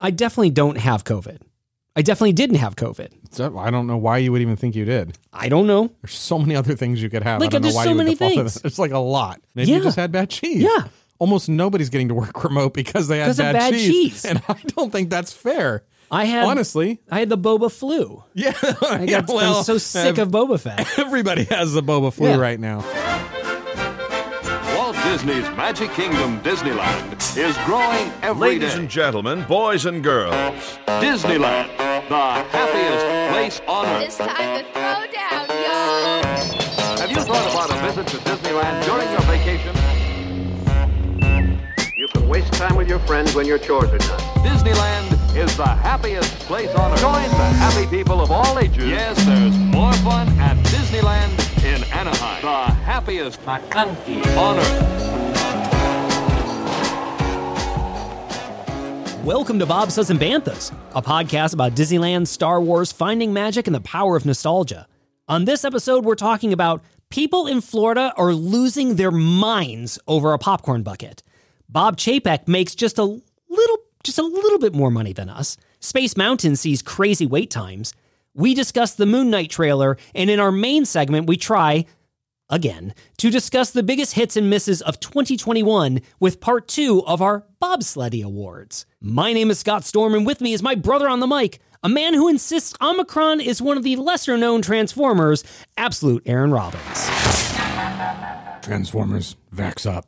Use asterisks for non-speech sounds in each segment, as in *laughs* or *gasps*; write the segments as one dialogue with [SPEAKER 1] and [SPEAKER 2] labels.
[SPEAKER 1] I definitely don't have COVID. I definitely didn't have COVID.
[SPEAKER 2] So I don't know why you would even think you did.
[SPEAKER 1] I don't know.
[SPEAKER 2] There's so many other things you could have.
[SPEAKER 1] Like,
[SPEAKER 2] I don't know
[SPEAKER 1] there's
[SPEAKER 2] why
[SPEAKER 1] so
[SPEAKER 2] you would
[SPEAKER 1] many
[SPEAKER 2] default to
[SPEAKER 1] things.
[SPEAKER 2] that. It's like a lot. Maybe
[SPEAKER 1] Yeah.
[SPEAKER 2] you just had bad cheese.
[SPEAKER 1] Yeah.
[SPEAKER 2] Almost nobody's getting to work *laughs* remote because they had
[SPEAKER 1] 'Cause of bad cheese.
[SPEAKER 2] And I don't think that's fair.
[SPEAKER 1] I had
[SPEAKER 2] Honestly.
[SPEAKER 1] I had the boba flu.
[SPEAKER 2] *laughs* Yeah.
[SPEAKER 1] I got I'm so sick of boba fat.
[SPEAKER 2] *laughs* everybody has the boba flu
[SPEAKER 1] Yeah.
[SPEAKER 2] right now.
[SPEAKER 3] Walt Disney's Magic Kingdom Disneyland is growing every day.
[SPEAKER 4] Ladies and gentlemen, boys and girls,
[SPEAKER 3] Disneyland, the happiest place on earth.
[SPEAKER 5] It's time to throw down, y'all.
[SPEAKER 3] Have you thought about a visit to Disneyland during your vacation?
[SPEAKER 6] You can waste time with your friends when your chores are done.
[SPEAKER 3] Disneyland is the happiest place on earth. Join the happy people of all ages. Yes, there's more fun at Disneyland in Anaheim. The happiest on earth.
[SPEAKER 1] Welcome to Bob Says and Banthas, a podcast about Disneyland, Star Wars, finding magic, and the power of nostalgia. On this episode, we're talking about people in Florida are losing their minds over a popcorn bucket. Bob Chapek makes just a little, just a little bit more money than us. Space Mountain sees crazy wait times. We discuss the Moon Knight trailer, and in our main segment, we try again to discuss the biggest hits and misses of 2021 with part two of our Bobsleddy Awards. My name is Scott Storm, and with me is my brother on the mic, a man who insists Omicron is one of the lesser known Transformers, absolute Aaron Robbins.
[SPEAKER 2] Transformers, vax up.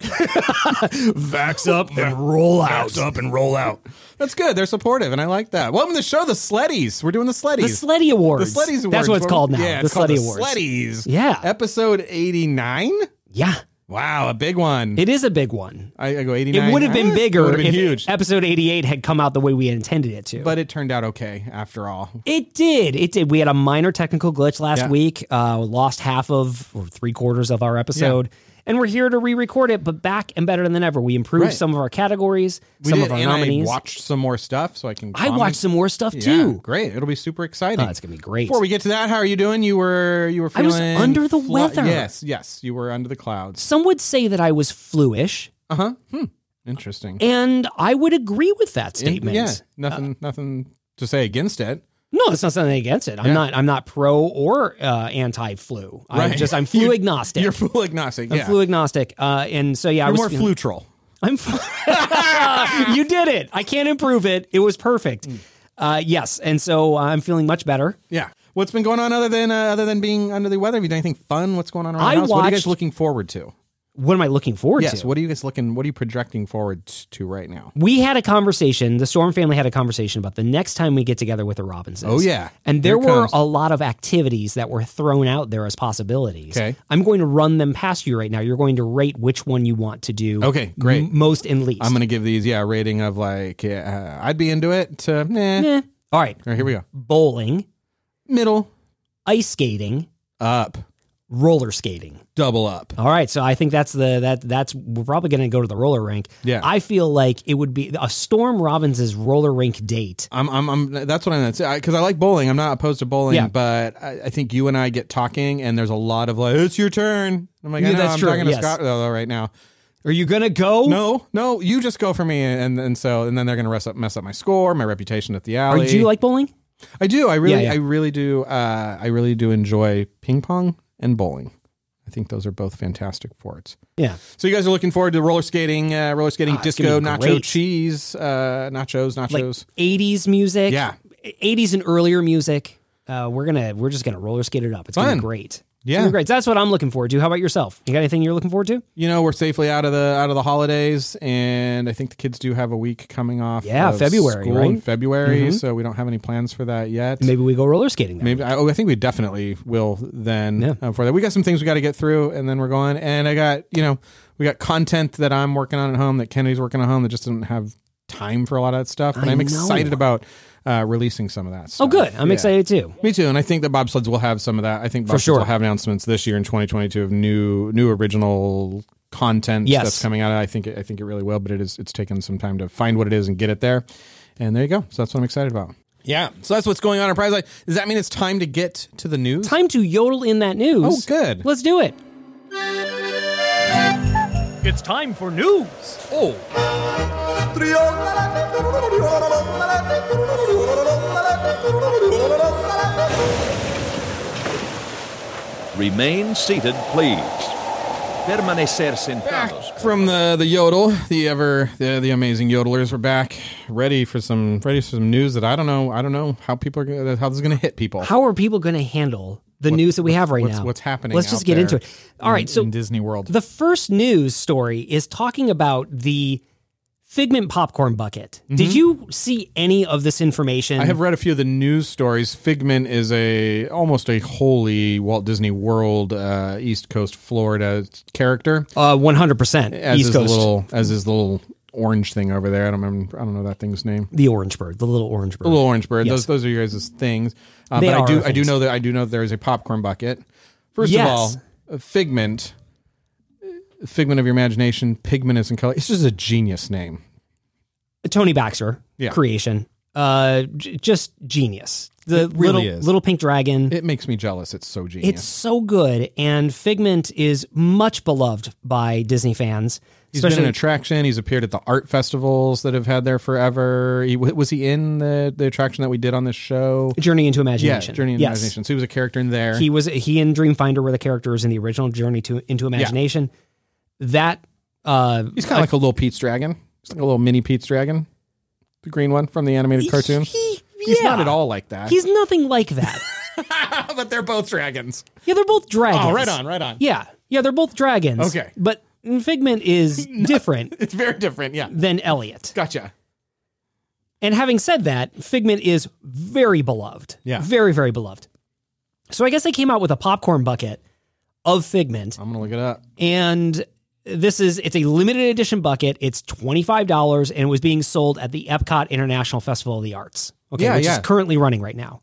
[SPEAKER 2] *laughs*
[SPEAKER 1] Vax up and roll out.
[SPEAKER 2] Vax up and roll out. That's good. They're supportive, and I like that. Welcome to the show, the Sleddies. We're doing the
[SPEAKER 1] The
[SPEAKER 2] Sleddies.
[SPEAKER 1] Sleddy
[SPEAKER 2] The
[SPEAKER 1] Awards.
[SPEAKER 2] Sleddies Awards.
[SPEAKER 1] That's what it's
[SPEAKER 2] We're-
[SPEAKER 1] called now.
[SPEAKER 2] Yeah,
[SPEAKER 1] the
[SPEAKER 2] it's called
[SPEAKER 1] Sleddy Awards.
[SPEAKER 2] Sleddies.
[SPEAKER 1] Yeah.
[SPEAKER 2] Episode 89?
[SPEAKER 1] Yeah.
[SPEAKER 2] Wow, a big one.
[SPEAKER 1] It is a big one.
[SPEAKER 2] I, I go 89.
[SPEAKER 1] It would have
[SPEAKER 2] Ah,
[SPEAKER 1] been
[SPEAKER 2] it
[SPEAKER 1] bigger
[SPEAKER 2] would have been
[SPEAKER 1] if
[SPEAKER 2] huge.
[SPEAKER 1] episode 88 had come out the way we intended it to.
[SPEAKER 2] But it turned out okay after all.
[SPEAKER 1] It did. It did. We had a minor technical glitch last
[SPEAKER 2] Yeah.
[SPEAKER 1] week. Uh, lost half of or three quarters of our episode, and we're here to re-record it, but back and better than ever. We improved
[SPEAKER 2] Right.
[SPEAKER 1] some of our categories,
[SPEAKER 2] We
[SPEAKER 1] some
[SPEAKER 2] did,
[SPEAKER 1] of our
[SPEAKER 2] and
[SPEAKER 1] nominees.
[SPEAKER 2] I watched some more stuff so I can.
[SPEAKER 1] I watched some more stuff
[SPEAKER 2] Yeah,
[SPEAKER 1] too.
[SPEAKER 2] Great. It'll be super exciting.
[SPEAKER 1] Oh, it's gonna be great.
[SPEAKER 2] Before we get to that, how are you doing? You were you were
[SPEAKER 1] I
[SPEAKER 2] feeling
[SPEAKER 1] was under the weather.
[SPEAKER 2] Yes, yes, you were under the clouds.
[SPEAKER 1] some would say that I was fluish,
[SPEAKER 2] Uh huh. Hmm. Interesting.
[SPEAKER 1] and I would agree with that
[SPEAKER 2] And-
[SPEAKER 1] statement.
[SPEAKER 2] yeah.
[SPEAKER 1] Uh.
[SPEAKER 2] Nothing. nothing to say against it. *laughs*
[SPEAKER 1] No, it's not something against it. I'm
[SPEAKER 2] Yeah.
[SPEAKER 1] not. I'm not pro or uh, anti-flu. I'm
[SPEAKER 2] Right.
[SPEAKER 1] just. I'm flu
[SPEAKER 2] *laughs* You-
[SPEAKER 1] agnostic.
[SPEAKER 2] You're flu agnostic.
[SPEAKER 1] I'm
[SPEAKER 2] yeah.
[SPEAKER 1] flu agnostic. Uh, and so yeah, I
[SPEAKER 2] You're
[SPEAKER 1] was
[SPEAKER 2] more
[SPEAKER 1] feeling-
[SPEAKER 2] flutral.
[SPEAKER 1] I'm. F- *laughs* you did it. I can't improve it. It was perfect.
[SPEAKER 2] Mm.
[SPEAKER 1] Uh, yes, and so uh, I'm feeling much better.
[SPEAKER 2] Yeah. What's been going on other than uh, other than being under the weather? Have you done anything fun? What's going on around
[SPEAKER 1] I
[SPEAKER 2] the house? what are you
[SPEAKER 1] watched-
[SPEAKER 2] guys looking forward to?
[SPEAKER 1] What am I looking forward
[SPEAKER 2] Yes.
[SPEAKER 1] to?
[SPEAKER 2] What are you guys looking? What are you projecting forward to right now?
[SPEAKER 1] we had a conversation. The Storm family had a conversation about the next time we get together with the Robinsons.
[SPEAKER 2] Oh, yeah.
[SPEAKER 1] and
[SPEAKER 2] Here
[SPEAKER 1] there
[SPEAKER 2] it
[SPEAKER 1] were
[SPEAKER 2] comes.
[SPEAKER 1] a lot of activities that were thrown out there as possibilities.
[SPEAKER 2] Okay.
[SPEAKER 1] I'm going to run them past you right now. You're going to rate which one you want to do.
[SPEAKER 2] Okay, great.
[SPEAKER 1] m- most and least.
[SPEAKER 2] I'm gonna give these yeah a rating of like yeah, uh, I'd be into it. To, nah.
[SPEAKER 1] Eh. All right,
[SPEAKER 2] All right, here we go.
[SPEAKER 1] bowling,
[SPEAKER 2] Middle
[SPEAKER 1] ice skating,
[SPEAKER 2] up,
[SPEAKER 1] roller skating.
[SPEAKER 2] double up.
[SPEAKER 1] All right, so I think that's the that that's we're probably going to go to the roller rink.
[SPEAKER 2] Yeah.
[SPEAKER 1] I feel like it would be a Storm Robbins' roller rink date.
[SPEAKER 2] I'm, I'm, I'm, that's what I'm, because I, like bowling. I'm not opposed to bowling,
[SPEAKER 1] Yeah.
[SPEAKER 2] but I, I think you and I get talking, and there's a lot of like, it's your turn. I'm like,
[SPEAKER 1] Yeah,
[SPEAKER 2] I know,
[SPEAKER 1] that's
[SPEAKER 2] I'm
[SPEAKER 1] true,
[SPEAKER 2] talking to
[SPEAKER 1] yes.
[SPEAKER 2] Scott though, right now.
[SPEAKER 1] Are you going to go?
[SPEAKER 2] No, no, you just go for me, and and so, and then they're gonna mess up, mess up my score, my reputation at the
[SPEAKER 1] Are,
[SPEAKER 2] alley.
[SPEAKER 1] do you like bowling?
[SPEAKER 2] I do. I really,
[SPEAKER 1] yeah.
[SPEAKER 2] I really do. Uh, I really do enjoy ping pong and bowling. I think those are both fantastic sports.
[SPEAKER 1] Yeah.
[SPEAKER 2] So you guys are looking forward to roller skating, uh, roller skating,
[SPEAKER 1] Ah, it's
[SPEAKER 2] disco,
[SPEAKER 1] gonna
[SPEAKER 2] nacho
[SPEAKER 1] be great.
[SPEAKER 2] cheese, uh, nachos,
[SPEAKER 1] Like
[SPEAKER 2] nachos.
[SPEAKER 1] 80s music.
[SPEAKER 2] Yeah.
[SPEAKER 1] 80s and earlier music. Uh, we're going to we're just going to roller skate it up. It's going to
[SPEAKER 2] Fun.
[SPEAKER 1] be great.
[SPEAKER 2] Yeah.
[SPEAKER 1] It's gonna be great. So That's what I'm looking forward to. How about yourself? You got anything you're looking forward to?
[SPEAKER 2] you know, we're safely out of the out of the holidays, and I think the kids do have a week coming off.
[SPEAKER 1] Yeah,
[SPEAKER 2] of
[SPEAKER 1] February,
[SPEAKER 2] school in
[SPEAKER 1] right? Mm-hmm.
[SPEAKER 2] February. So we don't have any plans for that yet.
[SPEAKER 1] Maybe we go roller skating. Then.
[SPEAKER 2] Maybe I, oh, I think we definitely will then
[SPEAKER 1] Yeah.
[SPEAKER 2] uh, for that. We got some things we got to get through, and then we're going. And I got you know we got content that I'm working on at home, that Kennedy's working on at home, that just doesn't have time for a lot of that stuff. But
[SPEAKER 1] I
[SPEAKER 2] I'm
[SPEAKER 1] know.
[SPEAKER 2] excited about uh, releasing some of that. Stuff.
[SPEAKER 1] Oh, good. I'm
[SPEAKER 2] Yeah.
[SPEAKER 1] excited too.
[SPEAKER 2] Me too, and I think that bobsleds will have some of that. I think bobsleds
[SPEAKER 1] sure.
[SPEAKER 2] will have announcements this year in 2022 of new new original content
[SPEAKER 1] Yes.
[SPEAKER 2] that's coming out. I think it, I think it really will, but it is it's taken some time to find what it is and get it there. And there you go. So that's what I'm excited about. Yeah. So that's what's going on in Prize Light. Does that mean it's time to get to the news?
[SPEAKER 1] Time to yodel in that news.
[SPEAKER 2] Oh, good.
[SPEAKER 1] Let's do it. It's time for news. Oh.
[SPEAKER 4] Remain seated, please. Permanecer sentados.
[SPEAKER 2] Back from the the yodel, the ever the, the amazing yodelers were back, ready for some ready for some news that I don't know I don't know how people are gonna, how this is going to hit people.
[SPEAKER 1] How are people going to handle the news that we have right
[SPEAKER 2] what's-
[SPEAKER 1] now?
[SPEAKER 2] what's happening
[SPEAKER 1] Let's just
[SPEAKER 2] out
[SPEAKER 1] get
[SPEAKER 2] there
[SPEAKER 1] into it. All right,
[SPEAKER 2] in-
[SPEAKER 1] so
[SPEAKER 2] in Disney World,
[SPEAKER 1] the first news story is talking about the Figment popcorn bucket. Did you see any of this information?
[SPEAKER 2] Mm-hmm. I have read a few of the news stories. Figment is a almost a holy Walt Disney World uh, East Coast Florida character.
[SPEAKER 1] uh, 100%
[SPEAKER 2] As
[SPEAKER 1] East Coast.
[SPEAKER 2] is the little as is the little orange thing over there. I don't remember. I don't know that thing's name.
[SPEAKER 1] the orange bird, the little orange bird.
[SPEAKER 2] Little orange bird.
[SPEAKER 1] Yes.
[SPEAKER 2] Those those are your guys' things. Uh,
[SPEAKER 1] They
[SPEAKER 2] but
[SPEAKER 1] are
[SPEAKER 2] I do
[SPEAKER 1] our
[SPEAKER 2] I do
[SPEAKER 1] things.
[SPEAKER 2] know that I do know there is a popcorn bucket. First
[SPEAKER 1] Yes.
[SPEAKER 2] of all, a figment, a figment of your imagination, pigment is in color. It's just a genius name.
[SPEAKER 1] Tony Baxter
[SPEAKER 2] Yeah.
[SPEAKER 1] creation. Uh, j- just genius. The
[SPEAKER 2] really
[SPEAKER 1] little
[SPEAKER 2] is.
[SPEAKER 1] little pink dragon.
[SPEAKER 2] It makes me jealous. It's so genius.
[SPEAKER 1] it's so good, and Figment is much beloved by Disney fans.
[SPEAKER 2] He's been an attraction. He's appeared at the art festivals that have had there forever. He, w- was he in the, the attraction that we did on this show?
[SPEAKER 1] Journey into
[SPEAKER 2] Yeah,
[SPEAKER 1] Imagination.
[SPEAKER 2] Journey into
[SPEAKER 1] Yes.
[SPEAKER 2] Imagination. So he was a character in there.
[SPEAKER 1] He was he and Dreamfinder were the characters in the original Journey to into Imagination. That uh,
[SPEAKER 2] He's kind of like a little Pete's dragon. He's like a little mini Pete's dragon, the green one from the animated cartoon.
[SPEAKER 1] he-
[SPEAKER 2] He's not
[SPEAKER 1] yeah.
[SPEAKER 2] at all like that. *laughs*
[SPEAKER 1] He's nothing like that.
[SPEAKER 2] but they're both dragons.
[SPEAKER 1] yeah, they're both dragons.
[SPEAKER 2] *laughs* Oh, right on, right *laughs* on.
[SPEAKER 1] Yeah, yeah, they're both dragons.
[SPEAKER 2] Okay.
[SPEAKER 1] but Figment
[SPEAKER 2] *laughs*
[SPEAKER 1] is different
[SPEAKER 2] It's very different. Yeah,
[SPEAKER 1] than Elliot.
[SPEAKER 2] gotcha.
[SPEAKER 1] And having said that, Figment is very beloved.
[SPEAKER 2] Yeah.
[SPEAKER 1] Very, very beloved. So I guess they came out with a popcorn bucket of Figment.
[SPEAKER 2] I'm gonna look it up.
[SPEAKER 1] And this is it's a limited edition bucket. It's $25 and it was being sold at the Epcot International Festival of the Arts. Okay.
[SPEAKER 2] Yeah,
[SPEAKER 1] which is
[SPEAKER 2] yeah.
[SPEAKER 1] currently running right now.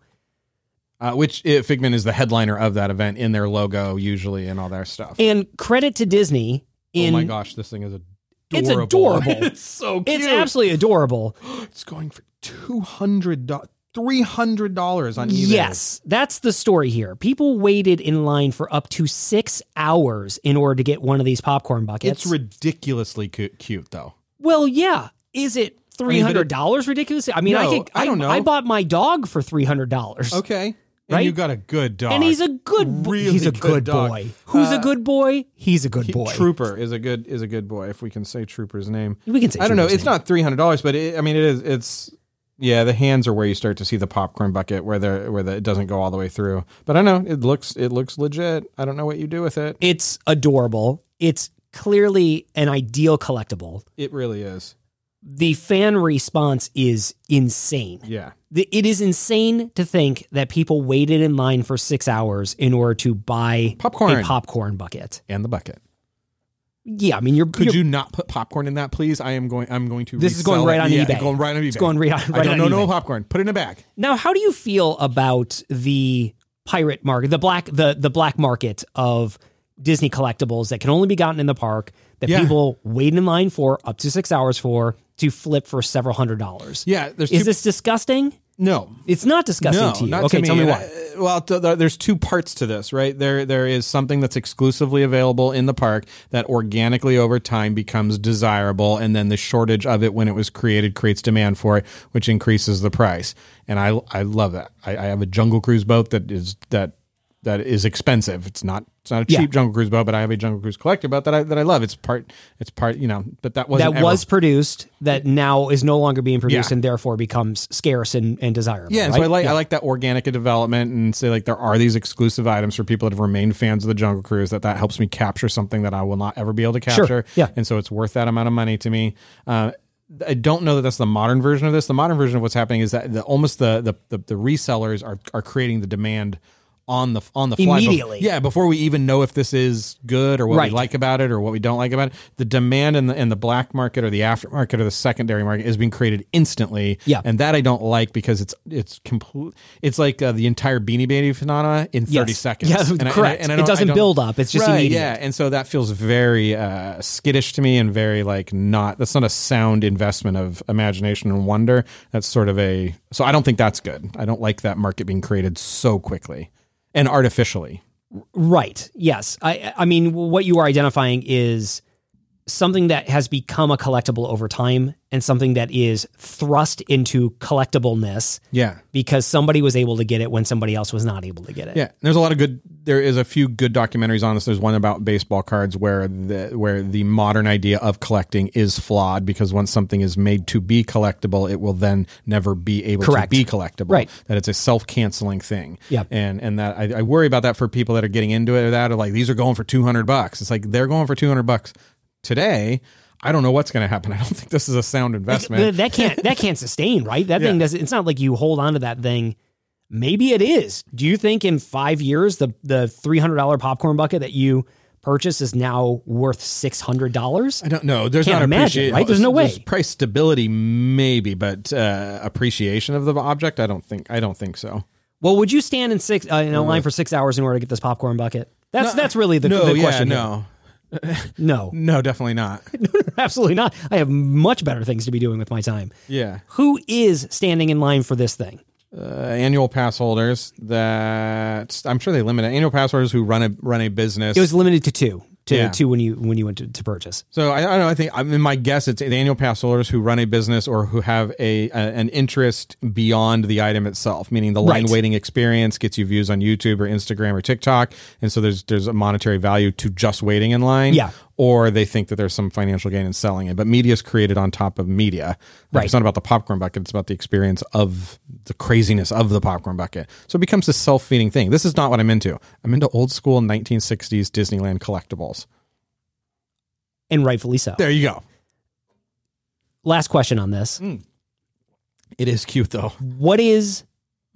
[SPEAKER 2] Uh, which uh, Figment is the headliner of that event in their logo usually and all their stuff.
[SPEAKER 1] And credit to Disney in
[SPEAKER 2] oh my gosh, this thing is adorable.
[SPEAKER 1] It's adorable.
[SPEAKER 2] *laughs* it's so cute.
[SPEAKER 1] It's absolutely
[SPEAKER 2] *gasps*
[SPEAKER 1] adorable.
[SPEAKER 2] It's going for two hundred dollars, three hundred dollars on eBay.
[SPEAKER 1] Yes, that's the story here. People waited in line for up to six hours in order to get one of these popcorn buckets.
[SPEAKER 2] it's ridiculously cu- cute though.
[SPEAKER 1] Well, yeah. Is it three
[SPEAKER 2] mean, but
[SPEAKER 1] hundred
[SPEAKER 2] it-
[SPEAKER 1] dollars ridiculous? I mean, I
[SPEAKER 2] No,
[SPEAKER 1] could.
[SPEAKER 2] I don't know. Oh,
[SPEAKER 1] I bought my dog for three hundred dollars.
[SPEAKER 2] Okay, and
[SPEAKER 1] Right?
[SPEAKER 2] you got a good dog,
[SPEAKER 1] And he's a good.
[SPEAKER 2] Uh, Really
[SPEAKER 1] he's a
[SPEAKER 2] good
[SPEAKER 1] good,
[SPEAKER 2] dog. Uh,
[SPEAKER 1] boy. Who's a good boy? He's a good
[SPEAKER 2] He-
[SPEAKER 1] boy.
[SPEAKER 2] Trooper is a good is a good boy if we can say Trooper's name.
[SPEAKER 1] We can say
[SPEAKER 2] I don't know.
[SPEAKER 1] Trooper's
[SPEAKER 2] It's
[SPEAKER 1] name.
[SPEAKER 2] not three hundred dollars, but it, I mean it is. It's yeah. The hands are where you start to see the popcorn bucket where the where the, it doesn't go all the way through. But I know it looks it looks legit. I don't know what you do with it.
[SPEAKER 1] It's adorable. It's clearly an ideal collectible.
[SPEAKER 2] It really is.
[SPEAKER 1] The fan response is insane.
[SPEAKER 2] Yeah.
[SPEAKER 1] The- It is insane to think that people waited in line for six hours in order to buy
[SPEAKER 2] Popcorn.
[SPEAKER 1] a popcorn bucket.
[SPEAKER 2] And the bucket.
[SPEAKER 1] Yeah, I mean, you're
[SPEAKER 2] Could
[SPEAKER 1] you're-
[SPEAKER 2] you not put popcorn in that, please? I am going. I'm going to.
[SPEAKER 1] This is going
[SPEAKER 2] resell
[SPEAKER 1] right
[SPEAKER 2] it.
[SPEAKER 1] on
[SPEAKER 2] Yeah,
[SPEAKER 1] eBay.
[SPEAKER 2] Going right on eBay.
[SPEAKER 1] It's going right on-
[SPEAKER 2] I
[SPEAKER 1] right
[SPEAKER 2] don't
[SPEAKER 1] on
[SPEAKER 2] know no
[SPEAKER 1] eBay.
[SPEAKER 2] popcorn. Put it in a bag.
[SPEAKER 1] Now, how do you feel about the pirate market, the black the the black market of Disney collectibles that can only be gotten in the park that
[SPEAKER 2] Yeah.
[SPEAKER 1] people wait in line for up to six hours for to flip for several hundred dollars?
[SPEAKER 2] Yeah. There's
[SPEAKER 1] Is
[SPEAKER 2] two,
[SPEAKER 1] this disgusting?
[SPEAKER 2] no.
[SPEAKER 1] It's not disgusting
[SPEAKER 2] no,
[SPEAKER 1] to you.
[SPEAKER 2] Not
[SPEAKER 1] okay,
[SPEAKER 2] to me.
[SPEAKER 1] tell me
[SPEAKER 2] And,
[SPEAKER 1] why.
[SPEAKER 2] uh, well, th- th- there's two parts to this, right? There, there is something that's exclusively available in the park that organically over time becomes desirable, and then the shortage of it when it was created creates demand for it, which increases the price. And I, I love that. I, I have a Jungle Cruise boat that is that that is expensive. It's not. It's not a cheap
[SPEAKER 1] Yeah.
[SPEAKER 2] Jungle Cruise boat, but I have a Jungle Cruise collector boat that I that I love. It's part. It's part. You know, but that wasn't
[SPEAKER 1] That
[SPEAKER 2] ever-
[SPEAKER 1] was produced that now is no longer being produced
[SPEAKER 2] Yeah.
[SPEAKER 1] and therefore becomes scarce and, and desirable.
[SPEAKER 2] Yeah, and so
[SPEAKER 1] right?
[SPEAKER 2] I like I like that organic development and say like there are these exclusive items for people that have remained fans of the Jungle Cruise that that helps me capture something that I will not ever be able to capture.
[SPEAKER 1] Yeah.
[SPEAKER 2] and so it's worth that amount of money to me. Uh, I don't know that that's the modern version of this. The modern version of what's happening is that the, almost the, the the the resellers are are creating the demand on the on the fly bef-
[SPEAKER 1] Immediately.
[SPEAKER 2] yeah, before we even know if this is good or what
[SPEAKER 1] Right.
[SPEAKER 2] we like about it or what we don't like about it, the demand in the in the black market or the aftermarket or the secondary market is being created instantly.
[SPEAKER 1] Yeah.
[SPEAKER 2] and that I don't like because it's it's complete. It's like uh, the entire Beanie Baby phenomena in thirty
[SPEAKER 1] Yes.
[SPEAKER 2] seconds.
[SPEAKER 1] Yeah,
[SPEAKER 2] I-
[SPEAKER 1] correct. It
[SPEAKER 2] don't-
[SPEAKER 1] doesn't
[SPEAKER 2] don't-
[SPEAKER 1] build up. It's just
[SPEAKER 2] Right,
[SPEAKER 1] immediate.
[SPEAKER 2] Yeah, and so that feels very uh, skittish to me and very like not. That's not a sound investment of imagination and wonder. That's sort of a. So I don't think that's good. I don't like that market being created so quickly and artificially.
[SPEAKER 1] Right. Yes. I I mean what you are identifying is something that has become a collectible over time and something that is thrust into collectibleness
[SPEAKER 2] Yeah.
[SPEAKER 1] because somebody was able to get it when somebody else was not able to get it.
[SPEAKER 2] Yeah, there's a lot of good. There is a few good documentaries on this. There's one about baseball cards where the where the modern idea of collecting is flawed because once something is made to be collectible, it will then never be able
[SPEAKER 1] Correct.
[SPEAKER 2] to be collectible.
[SPEAKER 1] Right.
[SPEAKER 2] That it's a self canceling thing.
[SPEAKER 1] Yep.
[SPEAKER 2] And and that I, I worry about that for people that are getting into it. Or that are like these are going for two hundred bucks. It's like they're going for two hundred bucks today. I don't know what's going to happen. *laughs* I don't think this is a sound investment.
[SPEAKER 1] Th- That can't that can't sustain, right? That thing
[SPEAKER 2] Yeah.
[SPEAKER 1] doesn't. It's not like you hold on to that thing. Maybe it is. Do you think in five years the the three hundred dollar popcorn bucket that you purchased is now worth six hundred dollars?
[SPEAKER 2] I don't know. There's
[SPEAKER 1] Can't
[SPEAKER 2] not
[SPEAKER 1] imagine,
[SPEAKER 2] appreciation.
[SPEAKER 1] right? There's no way.
[SPEAKER 2] price stability, maybe, but uh, appreciation of the object, I don't think. I don't think so.
[SPEAKER 1] Well, would you stand in six uh, in a line for six hours in order to get this popcorn bucket? That's that's really the,
[SPEAKER 2] no,
[SPEAKER 1] the
[SPEAKER 2] yeah,
[SPEAKER 1] question. here.
[SPEAKER 2] no,
[SPEAKER 1] no, *laughs*
[SPEAKER 2] no, definitely not.
[SPEAKER 1] absolutely not. I have much better things to be doing with my time.
[SPEAKER 2] yeah,
[SPEAKER 1] Who is standing in line for this thing?
[SPEAKER 2] uh, annual pass holders that I'm sure they limit it. Annual pass holders who run a run a business.
[SPEAKER 1] It was limited to two. To
[SPEAKER 2] Yeah.
[SPEAKER 1] two when you when you went to, to purchase.
[SPEAKER 2] so I, I don't know. I think I mean my guess it's the annual pass holders who run a business or who have a, a an interest beyond the item itself, meaning the line
[SPEAKER 1] Right.
[SPEAKER 2] waiting experience gets you views on YouTube or Instagram or TikTok, and so there's there's a monetary value to just waiting in line.
[SPEAKER 1] Yeah.
[SPEAKER 2] Or they think that there's some financial gain in selling it, but media is created on top of media. Like,
[SPEAKER 1] Right.
[SPEAKER 2] It's not about the popcorn bucket; it's about the experience of the craziness of the popcorn bucket. So it becomes this self-feeding thing. This is not what I'm into. I'm into old school 1960s Disneyland collectibles.
[SPEAKER 1] And rightfully so.
[SPEAKER 2] There you go.
[SPEAKER 1] Last question on this.
[SPEAKER 2] Mm. It is cute though.
[SPEAKER 1] what is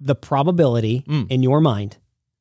[SPEAKER 1] the probability
[SPEAKER 2] Mm.
[SPEAKER 1] in your mind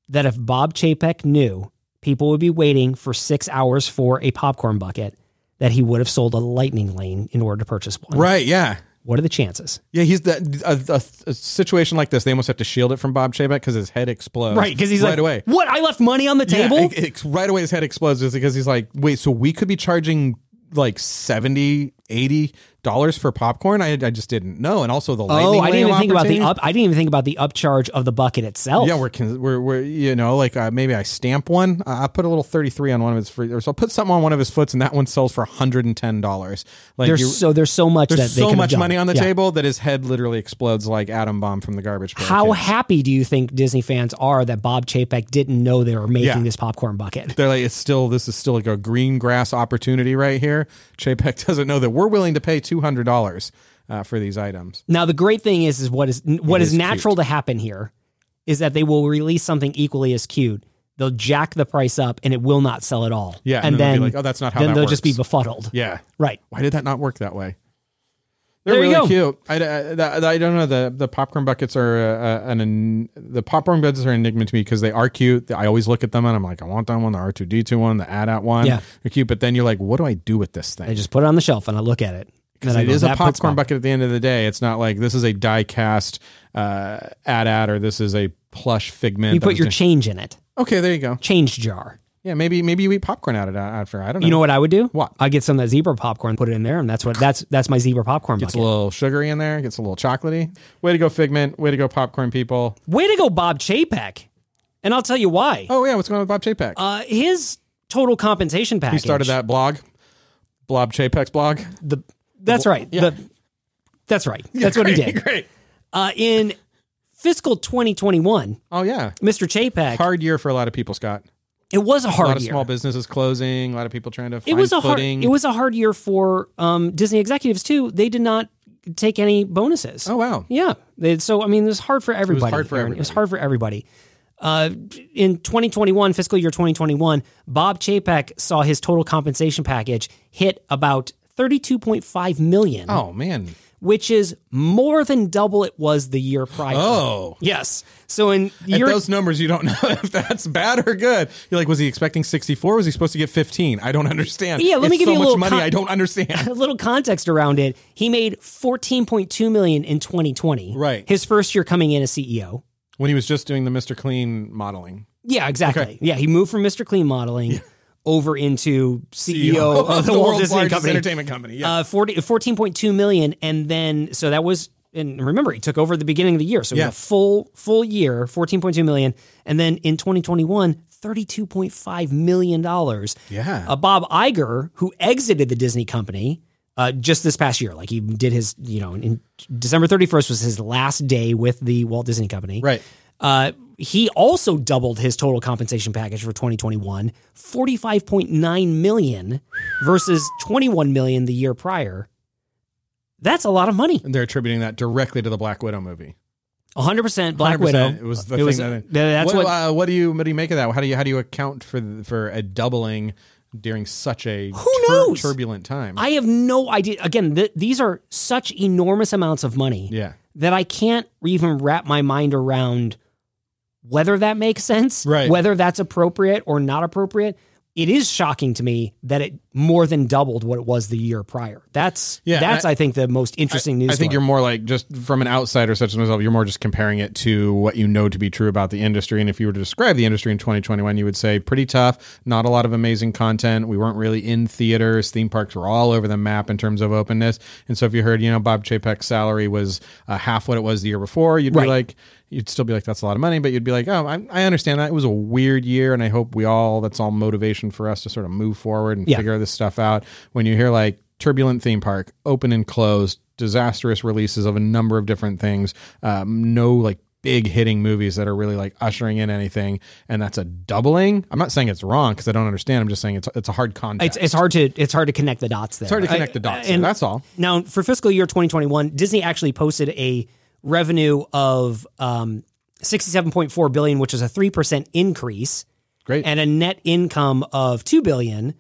[SPEAKER 1] that if Bob Chapek knew people would be waiting for six hours for a popcorn bucket, that he would have sold a lightning lane in order to purchase one?
[SPEAKER 2] Right? Yeah.
[SPEAKER 1] What are the chances?
[SPEAKER 2] Yeah, he's that a, a, a situation like this. They almost have to shield it from Bob Chapek because his head explodes. right away.
[SPEAKER 1] "What? I left money on the
[SPEAKER 2] Yeah,
[SPEAKER 1] table."
[SPEAKER 2] it- it's- right away, his head explodes just because he's like, wait, so we could be charging like 70 80 dollars for popcorn? I, I just didn't know. And also the
[SPEAKER 1] oh,
[SPEAKER 2] lightning
[SPEAKER 1] I
[SPEAKER 2] lane
[SPEAKER 1] didn't even think about the
[SPEAKER 2] opportunity.
[SPEAKER 1] up. I didn't even think about the upcharge of the bucket itself.
[SPEAKER 2] Yeah, we're, con- we're we're you know like uh, maybe I stamp one. I I put a little thirty three on one of his free, or so I'll put something on one of his foots, and that one sells for hundred and ten dollars. Like
[SPEAKER 1] there's
[SPEAKER 2] you-
[SPEAKER 1] so there's so much that
[SPEAKER 2] there's
[SPEAKER 1] they
[SPEAKER 2] so
[SPEAKER 1] could've
[SPEAKER 2] much
[SPEAKER 1] done.
[SPEAKER 2] money on the
[SPEAKER 1] Yeah.
[SPEAKER 2] table that his head literally explodes like atom bomb from the garbage. Pail
[SPEAKER 1] How
[SPEAKER 2] Kids.
[SPEAKER 1] happy do you think Disney fans are that Bob Chapek didn't know they were making
[SPEAKER 2] Yeah.
[SPEAKER 1] this popcorn bucket?
[SPEAKER 2] They're like, it's still this is still like a green grass opportunity right here. Chapek *laughs* doesn't know that we're willing to pay two hundred dollars uh, for these items.
[SPEAKER 1] Now the great thing is is what is what
[SPEAKER 2] It
[SPEAKER 1] is,
[SPEAKER 2] is
[SPEAKER 1] natural to happen here is that they will release something equally as cute. They'll jack the price up and it will not sell at all.
[SPEAKER 2] Yeah,
[SPEAKER 1] and,
[SPEAKER 2] and then
[SPEAKER 1] then
[SPEAKER 2] they'll be like, "Oh, that's not how
[SPEAKER 1] then
[SPEAKER 2] that
[SPEAKER 1] they'll just be
[SPEAKER 2] works."
[SPEAKER 1] befuddled.
[SPEAKER 2] Yeah,
[SPEAKER 1] Right.
[SPEAKER 2] why did that not work that way? They're
[SPEAKER 1] There you go.
[SPEAKER 2] really cute. I, I, that- I don't know. The the popcorn buckets are uh, uh, an, an the popcorn buckets are an enigma to me because they are cute. I always look at them and I'm like, I want that one, the R two D two one, the add out one.
[SPEAKER 1] Yeah.
[SPEAKER 2] they're cute. But then you're like, what do I do with this thing?
[SPEAKER 1] I just put it on the shelf and I look at it. Then
[SPEAKER 2] Because
[SPEAKER 1] I
[SPEAKER 2] it
[SPEAKER 1] go,
[SPEAKER 2] is a
[SPEAKER 1] "That puts
[SPEAKER 2] popcorn
[SPEAKER 1] my-"
[SPEAKER 2] bucket at the end of the day. It's not like this is a die cast uh, ad ad or this is a plush figment.
[SPEAKER 1] You
[SPEAKER 2] that
[SPEAKER 1] put
[SPEAKER 2] was
[SPEAKER 1] your
[SPEAKER 2] done-
[SPEAKER 1] change in it.
[SPEAKER 2] okay, there you go.
[SPEAKER 1] Change jar.
[SPEAKER 2] Yeah, maybe maybe you eat popcorn out of that after. I don't know.
[SPEAKER 1] You know what I would do?
[SPEAKER 2] What?
[SPEAKER 1] I get some of that zebra popcorn, put it in there, and that's what that's that's my zebra popcorn
[SPEAKER 2] Gets
[SPEAKER 1] bucket.
[SPEAKER 2] a little sugary in there. Gets a little chocolatey. Way to go, Figment. Way to go, popcorn people.
[SPEAKER 1] Way to go, Bob Chapek. And I'll tell you why.
[SPEAKER 2] Oh yeah, what's going on with Bob Chapek?
[SPEAKER 1] Uh, his total compensation package.
[SPEAKER 2] he started that blog, Blob
[SPEAKER 1] *laughs*
[SPEAKER 2] Chapek's blog.
[SPEAKER 1] The that's right. The, that's right. That's what he did.
[SPEAKER 2] Great.
[SPEAKER 1] Uh, in fiscal 2021,
[SPEAKER 2] Oh yeah,
[SPEAKER 1] Mr. Chapek,
[SPEAKER 2] hard year for a lot of people, Scott.
[SPEAKER 1] it was a
[SPEAKER 2] A
[SPEAKER 1] hard
[SPEAKER 2] lot of
[SPEAKER 1] year.
[SPEAKER 2] small businesses closing. A lot of people trying to find
[SPEAKER 1] it was a hard.
[SPEAKER 2] footing.
[SPEAKER 1] It was a hard year for um, Disney executives too. They did not take any bonuses.
[SPEAKER 2] Oh wow.
[SPEAKER 1] Yeah. They, so I mean, it was hard for everybody.
[SPEAKER 2] hard for
[SPEAKER 1] Aaron. It was hard for everybody. Uh, in 2021, fiscal year 2021, Bob Chapek saw his total compensation package hit about 32.5 million,
[SPEAKER 2] Oh man.
[SPEAKER 1] which is more than double it was the year prior.
[SPEAKER 2] Oh.
[SPEAKER 1] yes. So in
[SPEAKER 2] At
[SPEAKER 1] year
[SPEAKER 2] those numbers, you don't *laughs* know if that's bad or good. You're like, was he expecting 64? Was he supposed to get 15? I don't understand.
[SPEAKER 1] Yeah, let me
[SPEAKER 2] It's
[SPEAKER 1] give
[SPEAKER 2] so
[SPEAKER 1] you a
[SPEAKER 2] much
[SPEAKER 1] little
[SPEAKER 2] money.
[SPEAKER 1] con-
[SPEAKER 2] I
[SPEAKER 1] *laughs*
[SPEAKER 2] don't understand.
[SPEAKER 1] a little context around it, he made 14.2 million in 2020.
[SPEAKER 2] Right.
[SPEAKER 1] His first year coming in as E CEO.
[SPEAKER 2] when he was just doing the Mr. Clean modeling,
[SPEAKER 1] Yeah, exactly. Yeah, he moved from Mr. Clean Modeling over into *laughs*
[SPEAKER 2] E
[SPEAKER 1] CEO,
[SPEAKER 2] *laughs*
[SPEAKER 1] of the, Walt
[SPEAKER 2] world's
[SPEAKER 1] Disney
[SPEAKER 2] largest
[SPEAKER 1] Company.
[SPEAKER 2] entertainment company. Yeah.
[SPEAKER 1] Uh, 40, 14.2 million. And then, so that was and remember he took over at the beginning of the year, so it was
[SPEAKER 2] Yeah.
[SPEAKER 1] a full full year, 14.2 million, and then in 2021, 32.5 million dollars.
[SPEAKER 2] Yeah.
[SPEAKER 1] Uh, Bob Iger, who exited the Disney company uh, just this past year, like he did his, you know, in December 31st was his last day with the Walt Disney Company.
[SPEAKER 2] Right.
[SPEAKER 1] Uh, he also doubled his total compensation package for 2021, 45.9 million versus 21 million the year prior. That's a lot of money.
[SPEAKER 2] And they're attributing that directly to the Black Widow movie.
[SPEAKER 1] 100% Black Widow.
[SPEAKER 2] 100%. It was the
[SPEAKER 1] It
[SPEAKER 2] thing
[SPEAKER 1] was-
[SPEAKER 2] that.
[SPEAKER 1] th- that's what,
[SPEAKER 2] uh, what do you what do you make of that? How do you how do you account for the- for a doubling during such a
[SPEAKER 1] Who
[SPEAKER 2] tur-
[SPEAKER 1] knows?
[SPEAKER 2] turbulent time?
[SPEAKER 1] I have no idea. Again, th- these are such enormous amounts of money.
[SPEAKER 2] yeah.
[SPEAKER 1] that I can't even wrap my mind around whether that makes sense,
[SPEAKER 2] Right.
[SPEAKER 1] whether that's appropriate or not appropriate. It is shocking to me that it more than doubled what it was the year prior. That's
[SPEAKER 2] Yeah,
[SPEAKER 1] that's
[SPEAKER 2] I-
[SPEAKER 1] I, think the most interesting news.
[SPEAKER 2] I think
[SPEAKER 1] story.
[SPEAKER 2] you're more like just from an outsider such as myself, you're more just comparing it to what you know to be true about the industry. And if you were to describe the industry in 2021, you would say pretty tough, not a lot of amazing content. We weren't really in theaters. Theme parks were all over the map in terms of openness. And so if you heard, you know, Bob Chapek's salary was uh, half what it was the year before, you'd
[SPEAKER 1] Right.
[SPEAKER 2] be like, you'd still be like, that's a lot of money, but you'd be like, oh, I, I understand that. It was a weird year. And I hope we all, that's all motivation for us to sort of move forward and
[SPEAKER 1] Yeah.
[SPEAKER 2] figure this stuff out. When you hear like turbulent theme park, open and closed, disastrous releases of a number of different things, um, no like big hitting movies that are really like ushering in anything. And that's a doubling. I'm not saying it's wrong because I don't understand. I'm just saying it's, it's a hard context.
[SPEAKER 1] it's it's hard to it's hard to connect the dots there.
[SPEAKER 2] It's hard to connect the dots. and that's all.
[SPEAKER 1] Now, for fiscal year 2021, Disney actually posted a revenue of um, 67.4 billion, which is a three percent increase.
[SPEAKER 2] Great.
[SPEAKER 1] and a net income of 2 billion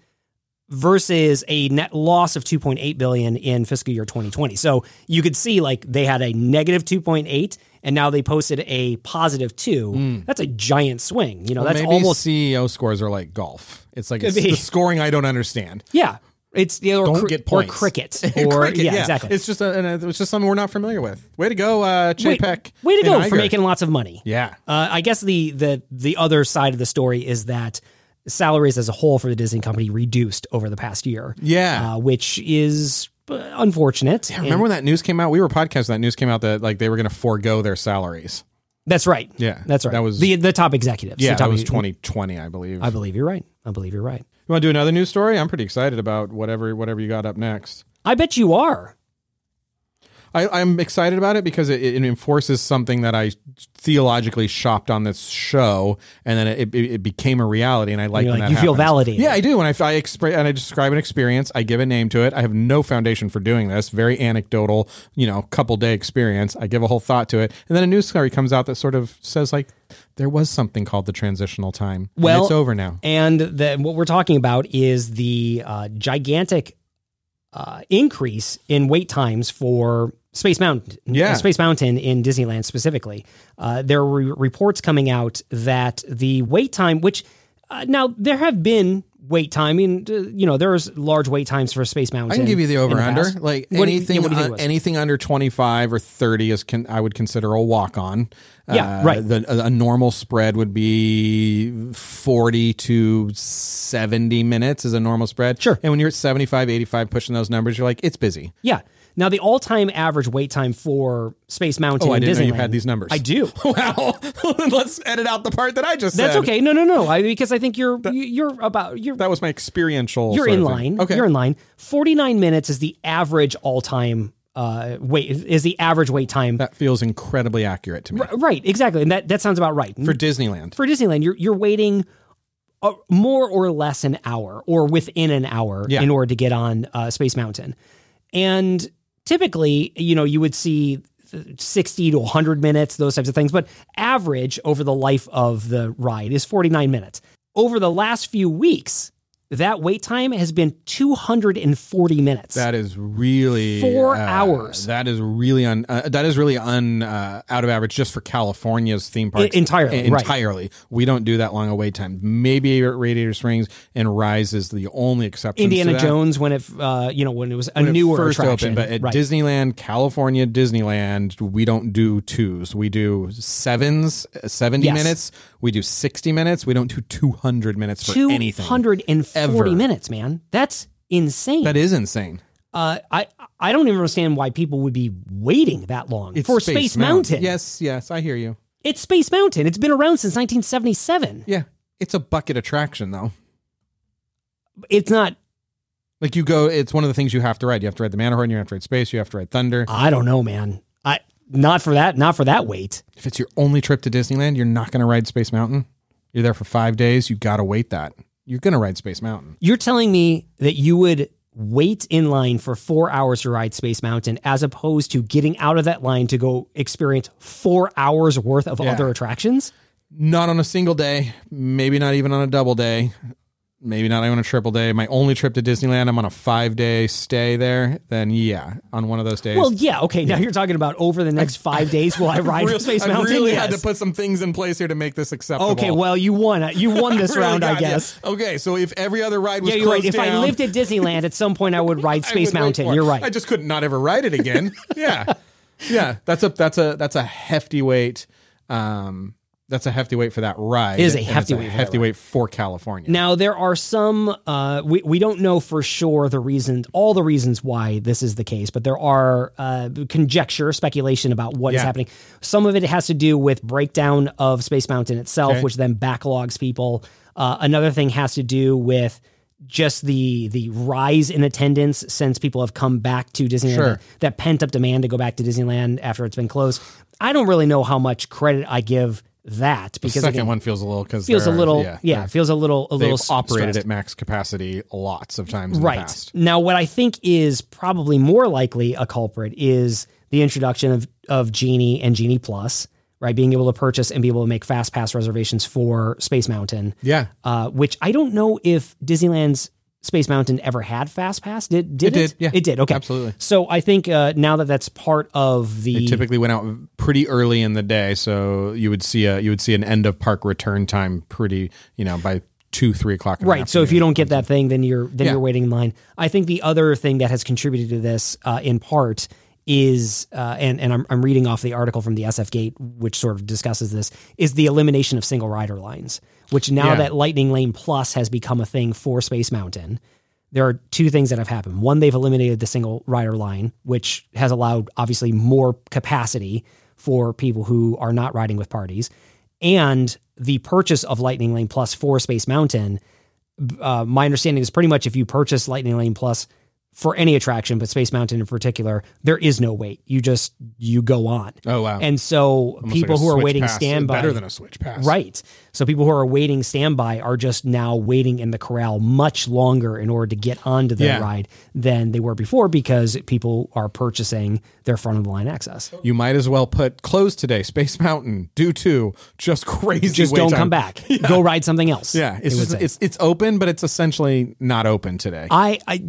[SPEAKER 1] versus a net loss of 2.8 billion in fiscal year 2020. So you could see like they had a negative 2.8 and now they posted a positive 2. That's a giant swing. You know, that's
[SPEAKER 2] Hmm. maybe
[SPEAKER 1] almost
[SPEAKER 2] CEO scores are like golf. It's like
[SPEAKER 1] Could
[SPEAKER 2] it's
[SPEAKER 1] be.
[SPEAKER 2] the scoring I don't understand.
[SPEAKER 1] yeah. It's you know,
[SPEAKER 2] Don't
[SPEAKER 1] or, cr-
[SPEAKER 2] get
[SPEAKER 1] or
[SPEAKER 2] points. *laughs*
[SPEAKER 1] cricket
[SPEAKER 2] Yeah,
[SPEAKER 1] *laughs* or
[SPEAKER 2] cricket,
[SPEAKER 1] yeah, exactly.
[SPEAKER 2] It's just a, and it's just something we're not familiar with. Way to go, uh,
[SPEAKER 1] way,
[SPEAKER 2] Chapek.
[SPEAKER 1] way to
[SPEAKER 2] and
[SPEAKER 1] go for
[SPEAKER 2] Iger.
[SPEAKER 1] making lots of money.
[SPEAKER 2] Yeah,
[SPEAKER 1] Uh, I guess the the the other side of the story is that salaries as a whole for the Disney company reduced over the past year.
[SPEAKER 2] Yeah.
[SPEAKER 1] uh, which is uh, unfortunate.
[SPEAKER 2] I remember when that news came out? We were podcasting. That news came out that like they were going to forego their salaries.
[SPEAKER 1] That's right.
[SPEAKER 2] Yeah,
[SPEAKER 1] that's right.
[SPEAKER 2] that was-
[SPEAKER 1] the the top executives.
[SPEAKER 2] Yeah,
[SPEAKER 1] the top
[SPEAKER 2] that was
[SPEAKER 1] ex-
[SPEAKER 2] 2020, I believe.
[SPEAKER 1] I believe you're right. I believe you're right.
[SPEAKER 2] you want to do another news story? I'm pretty excited about whatever whatever you got up next.
[SPEAKER 1] I bet you are.
[SPEAKER 2] I, I'm excited about it because it, it enforces something that I theologically shopped on this show, and then it, it, it became a reality. And I like
[SPEAKER 1] You're
[SPEAKER 2] when
[SPEAKER 1] like,
[SPEAKER 2] that
[SPEAKER 1] you feel
[SPEAKER 2] happens.
[SPEAKER 1] validated.
[SPEAKER 2] Yeah, I do. When I, I expre- and I describe an experience, I give a name to it. I have no foundation for doing this. Very anecdotal, you know, couple day experience. I give a whole thought to it, and then a news story comes out that sort of says like, there was something called the transitional time. and
[SPEAKER 1] Well,
[SPEAKER 2] it's over now.
[SPEAKER 1] And the, what we're talking about is the uh, gigantic uh, increase in wait times for Space Mountain.
[SPEAKER 2] Yeah.
[SPEAKER 1] Space Mountain in Disneyland specifically. Uh, there were reports coming out that the wait time, which uh, now there have been wait time, and uh, you know there's large wait times for Space Mountain.
[SPEAKER 2] I can give you the
[SPEAKER 1] in
[SPEAKER 2] over under.
[SPEAKER 1] past.
[SPEAKER 2] Like
[SPEAKER 1] What do you-
[SPEAKER 2] anything,
[SPEAKER 1] yeah, what do you think it
[SPEAKER 2] un-
[SPEAKER 1] was?
[SPEAKER 2] anything under twenty five or thirty is can I would consider a walk on.
[SPEAKER 1] Yeah, right.
[SPEAKER 2] The, a, a normal spread would be forty to seventy minutes is a normal spread.
[SPEAKER 1] Sure.
[SPEAKER 2] And when you're at 75, 85, pushing those numbers, you're like, it's *laughs* busy.
[SPEAKER 1] Yeah. Now the all-time average wait time for Space Mountain.
[SPEAKER 2] Oh, I
[SPEAKER 1] in
[SPEAKER 2] didn't know you
[SPEAKER 1] Disneyland-
[SPEAKER 2] had these numbers.
[SPEAKER 1] I
[SPEAKER 2] *laughs*
[SPEAKER 1] do.
[SPEAKER 2] wow. Let's edit out the part that I just
[SPEAKER 1] That's
[SPEAKER 2] said.
[SPEAKER 1] okay. No, no, no. I, because I think you're you- you're about you're
[SPEAKER 2] That was my experiential.
[SPEAKER 1] you're
[SPEAKER 2] sort
[SPEAKER 1] in
[SPEAKER 2] of thing.
[SPEAKER 1] line.
[SPEAKER 2] Okay.
[SPEAKER 1] You're in line. Forty nine minutes is the average all time uh, wait is the average wait time.
[SPEAKER 2] That feels incredibly accurate to me
[SPEAKER 1] right. Exactly. And that that sounds about right.
[SPEAKER 2] for Disneyland.
[SPEAKER 1] For Disneyland, you're you're waiting. uh more or less an hour, or within an hour,
[SPEAKER 2] Yeah.
[SPEAKER 1] in order to get on uh, Space Mountain, and typically, you know, you would see sixty to one hundred minutes, those types of things. But average over the life of the ride is forty nine minutes. Over the last few weeks, that wait time has been two hundred and forty minutes.
[SPEAKER 2] That is really uh,
[SPEAKER 1] Four hours.
[SPEAKER 2] That is really un. Uh, that is really un uh, out of average just for California's theme parks
[SPEAKER 1] E- entirely,
[SPEAKER 2] E-
[SPEAKER 1] right.
[SPEAKER 2] Entirely, we don't do that long a wait time. Maybe at Radiator Springs and Rise is the only exception.
[SPEAKER 1] Indiana
[SPEAKER 2] to that.
[SPEAKER 1] Jones when it uh, you know when it was a
[SPEAKER 2] When it
[SPEAKER 1] newer
[SPEAKER 2] first
[SPEAKER 1] attraction,
[SPEAKER 2] opened, but at
[SPEAKER 1] right.
[SPEAKER 2] Disneyland, California Disneyland, we don't do twos. We do sevens, uh, seventy
[SPEAKER 1] Yes.
[SPEAKER 2] minutes. We do sixty minutes. We don't do two hundred minutes for anything.
[SPEAKER 1] 240
[SPEAKER 2] Ever.
[SPEAKER 1] minutes, man. That's insane.
[SPEAKER 2] That is insane.
[SPEAKER 1] Uh, I I don't even understand why people would be waiting that long for Space, Mountain.
[SPEAKER 2] Yes, yes, I hear you.
[SPEAKER 1] It's Space Mountain. It's been around since 1977.
[SPEAKER 2] Yeah, it's a bucket attraction though.
[SPEAKER 1] It's not.
[SPEAKER 2] Like you go, it's one of the things you have to ride. You have to ride the Matterhorn. You have to ride space. You have to ride Thunder.
[SPEAKER 1] I don't know, man. I not for that. Not for that wait.
[SPEAKER 2] If it's your only trip to Disneyland, you're not going to ride Space Mountain. You're there for five days. You got to wait that. You're going to ride Space Mountain.
[SPEAKER 1] You're telling me that you would wait in line for four hours to ride Space Mountain as opposed to getting out of that line to go experience four hours worth of
[SPEAKER 2] Yeah.
[SPEAKER 1] other attractions?
[SPEAKER 2] Not on a single day. Maybe not even on a double day. Maybe not even on a triple day. My only trip to Disneyland, I'm on a five day stay there. Then yeah, on one of those days.
[SPEAKER 1] Well, yeah, okay. Now you're talking about over the next five days will I ride
[SPEAKER 2] Real-
[SPEAKER 1] Space
[SPEAKER 2] *laughs* I
[SPEAKER 1] Mountain?
[SPEAKER 2] really
[SPEAKER 1] yes.
[SPEAKER 2] had to put some things in place here to make this acceptable.
[SPEAKER 1] okay, well, you won. uh, You
[SPEAKER 2] *laughs*
[SPEAKER 1] won this
[SPEAKER 2] Really
[SPEAKER 1] round, I
[SPEAKER 2] got- yeah.
[SPEAKER 1] guess.
[SPEAKER 2] Okay, so if every other ride was
[SPEAKER 1] Yeah, you're right.
[SPEAKER 2] closed
[SPEAKER 1] If I
[SPEAKER 2] down,
[SPEAKER 1] lived at Disneyland at some point, I
[SPEAKER 2] *laughs*
[SPEAKER 1] would ride
[SPEAKER 2] I
[SPEAKER 1] Space
[SPEAKER 2] would wait
[SPEAKER 1] Mountain.
[SPEAKER 2] for it.
[SPEAKER 1] You're right.
[SPEAKER 2] I just could not ever ride
[SPEAKER 1] *laughs*
[SPEAKER 2] it again. yeah, yeah. That's a that's a that's a hefty weight. Um, that's a hefty weight for that ride.
[SPEAKER 1] It is a
[SPEAKER 2] and it's
[SPEAKER 1] hefty weight for that
[SPEAKER 2] hefty
[SPEAKER 1] ride.
[SPEAKER 2] weight for California.
[SPEAKER 1] Now there are some uh, we we don't know for sure the reasons all the reasons why this is the case, but there are uh, conjecture speculation about what is
[SPEAKER 2] Yeah.
[SPEAKER 1] happening. Some of it has to do with breakdown of Space Mountain itself,
[SPEAKER 2] Okay.
[SPEAKER 1] which then backlogs people. Uh, another thing has to do with just the the rise in attendance since people have come back to Disneyland.
[SPEAKER 2] Sure.
[SPEAKER 1] That pent up demand to go back to Disneyland after it's been closed. I don't really know how much credit I give that because
[SPEAKER 2] the second
[SPEAKER 1] again,
[SPEAKER 2] one feels a little because
[SPEAKER 1] feels a little yeah, feels a little a
[SPEAKER 2] They've
[SPEAKER 1] little s-
[SPEAKER 2] operated
[SPEAKER 1] stressed.
[SPEAKER 2] at max capacity lots of times in
[SPEAKER 1] right
[SPEAKER 2] the past.
[SPEAKER 1] now what i think is probably more likely a culprit is the introduction of of genie and genie plus right being able to purchase and be able to make fast pass reservations for space mountain
[SPEAKER 2] Yeah,
[SPEAKER 1] uh, which i don't know if disneyland's space mountain ever had fast pass did did it,
[SPEAKER 2] did, yeah.
[SPEAKER 1] it did okay
[SPEAKER 2] Absolutely.
[SPEAKER 1] so i think uh, now that that's part of the
[SPEAKER 2] It typically went out pretty early in the day, so you would see a you would see an end of park return time pretty you know by two three o'clock. in the
[SPEAKER 1] Right. So if you
[SPEAKER 2] afternoon.
[SPEAKER 1] don't get that thing, then you're then
[SPEAKER 2] Yeah.
[SPEAKER 1] you're waiting in line. I think the other thing that has contributed to this, uh, in part, is uh, and and I'm, I'm reading off the article from the SF Gate, which sort of discusses this, is the elimination of single rider lines. Which now
[SPEAKER 2] Yeah.
[SPEAKER 1] that Lightning Lane Plus has become a thing for Space Mountain, there are two things that have happened. One, they've eliminated the single rider line, which has allowed obviously more capacity for people who are not riding with parties. And the purchase of Lightning Lane Plus for Space Mountain, uh, my understanding is pretty much if you purchase Lightning Lane Plus for any attraction, but Space Mountain in particular, there is no wait. You just you go on.
[SPEAKER 2] Oh wow!
[SPEAKER 1] And so
[SPEAKER 2] Almost
[SPEAKER 1] people
[SPEAKER 2] like a
[SPEAKER 1] who are
[SPEAKER 2] switch
[SPEAKER 1] waiting
[SPEAKER 2] pass.
[SPEAKER 1] standby
[SPEAKER 2] better than a switch pass,
[SPEAKER 1] Right. So people who are waiting standby are just now waiting in the corral much longer in order to get onto the
[SPEAKER 2] Yeah.
[SPEAKER 1] ride than they were before because people are purchasing their front of the line access.
[SPEAKER 2] You might as well put closed today. Space Mountain due to just crazy.
[SPEAKER 1] Just
[SPEAKER 2] wait
[SPEAKER 1] don't
[SPEAKER 2] time.
[SPEAKER 1] come
[SPEAKER 2] *laughs*
[SPEAKER 1] back. Go ride something else.
[SPEAKER 2] Yeah, it's
[SPEAKER 1] they would
[SPEAKER 2] just,
[SPEAKER 1] say.
[SPEAKER 2] it's it's open, but it's essentially not open today.
[SPEAKER 1] I I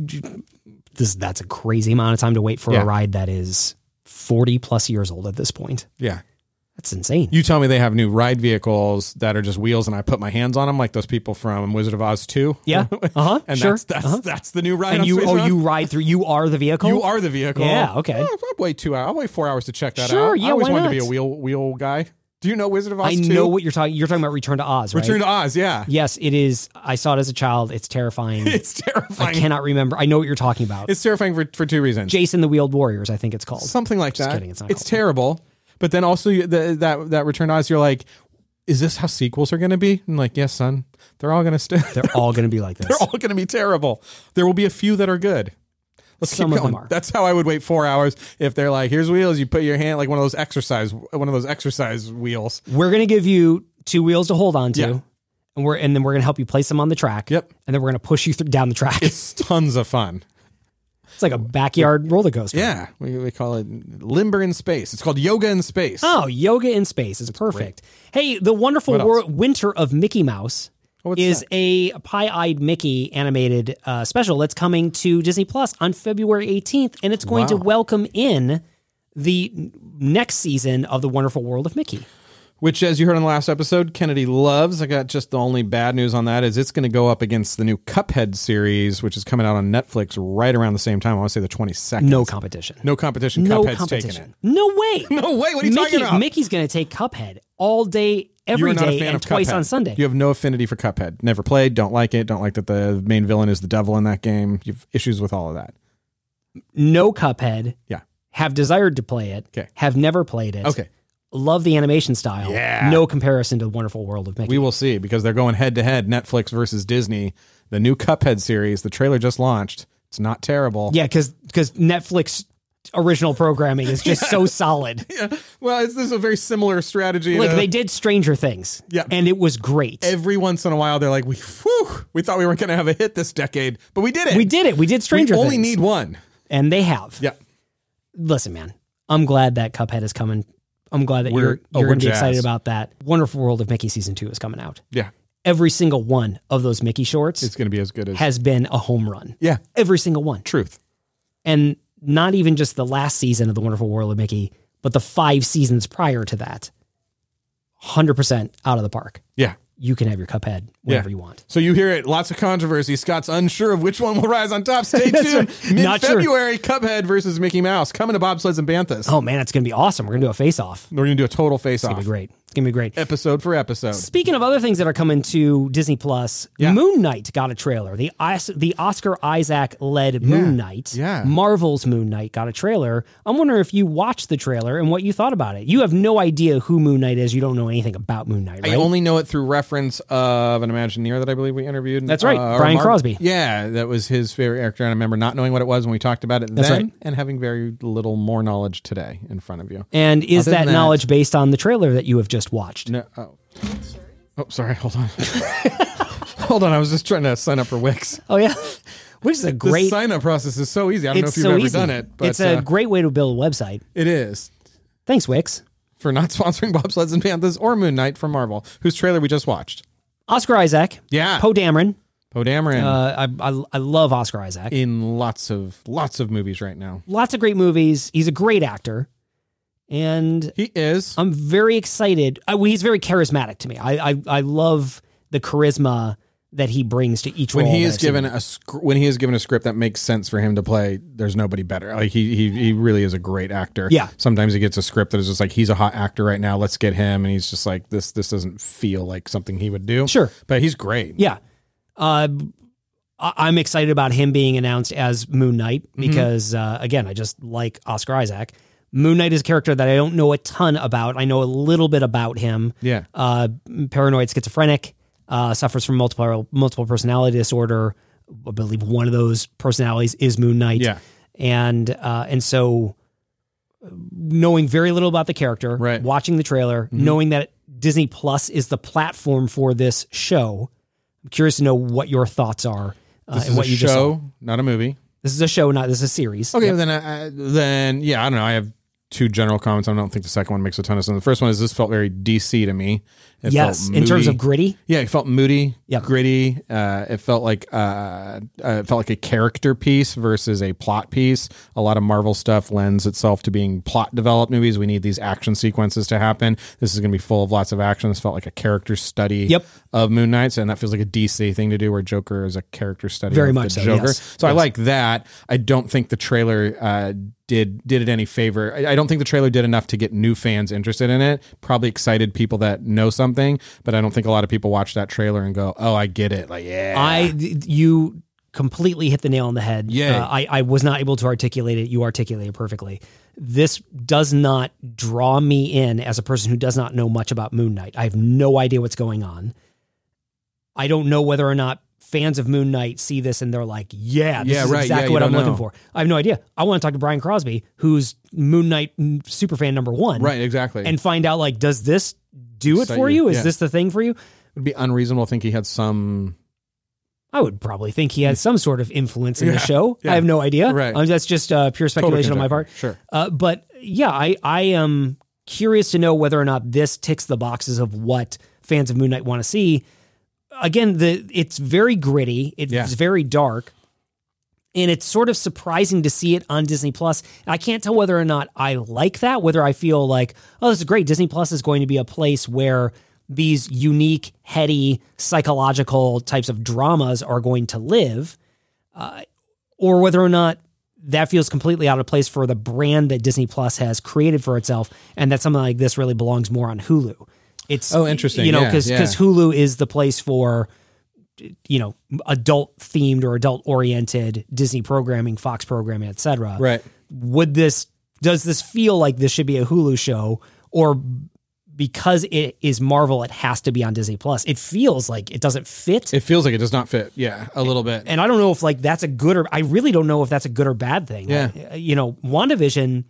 [SPEAKER 1] this that's a crazy amount of time to wait for
[SPEAKER 2] Yeah.
[SPEAKER 1] a ride that is 40 plus years old at this point.
[SPEAKER 2] yeah,
[SPEAKER 1] That's insane.
[SPEAKER 2] you tell me they have new ride vehicles that are just wheels, and I put my hands on them like those people from Wizard of Oz two. *laughs*
[SPEAKER 1] Yeah. Uh-huh.
[SPEAKER 2] and
[SPEAKER 1] Sure.
[SPEAKER 2] that's that's,
[SPEAKER 1] Uh-huh.
[SPEAKER 2] that's the new ride.
[SPEAKER 1] and
[SPEAKER 2] on
[SPEAKER 1] you
[SPEAKER 2] Space
[SPEAKER 1] oh
[SPEAKER 2] Mountain.
[SPEAKER 1] you ride through you are the vehicle?
[SPEAKER 2] You are the vehicle.
[SPEAKER 1] Yeah, okay.
[SPEAKER 2] Yeah, I'll wait two hours. I'll wait four hours to check that
[SPEAKER 1] Sure,
[SPEAKER 2] out.
[SPEAKER 1] yeah,
[SPEAKER 2] I always
[SPEAKER 1] why
[SPEAKER 2] wanted
[SPEAKER 1] not?
[SPEAKER 2] to be a wheel wheel guy. Do you know Wizard of Oz?
[SPEAKER 1] I
[SPEAKER 2] 2?
[SPEAKER 1] know what you're talking you're talking about Return to Oz, right?
[SPEAKER 2] Return to Oz. Yeah,
[SPEAKER 1] Yes, it is. I saw it as a child. It's terrifying.
[SPEAKER 2] *laughs* it's
[SPEAKER 1] I
[SPEAKER 2] terrifying.
[SPEAKER 1] cannot remember. I know what you're talking about.
[SPEAKER 2] It's terrifying for for two reasons.
[SPEAKER 1] Jason the Wheeled Warriors, I think it's called.
[SPEAKER 2] Something like
[SPEAKER 1] Just
[SPEAKER 2] that.
[SPEAKER 1] kidding, it's not called that.
[SPEAKER 2] terrible. But then also you- the, that that Return to Oz, you're like, is this how sequels are going to be? And like, yes, son, they're all going to stay. *laughs* They're,
[SPEAKER 1] They're all going to be like this.
[SPEAKER 2] all going to be terrible. There will be a few that are good. Let's
[SPEAKER 1] Some
[SPEAKER 2] keep
[SPEAKER 1] of
[SPEAKER 2] going.
[SPEAKER 1] them are.
[SPEAKER 2] That's how I would wait four hours if they're like, here's wheels. You put your hand like one of those exercise one of those exercise wheels.
[SPEAKER 1] We're going to give you two wheels to hold on to.
[SPEAKER 2] Yeah.
[SPEAKER 1] And we're and then we're gonna help you place them on the track.
[SPEAKER 2] Yep.
[SPEAKER 1] And then we're gonna push you th- down the track. It's,
[SPEAKER 2] It's tons of fun.
[SPEAKER 1] like a backyard roller coaster.
[SPEAKER 2] Yeah, we, we call it limber in space. It's called yoga in space.
[SPEAKER 1] Oh, yoga in space is perfect. Hey, the wonderful
[SPEAKER 2] What
[SPEAKER 1] wor-
[SPEAKER 2] else? Oh,
[SPEAKER 1] winter of Mickey Mouse
[SPEAKER 2] what's
[SPEAKER 1] is
[SPEAKER 2] that?
[SPEAKER 1] a pie-eyed Mickey animated uh, special that's coming to Disney Plus on February 18th, and it's going to
[SPEAKER 2] Wow.
[SPEAKER 1] welcome in the n- next season of the Wonderful World of Mickey.
[SPEAKER 2] Which, as you heard on the last episode, Kennedy loves. I got just the only bad news on that is it's going to go up against the new Cuphead series, which is coming out on Netflix right around the same time. I want to say the twenty second.
[SPEAKER 1] No competition.
[SPEAKER 2] no competition.
[SPEAKER 1] No
[SPEAKER 2] Cuphead's
[SPEAKER 1] competition.
[SPEAKER 2] taking
[SPEAKER 1] No way.
[SPEAKER 2] it. *laughs* No way. What are you
[SPEAKER 1] Mickey,
[SPEAKER 2] talking about?
[SPEAKER 1] Mickey's going to take Cuphead all day,
[SPEAKER 2] you
[SPEAKER 1] every
[SPEAKER 2] are
[SPEAKER 1] day,
[SPEAKER 2] not a fan
[SPEAKER 1] and
[SPEAKER 2] of
[SPEAKER 1] twice
[SPEAKER 2] Cuphead.
[SPEAKER 1] on Sunday.
[SPEAKER 2] You have no affinity for Cuphead. Never played. Don't like it. Don't like that the main villain is the devil in that game. You have issues with all of that.
[SPEAKER 1] no Cuphead,
[SPEAKER 2] Yeah.
[SPEAKER 1] have desired to play it,
[SPEAKER 2] Okay.
[SPEAKER 1] have never played it.
[SPEAKER 2] Okay.
[SPEAKER 1] Love the animation style.
[SPEAKER 2] Yeah.
[SPEAKER 1] No comparison to the wonderful world of Mickey.
[SPEAKER 2] We will see because they're going head to head Netflix versus Disney. The new Cuphead series, the trailer just launched. It's not terrible.
[SPEAKER 1] yeah, because Netflix original programming is
[SPEAKER 2] *laughs*
[SPEAKER 1] just so solid.
[SPEAKER 2] Well, it's, this is a very similar strategy.
[SPEAKER 1] Like
[SPEAKER 2] to-
[SPEAKER 1] they did Stranger Things.
[SPEAKER 2] Yeah.
[SPEAKER 1] And it was great.
[SPEAKER 2] every once in a while, they're like, we, whew, we thought we weren't going to have a hit this decade, but we did it.
[SPEAKER 1] we did it. We did
[SPEAKER 2] We
[SPEAKER 1] Stranger
[SPEAKER 2] only
[SPEAKER 1] Things.
[SPEAKER 2] need one.
[SPEAKER 1] and they have.
[SPEAKER 2] Yeah.
[SPEAKER 1] Listen, man, I'm glad that Cuphead is coming. I'm glad that
[SPEAKER 2] We're-
[SPEAKER 1] you're
[SPEAKER 2] oh,
[SPEAKER 1] you're
[SPEAKER 2] we're
[SPEAKER 1] gonna be excited
[SPEAKER 2] jazzed.
[SPEAKER 1] about that. Wonderful World of Mickey season two is coming out.
[SPEAKER 2] Yeah.
[SPEAKER 1] Every single one of those Mickey shorts
[SPEAKER 2] It's going to be as good as.
[SPEAKER 1] has been a home run.
[SPEAKER 2] yeah.
[SPEAKER 1] Every single one.
[SPEAKER 2] Truth.
[SPEAKER 1] And not even just the last season of The Wonderful World of Mickey, but the five seasons prior to that. 100% out of the park.
[SPEAKER 2] Yeah.
[SPEAKER 1] You can have your Cuphead whenever
[SPEAKER 2] Yeah.
[SPEAKER 1] you want.
[SPEAKER 2] So you hear it, lots of controversy. Scott's unsure of which one will rise on top. Stay
[SPEAKER 1] *laughs* That's
[SPEAKER 2] tuned.
[SPEAKER 1] right.
[SPEAKER 2] Mid
[SPEAKER 1] Not sure.
[SPEAKER 2] February, Cuphead versus Mickey Mouse coming to Bobsleds and Banthas.
[SPEAKER 1] Oh man, it's going to be awesome. We're going to do a face off.
[SPEAKER 2] We're going to do a total face
[SPEAKER 1] It'll
[SPEAKER 2] off,
[SPEAKER 1] be great. It's going to be great.
[SPEAKER 2] episode for episode.
[SPEAKER 1] Speaking of other things that are coming to Disney Plus,
[SPEAKER 2] Yeah.
[SPEAKER 1] Moon Knight got a trailer. The Os- the Oscar Isaac led Moon Knight,
[SPEAKER 2] yeah.
[SPEAKER 1] Marvel's Moon Knight got a trailer. I'm wondering if you watched the trailer and what you thought about it. You have no idea who Moon Knight is. You don't know anything about Moon Knight,
[SPEAKER 2] I
[SPEAKER 1] right?
[SPEAKER 2] only know it through reference of an Imagineer that I believe we interviewed. uh,
[SPEAKER 1] That's right,
[SPEAKER 2] or
[SPEAKER 1] Brian Crosby.
[SPEAKER 2] Yeah, that was his favorite character. And I remember not knowing what it was when we talked about it
[SPEAKER 1] That's
[SPEAKER 2] then
[SPEAKER 1] right.
[SPEAKER 2] and having very little more knowledge today in front of you.
[SPEAKER 1] and is
[SPEAKER 2] Other than
[SPEAKER 1] that,
[SPEAKER 2] that-
[SPEAKER 1] knowledge based on the trailer that you have just watched?
[SPEAKER 2] No, oh. oh, sorry. Hold on. *laughs* hold on. I was just trying to sign up for Wix.
[SPEAKER 1] Oh yeah, *laughs* which is a
[SPEAKER 2] The
[SPEAKER 1] great.
[SPEAKER 2] sign up process is so easy. I don't know
[SPEAKER 1] It's
[SPEAKER 2] if you've
[SPEAKER 1] so
[SPEAKER 2] ever
[SPEAKER 1] easy.
[SPEAKER 2] done it, but
[SPEAKER 1] it's a
[SPEAKER 2] uh,
[SPEAKER 1] great way to build a website.
[SPEAKER 2] it is.
[SPEAKER 1] Thanks, Wix.
[SPEAKER 2] For not *laughs* sponsoring Bobsleds and Panthers or Moon Knight from Marvel, whose trailer we just watched.
[SPEAKER 1] Oscar Isaac,
[SPEAKER 2] Yeah.
[SPEAKER 1] Poe Dameron.
[SPEAKER 2] Poe Dameron
[SPEAKER 1] Uh, I, I I love Oscar Isaac.
[SPEAKER 2] in lots of lots of movies right now.
[SPEAKER 1] lots of great movies. He's a great actor, and
[SPEAKER 2] He is.
[SPEAKER 1] I'm very excited. I, well, he's very charismatic to me. I, I I love the charisma that he brings to each
[SPEAKER 2] when
[SPEAKER 1] role.
[SPEAKER 2] he
[SPEAKER 1] that
[SPEAKER 2] is
[SPEAKER 1] I've seen.
[SPEAKER 2] given a scr- when he is given a script that makes sense for him to play, there's nobody better. Like he he he really is a great actor.
[SPEAKER 1] Yeah.
[SPEAKER 2] Sometimes he gets a script that is just like he's a hot actor right now. Let's get him, and he's just like this. This doesn't feel like something he would do.
[SPEAKER 1] Sure.
[SPEAKER 2] but he's great.
[SPEAKER 1] yeah, uh, I, I'm excited about him being announced as Moon Knight because uh, again, I just like Oscar Isaac. Moon Knight is a character that I don't know a ton about. I know a little bit about him.
[SPEAKER 2] Yeah.
[SPEAKER 1] uh, paranoid schizophrenic, uh, suffers from multiple multiple personality disorder. I believe one of those personalities is Moon Knight.
[SPEAKER 2] Yeah.
[SPEAKER 1] and uh, and so knowing very little about the character,
[SPEAKER 2] Right. Mm-hmm.
[SPEAKER 1] watching the trailer, knowing that Disney Plus is the platform for this show, I'm curious to know what your thoughts are uh,
[SPEAKER 2] This
[SPEAKER 1] and
[SPEAKER 2] is
[SPEAKER 1] what
[SPEAKER 2] a
[SPEAKER 1] you just saw.
[SPEAKER 2] show, not a movie.
[SPEAKER 1] This is a show, not this is a series.
[SPEAKER 2] Okay, then I, I- then yeah, I don't know. I have two general comments. I don't think the second one makes a ton of sense. The first one is this felt very DC to me. It
[SPEAKER 1] yes,
[SPEAKER 2] felt
[SPEAKER 1] in terms
[SPEAKER 2] moody.
[SPEAKER 1] of gritty,
[SPEAKER 2] Yeah, it felt moody,
[SPEAKER 1] Yep.
[SPEAKER 2] gritty. Uh, it felt like uh, uh, it felt like a character piece versus a plot piece. A lot of Marvel stuff lends itself to being plot developed movies. We need these action sequences to happen. This is going to be full of lots of action. This felt like a character study
[SPEAKER 1] Yep.
[SPEAKER 2] of Moon Knight, and that feels like a DC thing to do, where Joker is a character study.
[SPEAKER 1] Very
[SPEAKER 2] of
[SPEAKER 1] much
[SPEAKER 2] the
[SPEAKER 1] so,
[SPEAKER 2] Joker.
[SPEAKER 1] yes.
[SPEAKER 2] So I like that. I don't think the trailer uh, did did it any favor. I, I don't think the trailer did enough to get new fans interested in it. Probably excited people that know something, but I don't think a lot of people watch that trailer and go, "Oh, I get it." Like, yeah,
[SPEAKER 1] I th- you completely hit the nail on the head.
[SPEAKER 2] Yay.
[SPEAKER 1] Uh, I I was not able to articulate it. You articulate it perfectly. This does not draw me in as a person who does not know much about Moon Knight. I have no idea what's going on. I don't know whether or not fans of Moon Knight see this and they're like, "Yeah, this
[SPEAKER 2] Yeah,
[SPEAKER 1] is
[SPEAKER 2] right. Yeah,
[SPEAKER 1] exactly
[SPEAKER 2] you
[SPEAKER 1] what I'm
[SPEAKER 2] don't
[SPEAKER 1] looking
[SPEAKER 2] know.
[SPEAKER 1] for." I have no idea. I want to talk to Brian Crosby, who's Moon Knight mm, superfan number one,
[SPEAKER 2] right, exactly. And
[SPEAKER 1] And find out like, does this do it
[SPEAKER 2] Excite
[SPEAKER 1] for
[SPEAKER 2] you.
[SPEAKER 1] you? Is
[SPEAKER 2] Yeah.
[SPEAKER 1] this the thing for you?
[SPEAKER 2] it would be unreasonable to think he had some.
[SPEAKER 1] I would probably think he had some sort of influence in the show. I have no idea.
[SPEAKER 2] Mm. Right.
[SPEAKER 1] Um, that's just uh, pure speculation on my part.
[SPEAKER 2] conjecture. Sure.
[SPEAKER 1] Uh, but yeah, I, I am curious to know whether or not this ticks the boxes of what fans of Moon Knight want to see. Again, the it's very gritty. It's
[SPEAKER 2] Yeah.
[SPEAKER 1] very dark. And it's sort of surprising to see it on Disney Plus. I can't tell whether or not I like that, whether I feel like, oh, this is great. Disney Plus is going to be a place where these unique, heady, psychological types of dramas are going to live or whether or not that feels completely out of place for the brand that Disney Plus has created for itself, and that something like this really belongs more on Hulu. It's
[SPEAKER 2] Oh, interesting.
[SPEAKER 1] You know,
[SPEAKER 2] Yeah,
[SPEAKER 1] because
[SPEAKER 2] yeah.
[SPEAKER 1] Hulu is the place for you know adult themed or adult oriented Disney programming, Fox programming, etc.
[SPEAKER 2] Right.
[SPEAKER 1] Would this does this feel like this should be a Hulu show or because it is Marvel, it has to be on Disney Plus. It feels like it doesn't fit.
[SPEAKER 2] It feels like it does not fit. Yeah, a little bit.
[SPEAKER 1] and I don't know if like that's a good or I really don't know if that's a good or bad thing.
[SPEAKER 2] Yeah.
[SPEAKER 1] Uh, you know, WandaVision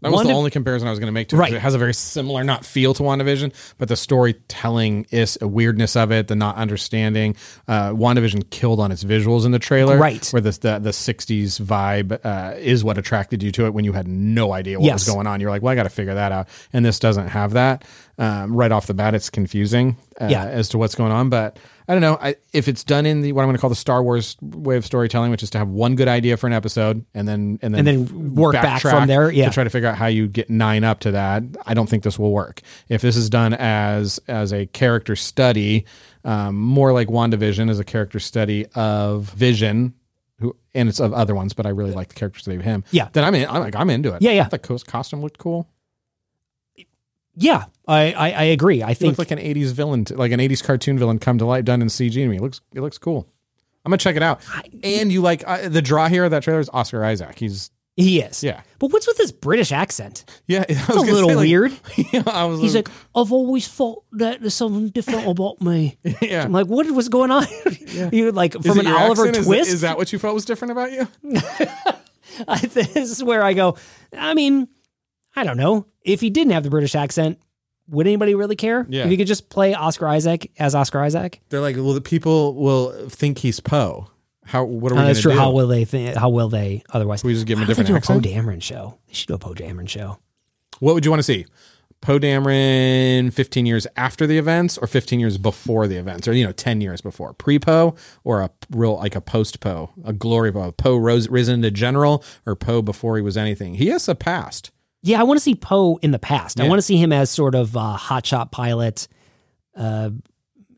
[SPEAKER 2] That was the
[SPEAKER 1] Wanda-
[SPEAKER 2] only comparison I was going to make to it. 'cause
[SPEAKER 1] Right.
[SPEAKER 2] It has a very similar, not feel to WandaVision, but the storytelling is a weirdness of it, the not understanding. Uh, WandaVision killed on its visuals in the trailer.
[SPEAKER 1] Right.
[SPEAKER 2] Where the, the, the 60s vibe uh, is what attracted you to it when you had no idea what was
[SPEAKER 1] Yes.
[SPEAKER 2] going on. You're like, well, I got to figure that out. And this doesn't have that. Um, right off the bat, it's confusing uh,
[SPEAKER 1] Yeah.
[SPEAKER 2] as to what's going on. But I don't know I, if it's done in the what I'm going to call the Star Wars way of storytelling, which is to have one good idea for an episode and then and then,
[SPEAKER 1] And then work back from
[SPEAKER 2] backtrack
[SPEAKER 1] there, yeah.
[SPEAKER 2] to try to figure out how you get nine up to that. I don't think this will work. If this is done as as a character study, um, more like Wandavision as a character study of Vision, who and it's of other ones, but I really like the character study of him.
[SPEAKER 1] Yeah.
[SPEAKER 2] then I'm in. I'm like I'm into it.
[SPEAKER 1] Yeah, yeah.
[SPEAKER 2] The co- costume looked cool.
[SPEAKER 1] Yeah, I, I, I agree. I
[SPEAKER 2] It
[SPEAKER 1] think
[SPEAKER 2] looked like an '80s villain, t- like an '80s cartoon villain come to life, done in CG. To me, it looks it looks cool. I'm gonna check it out. And you like uh, the draw here of that trailer is Oscar Isaac. He's
[SPEAKER 1] he is.
[SPEAKER 2] Yeah.
[SPEAKER 1] But what's with this British accent?
[SPEAKER 2] yeah, *laughs* it's
[SPEAKER 1] It's a little
[SPEAKER 2] *laughs*
[SPEAKER 1] weird.
[SPEAKER 2] yeah, I was
[SPEAKER 1] He's like, I've always thought that there's something different about me.
[SPEAKER 2] *laughs* *laughs* yeah.
[SPEAKER 1] I'm like, what was going on? *laughs* you like
[SPEAKER 2] Is
[SPEAKER 1] from
[SPEAKER 2] it
[SPEAKER 1] an
[SPEAKER 2] your
[SPEAKER 1] Oliver
[SPEAKER 2] accent? Is-
[SPEAKER 1] Twist?
[SPEAKER 2] Is, that what you felt was different about you?
[SPEAKER 1] *laughs* I, this is where I go. I mean, I don't know. If he didn't have the British accent, would anybody really care?
[SPEAKER 2] Yeah.
[SPEAKER 1] If he could just play Oscar Isaac as Oscar Isaac,
[SPEAKER 2] They're like, well, the people will think he's Poe. How? What are we
[SPEAKER 1] Uh,
[SPEAKER 2] going
[SPEAKER 1] that's
[SPEAKER 2] to
[SPEAKER 1] true.
[SPEAKER 2] do?
[SPEAKER 1] How will they? Th- how will they otherwise?
[SPEAKER 2] Can we just give him a
[SPEAKER 1] I don't think
[SPEAKER 2] different
[SPEAKER 1] do a Poe Dameron show. They should do a Poe Dameron show.
[SPEAKER 2] what would you want to see? Poe Dameron, fifteen years after the events, or fifteen years before the events, or you know, ten years before pre Poe, or a real like a post Poe, a glory Poe, Poe rose risen to general, or Poe before he was anything. He has a past.
[SPEAKER 1] Yeah, I want to see Poe in the past. I
[SPEAKER 2] Yeah.
[SPEAKER 1] want to see him as sort of a hotshot pilot. Uh,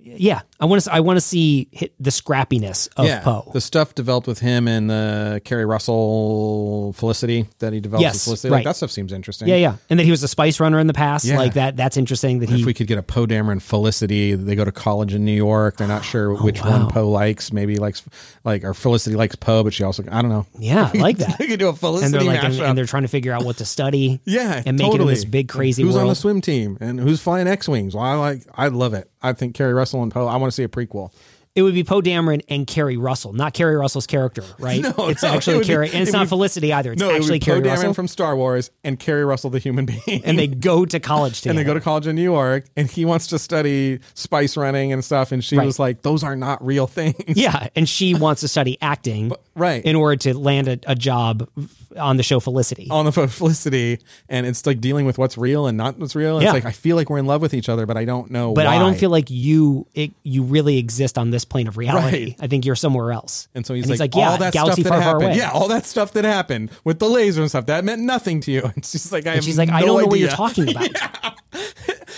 [SPEAKER 1] yeah, I want to. I want to see hit the scrappiness of Poe.
[SPEAKER 2] The stuff developed with him and uh, Carrie Russell Felicity that he developed
[SPEAKER 1] Yes,
[SPEAKER 2] with Felicity. Like,
[SPEAKER 1] right.
[SPEAKER 2] that stuff seems interesting.
[SPEAKER 1] yeah, yeah, and that he was a spice runner in the past.
[SPEAKER 2] Yeah.
[SPEAKER 1] Like that. That's interesting. That he.
[SPEAKER 2] if we could get a Poe Dameron Felicity, they go to college in New York. They're
[SPEAKER 1] *gasps*
[SPEAKER 2] not sure
[SPEAKER 1] Oh,
[SPEAKER 2] which one Poe likes. Maybe likes like or Felicity likes Poe, but she also I don't know. *laughs*
[SPEAKER 1] yeah, I like that.
[SPEAKER 2] We could do a Felicity
[SPEAKER 1] and they're like, and,
[SPEAKER 2] mashup.
[SPEAKER 1] and they're trying to figure out what to study.
[SPEAKER 2] *laughs* yeah,
[SPEAKER 1] and make
[SPEAKER 2] totally.
[SPEAKER 1] it in this big crazy
[SPEAKER 2] Who's on the
[SPEAKER 1] world.
[SPEAKER 2] swim team and who's flying X wings? Well, I like I love it. I think Carrie Russell and Poe. I want to see a prequel.
[SPEAKER 1] It would be Poe Dameron and Carrie Russell, not Carrie Russell's character, right?
[SPEAKER 2] *laughs* No,
[SPEAKER 1] it's
[SPEAKER 2] no, it
[SPEAKER 1] actually
[SPEAKER 2] would be-
[SPEAKER 1] Carrie, and it's
[SPEAKER 2] it
[SPEAKER 1] not
[SPEAKER 2] would-
[SPEAKER 1] Felicity either. It's
[SPEAKER 2] no, it would
[SPEAKER 1] actually
[SPEAKER 2] be
[SPEAKER 1] Carrie
[SPEAKER 2] Poe Dameron
[SPEAKER 1] Russell,
[SPEAKER 2] from Star Wars and Carrie Russell the human being,
[SPEAKER 1] and they go to college together.
[SPEAKER 2] *laughs* and they go to college in New York, and he wants to study spice running and stuff, and she
[SPEAKER 1] Right.
[SPEAKER 2] was like, "Those are not real things."
[SPEAKER 1] Yeah, and she wants to study acting,
[SPEAKER 2] right.
[SPEAKER 1] in order to land a, a job on the show Felicity.
[SPEAKER 2] on the phone with Felicity, and it's like dealing with what's real and not what's real.
[SPEAKER 1] Yeah.
[SPEAKER 2] It's like I feel like we're in love with each other, but I don't know.
[SPEAKER 1] but I don't
[SPEAKER 2] why.
[SPEAKER 1] feel like you it, you really exist on this plane of reality.
[SPEAKER 2] Right.
[SPEAKER 1] I think you're somewhere else.
[SPEAKER 2] And so he's
[SPEAKER 1] it's
[SPEAKER 2] like,
[SPEAKER 1] yeah,
[SPEAKER 2] all that
[SPEAKER 1] galaxy
[SPEAKER 2] stuff that
[SPEAKER 1] far,
[SPEAKER 2] happened,
[SPEAKER 1] far away.
[SPEAKER 2] yeah, all that stuff that happened with the laser and stuff that meant nothing to you. *laughs* And she's like, I have
[SPEAKER 1] and she's like, I
[SPEAKER 2] no
[SPEAKER 1] don't know what you're
[SPEAKER 2] idea."
[SPEAKER 1] talking
[SPEAKER 2] *laughs*
[SPEAKER 1] about.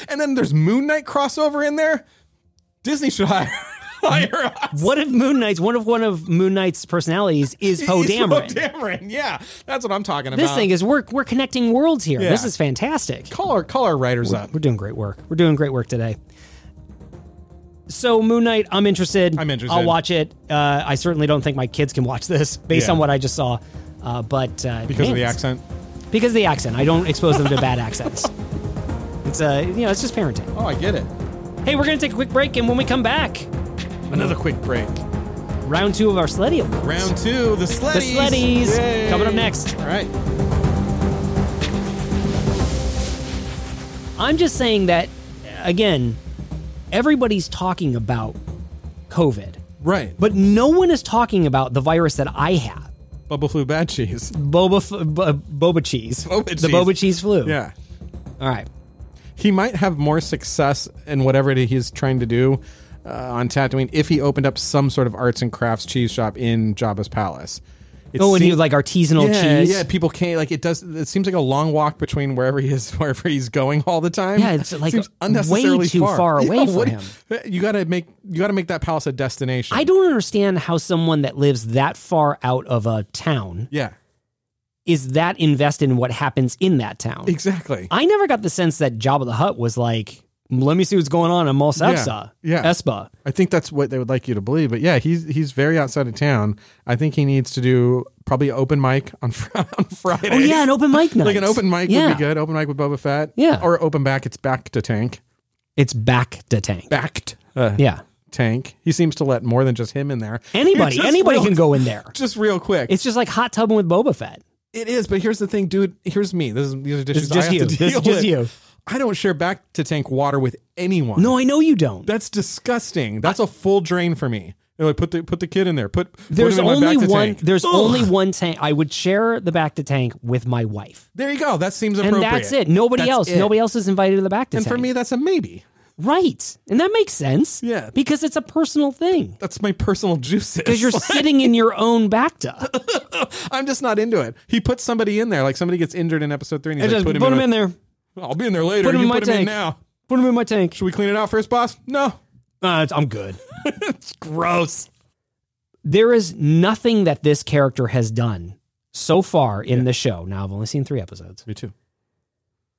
[SPEAKER 2] And then there's Moon Knight crossover in there. Disney should *laughs* hire hire us.
[SPEAKER 1] What if Moon Knight's one of one of Moon Knight's personalities
[SPEAKER 2] *laughs*
[SPEAKER 1] is Poe
[SPEAKER 2] It's
[SPEAKER 1] Dameron?
[SPEAKER 2] Poe Dameron, yeah, that's what I'm talking about.
[SPEAKER 1] This thing is we're we're connecting worlds here.
[SPEAKER 2] Yeah.
[SPEAKER 1] This is fantastic.
[SPEAKER 2] call our call our writers up.
[SPEAKER 1] We're doing great work. We're doing great work today. So Moon Knight, I'm interested.
[SPEAKER 2] I'm interested.
[SPEAKER 1] I'll watch it. Uh, I certainly don't think my kids can watch this *laughs* based
[SPEAKER 2] Yeah.
[SPEAKER 1] on what I just saw. Uh, but uh,
[SPEAKER 2] Because
[SPEAKER 1] man,
[SPEAKER 2] of the
[SPEAKER 1] it's-
[SPEAKER 2] accent,
[SPEAKER 1] Because of the accent. I don't expose them to bad *laughs* accents. It's uh, you know, it's just parenting.
[SPEAKER 2] oh, I get it.
[SPEAKER 1] Hey, we're gonna take a quick break, and when we come back,
[SPEAKER 2] Another quick break.
[SPEAKER 1] round two of our Sleddy Awards.
[SPEAKER 2] Round two, the
[SPEAKER 1] the
[SPEAKER 2] sleddies.
[SPEAKER 1] Sleddies
[SPEAKER 2] Yay.
[SPEAKER 1] coming up next.
[SPEAKER 2] All right.
[SPEAKER 1] I'm just saying that again, everybody's talking about COVID,
[SPEAKER 2] Right.
[SPEAKER 1] but no one is talking about the virus that I have.
[SPEAKER 2] Bubble flu bad cheese.
[SPEAKER 1] Boba f- bo- boba cheese.
[SPEAKER 2] Boba
[SPEAKER 1] The
[SPEAKER 2] cheese.
[SPEAKER 1] boba cheese flu.
[SPEAKER 2] *laughs* Yeah.
[SPEAKER 1] All right.
[SPEAKER 2] He might have more success in whatever it is he's trying to do uh, on Tatooine if he opened up some sort of arts and crafts cheese shop in Jabba's palace. It
[SPEAKER 1] Oh, and
[SPEAKER 2] seem-
[SPEAKER 1] you like artisanal
[SPEAKER 2] yeah,
[SPEAKER 1] cheese.
[SPEAKER 2] yeah, people can't like it does it seems like a long walk between wherever he is *laughs* wherever he's going all the time.
[SPEAKER 1] Yeah, it's, like,
[SPEAKER 2] Seems
[SPEAKER 1] way
[SPEAKER 2] unnecessarily
[SPEAKER 1] too far
[SPEAKER 2] *laughs*
[SPEAKER 1] away for
[SPEAKER 2] what-
[SPEAKER 1] him.
[SPEAKER 2] You got to make you got to make that palace a destination.
[SPEAKER 1] I don't understand how someone that lives that far out of a town
[SPEAKER 2] Yeah.
[SPEAKER 1] is that invested in what happens in that town.
[SPEAKER 2] Exactly.
[SPEAKER 1] I never got the sense that Jabba the Hutt was like, let me see what's going on in Mos
[SPEAKER 2] Yeah,
[SPEAKER 1] Espa.
[SPEAKER 2] yeah.
[SPEAKER 1] Espa.
[SPEAKER 2] I think that's what they would like you to believe. But yeah, he's he's very outside of town. I think he needs to do probably open mic on, *laughs* Fri- on Friday.
[SPEAKER 1] Oh yeah, an open *laughs* mic night.
[SPEAKER 2] Like an open mic
[SPEAKER 1] yeah.
[SPEAKER 2] would be good. Open mic with Boba Fett.
[SPEAKER 1] Yeah.
[SPEAKER 2] Or open back. It's back to tank.
[SPEAKER 1] It's back to tank.
[SPEAKER 2] Backed. Uh,
[SPEAKER 1] Yeah,
[SPEAKER 2] Tank. He seems to let more than just him in there.
[SPEAKER 1] *laughs* anybody,
[SPEAKER 2] Just
[SPEAKER 1] anybody
[SPEAKER 2] real-
[SPEAKER 1] can go in there.
[SPEAKER 2] *laughs* Just real quick.
[SPEAKER 1] It's just like hot tubbing with Boba Fett.
[SPEAKER 2] It is, but here's the thing, dude. Here's me. This is these are dishes
[SPEAKER 1] It's just
[SPEAKER 2] I have
[SPEAKER 1] you.
[SPEAKER 2] to deal
[SPEAKER 1] This is just
[SPEAKER 2] with.
[SPEAKER 1] you.
[SPEAKER 2] I don't share back to tank water with anyone.
[SPEAKER 1] No, I know you don't.
[SPEAKER 2] that's disgusting. That's a full drain for me. They're like, put the put the kid in there. Put put
[SPEAKER 1] There's
[SPEAKER 2] him in my
[SPEAKER 1] only
[SPEAKER 2] back to
[SPEAKER 1] one.
[SPEAKER 2] tank.
[SPEAKER 1] There's
[SPEAKER 2] Ugh.
[SPEAKER 1] only one tank. I would share the back to tank with my wife,
[SPEAKER 2] There you go. That seems
[SPEAKER 1] and
[SPEAKER 2] appropriate.
[SPEAKER 1] that's it. Nobody
[SPEAKER 2] That's
[SPEAKER 1] else.
[SPEAKER 2] it.
[SPEAKER 1] Nobody else is invited to the back to
[SPEAKER 2] And
[SPEAKER 1] tank.
[SPEAKER 2] for me, that's a maybe.
[SPEAKER 1] right? And that makes sense.
[SPEAKER 2] Yeah.
[SPEAKER 1] because it's a personal thing.
[SPEAKER 2] That's my personal *laughs* juices.
[SPEAKER 1] Because you're sitting in your own back to.
[SPEAKER 2] I'm just not into it. He puts somebody in there, like somebody gets injured in episode three, and he's
[SPEAKER 1] And
[SPEAKER 2] like,
[SPEAKER 1] just
[SPEAKER 2] put him, in, with-
[SPEAKER 1] there.
[SPEAKER 2] I'll be in there later.
[SPEAKER 1] Put him
[SPEAKER 2] you
[SPEAKER 1] in my
[SPEAKER 2] put him in
[SPEAKER 1] tank.
[SPEAKER 2] now.
[SPEAKER 1] Put him in my tank.
[SPEAKER 2] Should we clean it out first, boss? No.
[SPEAKER 1] Uh, it's- I'm good.
[SPEAKER 2] It's gross.
[SPEAKER 1] there is nothing that this character has done so far in the show. Now I've only seen three episodes.
[SPEAKER 2] Me too.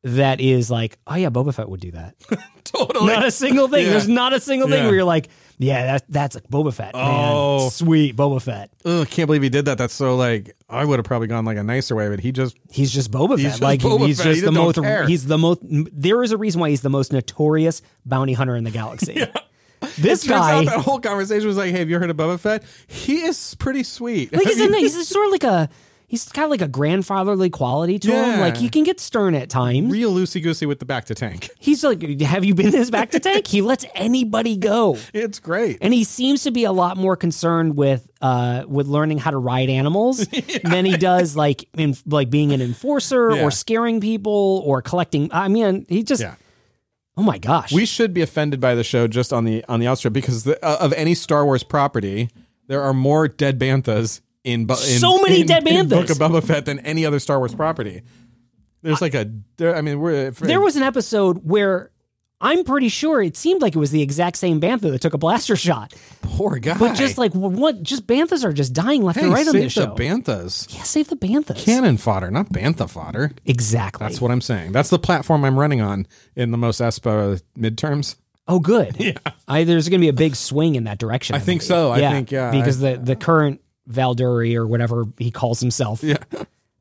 [SPEAKER 1] That is like, oh yeah, Boba Fett would do that. *laughs*
[SPEAKER 2] Totally.
[SPEAKER 1] Not a single thing.
[SPEAKER 2] Yeah.
[SPEAKER 1] There's not a single thing
[SPEAKER 2] Yeah.
[SPEAKER 1] where you're like, yeah, that, that's like Boba Fett.
[SPEAKER 2] Oh.
[SPEAKER 1] man. sweet Boba Fett.
[SPEAKER 2] Ugh, can't believe he did that. That's so like I would have probably gone like a nicer way, but he just
[SPEAKER 1] He's just Boba Fett.
[SPEAKER 2] He's just
[SPEAKER 1] like
[SPEAKER 2] Boba
[SPEAKER 1] he's
[SPEAKER 2] Fett.
[SPEAKER 1] just
[SPEAKER 2] He
[SPEAKER 1] the
[SPEAKER 2] don't
[SPEAKER 1] most.
[SPEAKER 2] care.
[SPEAKER 1] He's the most. There is a reason why he's the most notorious bounty hunter in the
[SPEAKER 2] *laughs*
[SPEAKER 1] galaxy. This
[SPEAKER 2] turns
[SPEAKER 1] guy,
[SPEAKER 2] out that whole conversation was like, "Hey, have you heard of Boba Fett? He is pretty sweet." *laughs*
[SPEAKER 1] like he's, in, he's sort of like a. He's got like a grandfatherly quality to him.
[SPEAKER 2] Yeah.
[SPEAKER 1] Like he can get stern at times.
[SPEAKER 2] real loosey goosey with the back to tank. *laughs*
[SPEAKER 1] He's like, have you been his back to tank? He lets anybody go.
[SPEAKER 2] It's great.
[SPEAKER 1] And he seems to be a lot more concerned with uh, with learning how to ride
[SPEAKER 2] *laughs*
[SPEAKER 1] animals than he does like in, like being an enforcer
[SPEAKER 2] Yeah.
[SPEAKER 1] or scaring people or collecting. I mean, he just
[SPEAKER 2] Yeah.
[SPEAKER 1] oh my gosh,
[SPEAKER 2] We should be offended by the show just on the on the outstrip because the, uh, of any Star Wars property, there are more dead banthas in, Bu- in
[SPEAKER 1] So many
[SPEAKER 2] in-
[SPEAKER 1] dead
[SPEAKER 2] in Book
[SPEAKER 1] banthas.
[SPEAKER 2] of Boba Fett than any other Star Wars property. There's like a there. I mean, we're if-
[SPEAKER 1] there was an episode where. I'm pretty sure it seemed like it was the exact same Bantha that took a blaster shot,
[SPEAKER 2] poor guy,
[SPEAKER 1] but just like what, just Banthas are just dying left
[SPEAKER 2] hey,
[SPEAKER 1] and right on
[SPEAKER 2] save
[SPEAKER 1] this
[SPEAKER 2] the
[SPEAKER 1] show.
[SPEAKER 2] banthas.
[SPEAKER 1] yeah, save the Banthas.
[SPEAKER 2] Cannon fodder, not bantha fodder.
[SPEAKER 1] exactly.
[SPEAKER 2] That's what I'm saying. That's the platform I'm running on in the most ESPA midterms.
[SPEAKER 1] Oh,
[SPEAKER 2] *laughs*
[SPEAKER 1] good. Yeah. I, there's going to be a big swing in that direction. I,
[SPEAKER 2] think
[SPEAKER 1] believe.
[SPEAKER 2] so. I think, yeah,
[SPEAKER 1] Because the, the current Valduri or whatever he calls himself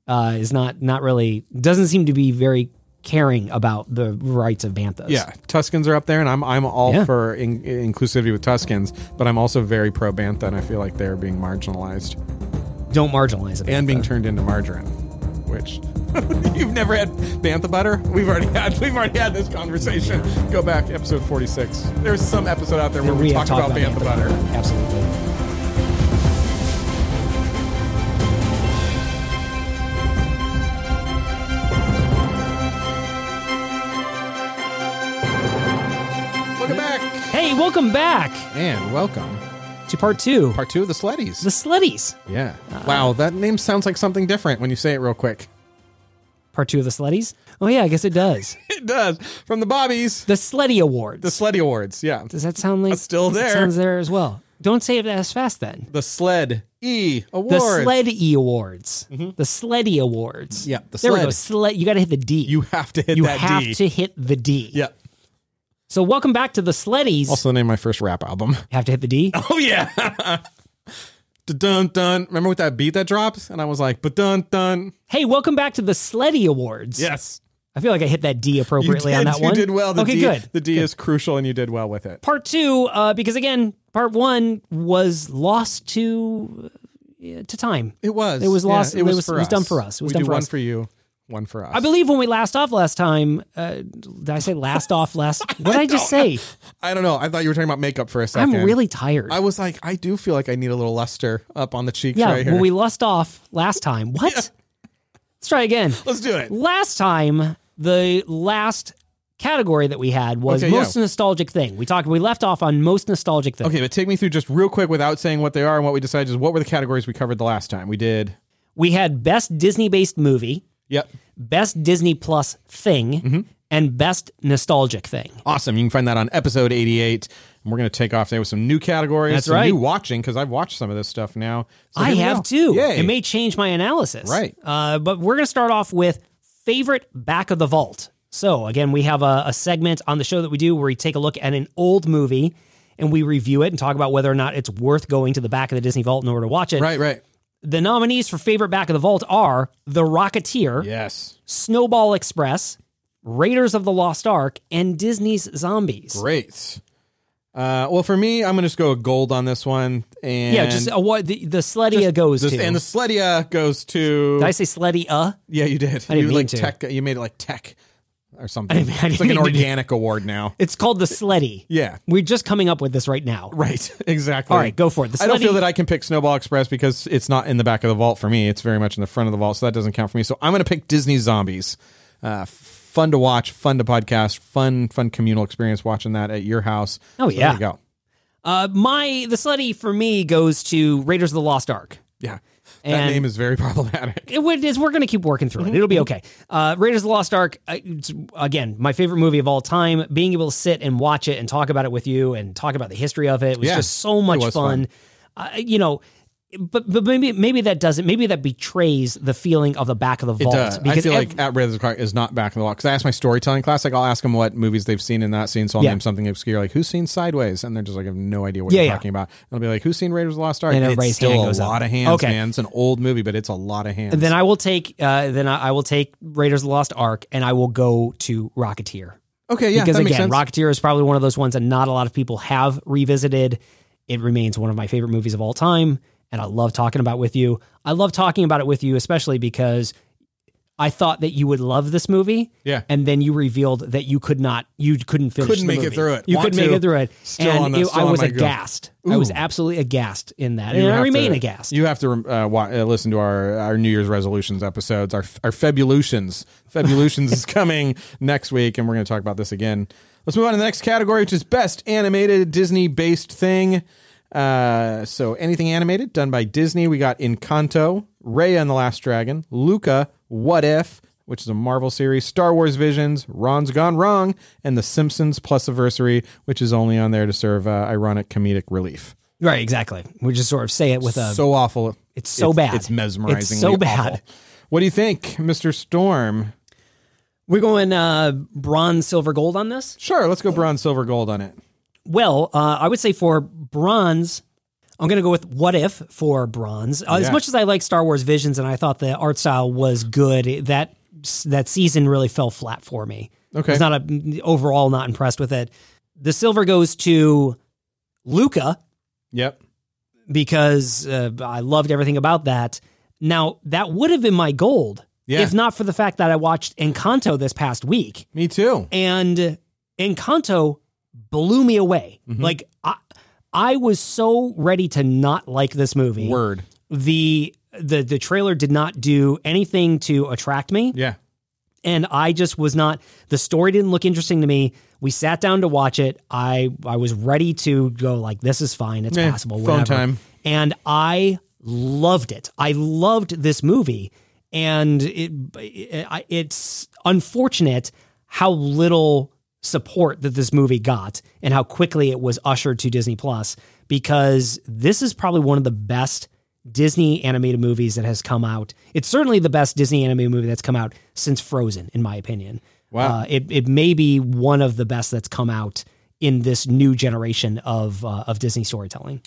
[SPEAKER 1] uh, is not, not really, doesn't seem to be very caring about the rights of Banthas.
[SPEAKER 2] Yeah, Tuscans are up there, and I'm I'm all
[SPEAKER 1] Yeah.
[SPEAKER 2] for in, inclusivity with Tuscans, but I'm also very pro bantha, and I feel like they're being marginalized
[SPEAKER 1] Don't marginalize it.
[SPEAKER 2] and being turned into margarine, which *laughs* you've never had bantha butter. We've already had we've already had this conversation. Go back to episode 46. There's some episode out there where we, talk about, bantha butter.
[SPEAKER 1] Absolutely.
[SPEAKER 2] Welcome back
[SPEAKER 1] Hey, welcome back
[SPEAKER 2] and welcome
[SPEAKER 1] to part two.
[SPEAKER 2] part two of the Uh-huh. Sleddies.
[SPEAKER 1] the Sleddies.
[SPEAKER 2] yeah, wow, that name sounds like something different when you say it real quick. *laughs*
[SPEAKER 1] Part two of the Sleddies. Oh, yeah, I guess it does.
[SPEAKER 2] It does from the Bobbies.
[SPEAKER 1] the Sleddy Awards.
[SPEAKER 2] The Sleddy Awards, yeah.
[SPEAKER 1] does that sound like
[SPEAKER 2] It's still
[SPEAKER 1] it
[SPEAKER 2] there.
[SPEAKER 1] sounds there as well. Don't say it as fast then.
[SPEAKER 2] The Sled E
[SPEAKER 1] The
[SPEAKER 2] Awards. Mm-hmm.
[SPEAKER 1] Sled E Awards. The Sleddy Awards.
[SPEAKER 2] Yeah, the
[SPEAKER 1] there we
[SPEAKER 2] sled.
[SPEAKER 1] go. Sled. You got to hit the D.
[SPEAKER 2] You have to hit
[SPEAKER 1] You
[SPEAKER 2] that
[SPEAKER 1] have
[SPEAKER 2] D.
[SPEAKER 1] to hit the D.
[SPEAKER 2] Yeah.
[SPEAKER 1] So welcome back to the Sleddies.
[SPEAKER 2] Also, the name of my first rap album. *laughs*
[SPEAKER 1] have to hit the D.
[SPEAKER 2] Oh yeah. dun dun. Remember with that beat that drops, and I was like, but dun dun.
[SPEAKER 1] Hey, welcome back to the Sleddy Awards.
[SPEAKER 2] Yes.
[SPEAKER 1] I feel like I hit that D
[SPEAKER 2] You
[SPEAKER 1] appropriately on
[SPEAKER 2] did-
[SPEAKER 1] that one.
[SPEAKER 2] You did well. The
[SPEAKER 1] okay,
[SPEAKER 2] D,
[SPEAKER 1] good.
[SPEAKER 2] The D is crucial, and you did well with it.
[SPEAKER 1] Part two, uh, because again, part one was lost to uh, to time.
[SPEAKER 2] It was.
[SPEAKER 1] It was lost-
[SPEAKER 2] it was.
[SPEAKER 1] it was-
[SPEAKER 2] for
[SPEAKER 1] it was
[SPEAKER 2] us.
[SPEAKER 1] done for us. It was
[SPEAKER 2] we
[SPEAKER 1] done
[SPEAKER 2] do
[SPEAKER 1] for
[SPEAKER 2] one
[SPEAKER 1] us.
[SPEAKER 2] for you, one for us.
[SPEAKER 1] I believe when we last off last time, uh, did I say last off
[SPEAKER 2] *laughs*
[SPEAKER 1] last? What did I just say?
[SPEAKER 2] I don't know. I thought you were talking about makeup for a
[SPEAKER 1] I'm
[SPEAKER 2] second.
[SPEAKER 1] really tired.
[SPEAKER 2] I was like, I do feel like I need a little luster up on the cheeks
[SPEAKER 1] Yeah,
[SPEAKER 2] right here.
[SPEAKER 1] when we lust off last time. What? Let's try again.
[SPEAKER 2] Let's do it.
[SPEAKER 1] Last time, the last category that we had was
[SPEAKER 2] Okay,
[SPEAKER 1] most
[SPEAKER 2] yeah.
[SPEAKER 1] nostalgic thing. We talked. We left off on most nostalgic thing.
[SPEAKER 2] Okay, but take me through just real quick without saying what they are and what we decided. Just what were the categories we covered the last time? We did.
[SPEAKER 1] We had best Disney-based movie,
[SPEAKER 2] Yep.
[SPEAKER 1] best Disney Plus thing,
[SPEAKER 2] Mm-hmm.
[SPEAKER 1] and best nostalgic thing.
[SPEAKER 2] Awesome. You can find that on episode 88. And we're going to take off there with some new categories.
[SPEAKER 1] That's
[SPEAKER 2] some
[SPEAKER 1] right.
[SPEAKER 2] New watching because I've watched some of this stuff now. So
[SPEAKER 1] I
[SPEAKER 2] here we
[SPEAKER 1] have
[SPEAKER 2] go.
[SPEAKER 1] too.
[SPEAKER 2] Yay.
[SPEAKER 1] It may change my analysis.
[SPEAKER 2] Right.
[SPEAKER 1] Uh, but we're going to start off with favorite back of the vault. So, again, we have a, a segment on the show that we do where we take a look at an old movie and we review it and talk about whether or not it's worth going to the back of the Disney Vault in order to watch it.
[SPEAKER 2] Right, right.
[SPEAKER 1] The nominees for favorite back of the vault are The Rocketeer,
[SPEAKER 2] Yes.
[SPEAKER 1] Snowball Express, Raiders of the Lost Ark, and Disney's Zombies.
[SPEAKER 2] Great. Uh, well, for me, I'm going to just go with gold on this one. And
[SPEAKER 1] Yeah, just uh, what the, the Sledia goes
[SPEAKER 2] this-
[SPEAKER 1] to.
[SPEAKER 2] and the Sledia goes to.
[SPEAKER 1] Did I say Sledia?
[SPEAKER 2] yeah, you did.
[SPEAKER 1] I didn't
[SPEAKER 2] you
[SPEAKER 1] mean
[SPEAKER 2] like
[SPEAKER 1] to.
[SPEAKER 2] tech. You made it like tech or something.
[SPEAKER 1] didn't- I
[SPEAKER 2] it's
[SPEAKER 1] didn't
[SPEAKER 2] like an
[SPEAKER 1] mean to do-
[SPEAKER 2] organic award now.
[SPEAKER 1] It's called the Sleddy.
[SPEAKER 2] Yeah.
[SPEAKER 1] We're just coming up with this right now.
[SPEAKER 2] Right. *laughs* Exactly.
[SPEAKER 1] All right, go for it. The
[SPEAKER 2] I don't
[SPEAKER 1] Sleddy-
[SPEAKER 2] feel that I can pick Snowball Express because it's not in the back of the vault for me. It's very much in the front of the vault, so that doesn't count for me. So I'm going to pick Disney Zombies. Uh, f- fun to watch, fun to podcast, fun, fun communal experience watching that at your house.
[SPEAKER 1] Oh,
[SPEAKER 2] So
[SPEAKER 1] yeah.
[SPEAKER 2] There you go.
[SPEAKER 1] Uh, my the Sleddy for me goes to Raiders of the Lost Ark.
[SPEAKER 2] Yeah. that
[SPEAKER 1] And-
[SPEAKER 2] name is very *laughs* problematic.
[SPEAKER 1] It would, it's, we're going to keep working through it.
[SPEAKER 2] Mm-hmm.
[SPEAKER 1] It'll be okay. Uh, Raiders of the Lost Ark, uh, it's, again, my favorite movie of all time. Being able to sit and watch it and talk about it with you and talk about the history of it was
[SPEAKER 2] Yeah,
[SPEAKER 1] just so much
[SPEAKER 2] it was
[SPEAKER 1] fun. Uh, you know, but but maybe maybe that doesn't. Maybe that betrays the feeling of the back of the
[SPEAKER 2] It
[SPEAKER 1] vault.
[SPEAKER 2] does. I feel
[SPEAKER 1] ev-
[SPEAKER 2] like at Raiders of the Lost Ark is not back in the vault because I ask my storytelling class, like I'll ask them what movies they've seen and not seen. So I'll
[SPEAKER 1] Yeah.
[SPEAKER 2] name something obscure, like who's seen Sideways, and they're just like, I have no idea what
[SPEAKER 1] Yeah,
[SPEAKER 2] you're
[SPEAKER 1] yeah.
[SPEAKER 2] talking about. And I'll be like, who's seen Raiders of the Lost Ark?
[SPEAKER 1] And
[SPEAKER 2] And it's
[SPEAKER 1] everybody's
[SPEAKER 2] still
[SPEAKER 1] hand
[SPEAKER 2] a
[SPEAKER 1] goes up.
[SPEAKER 2] lot of hands,
[SPEAKER 1] Okay.
[SPEAKER 2] man. It's an old movie, but it's a lot of hands.
[SPEAKER 1] then I will take uh, then I, I will take Raiders of the Lost Ark and I will go to Rocketeer
[SPEAKER 2] okay, yeah,
[SPEAKER 1] because
[SPEAKER 2] that makes
[SPEAKER 1] again,
[SPEAKER 2] sense.
[SPEAKER 1] Rocketeer is probably one of those ones that not a lot of people have revisited. It remains one of my favorite movies of all time, and I love talking about it with you. I love talking about it with you, especially because I thought that you would love this movie.
[SPEAKER 2] Yeah.
[SPEAKER 1] and then you revealed that you could not, you couldn't finish,
[SPEAKER 2] Couldn't
[SPEAKER 1] the
[SPEAKER 2] make it
[SPEAKER 1] movie.
[SPEAKER 2] through it.
[SPEAKER 1] You
[SPEAKER 2] Want
[SPEAKER 1] couldn't make
[SPEAKER 2] to.
[SPEAKER 1] it through it.
[SPEAKER 2] Still
[SPEAKER 1] and
[SPEAKER 2] on the-
[SPEAKER 1] it-
[SPEAKER 2] still
[SPEAKER 1] I
[SPEAKER 2] on
[SPEAKER 1] was
[SPEAKER 2] my go.
[SPEAKER 1] aghast. I was
[SPEAKER 2] Ooh.
[SPEAKER 1] absolutely aghast in that,
[SPEAKER 2] You
[SPEAKER 1] and I
[SPEAKER 2] have
[SPEAKER 1] remain
[SPEAKER 2] to-
[SPEAKER 1] aghast.
[SPEAKER 2] You have to uh, wa- uh, listen to our, our New Year's resolutions episodes, our our Febulutions. Febulutions is *laughs* coming next week, and we're going to talk about this again. Let's move on to the next category, which is best animated Disney based thing. Uh, so anything animated done by Disney, we got Encanto, Raya and the Last Dragon, Luca, What If, which is a Marvel series, Star Wars Visions, Ron's Gone Wrong, and The Simpsons Plus Anniversary, which is only on there to serve uh, ironic comedic relief
[SPEAKER 1] right, exactly. We just sort of say it with a
[SPEAKER 2] so awful.
[SPEAKER 1] it's so bad.
[SPEAKER 2] It's mesmerizing.
[SPEAKER 1] It's so bad.
[SPEAKER 2] What do you think, Mr. Storm?
[SPEAKER 1] We're going uh, bronze, silver, gold on this.
[SPEAKER 2] Sure, let's go bronze, silver, gold on it.
[SPEAKER 1] Well, uh, I would say for bronze, I'm going to go with What If for bronze. Uh, As
[SPEAKER 2] Yeah.
[SPEAKER 1] much as I like Star Wars Visions and I thought the art style was good, that that season really fell flat for me.
[SPEAKER 2] Okay.
[SPEAKER 1] I was not a, overall not impressed with it. The silver goes to Luca
[SPEAKER 2] Yep.
[SPEAKER 1] because uh, I loved everything about that. Now, that would have been my gold
[SPEAKER 2] Yeah.
[SPEAKER 1] if not for the fact that I watched Encanto this past week
[SPEAKER 2] Me too.
[SPEAKER 1] and Encanto blew me away.
[SPEAKER 2] Mm-hmm.
[SPEAKER 1] Like I, I was so ready to not like this movie.
[SPEAKER 2] Word.
[SPEAKER 1] The the the trailer did not do anything to attract me,
[SPEAKER 2] Yeah.
[SPEAKER 1] and I just was not. The story didn't look interesting to me. We sat down to watch it. I I was ready to go like this is fine. It's
[SPEAKER 2] Eh,
[SPEAKER 1] possible.
[SPEAKER 2] phone
[SPEAKER 1] Whatever.
[SPEAKER 2] time.
[SPEAKER 1] And I loved it. I loved this movie, and it, I it's unfortunate how little support that this movie got and how quickly it was ushered to Disney Plus because this is probably one of the best Disney animated movies that has come out. It's certainly the best Disney animated movie that's come out since Frozen in my opinion.
[SPEAKER 2] Wow.
[SPEAKER 1] Uh, it it may be one of the best that's come out in this new generation of uh, of Disney storytelling.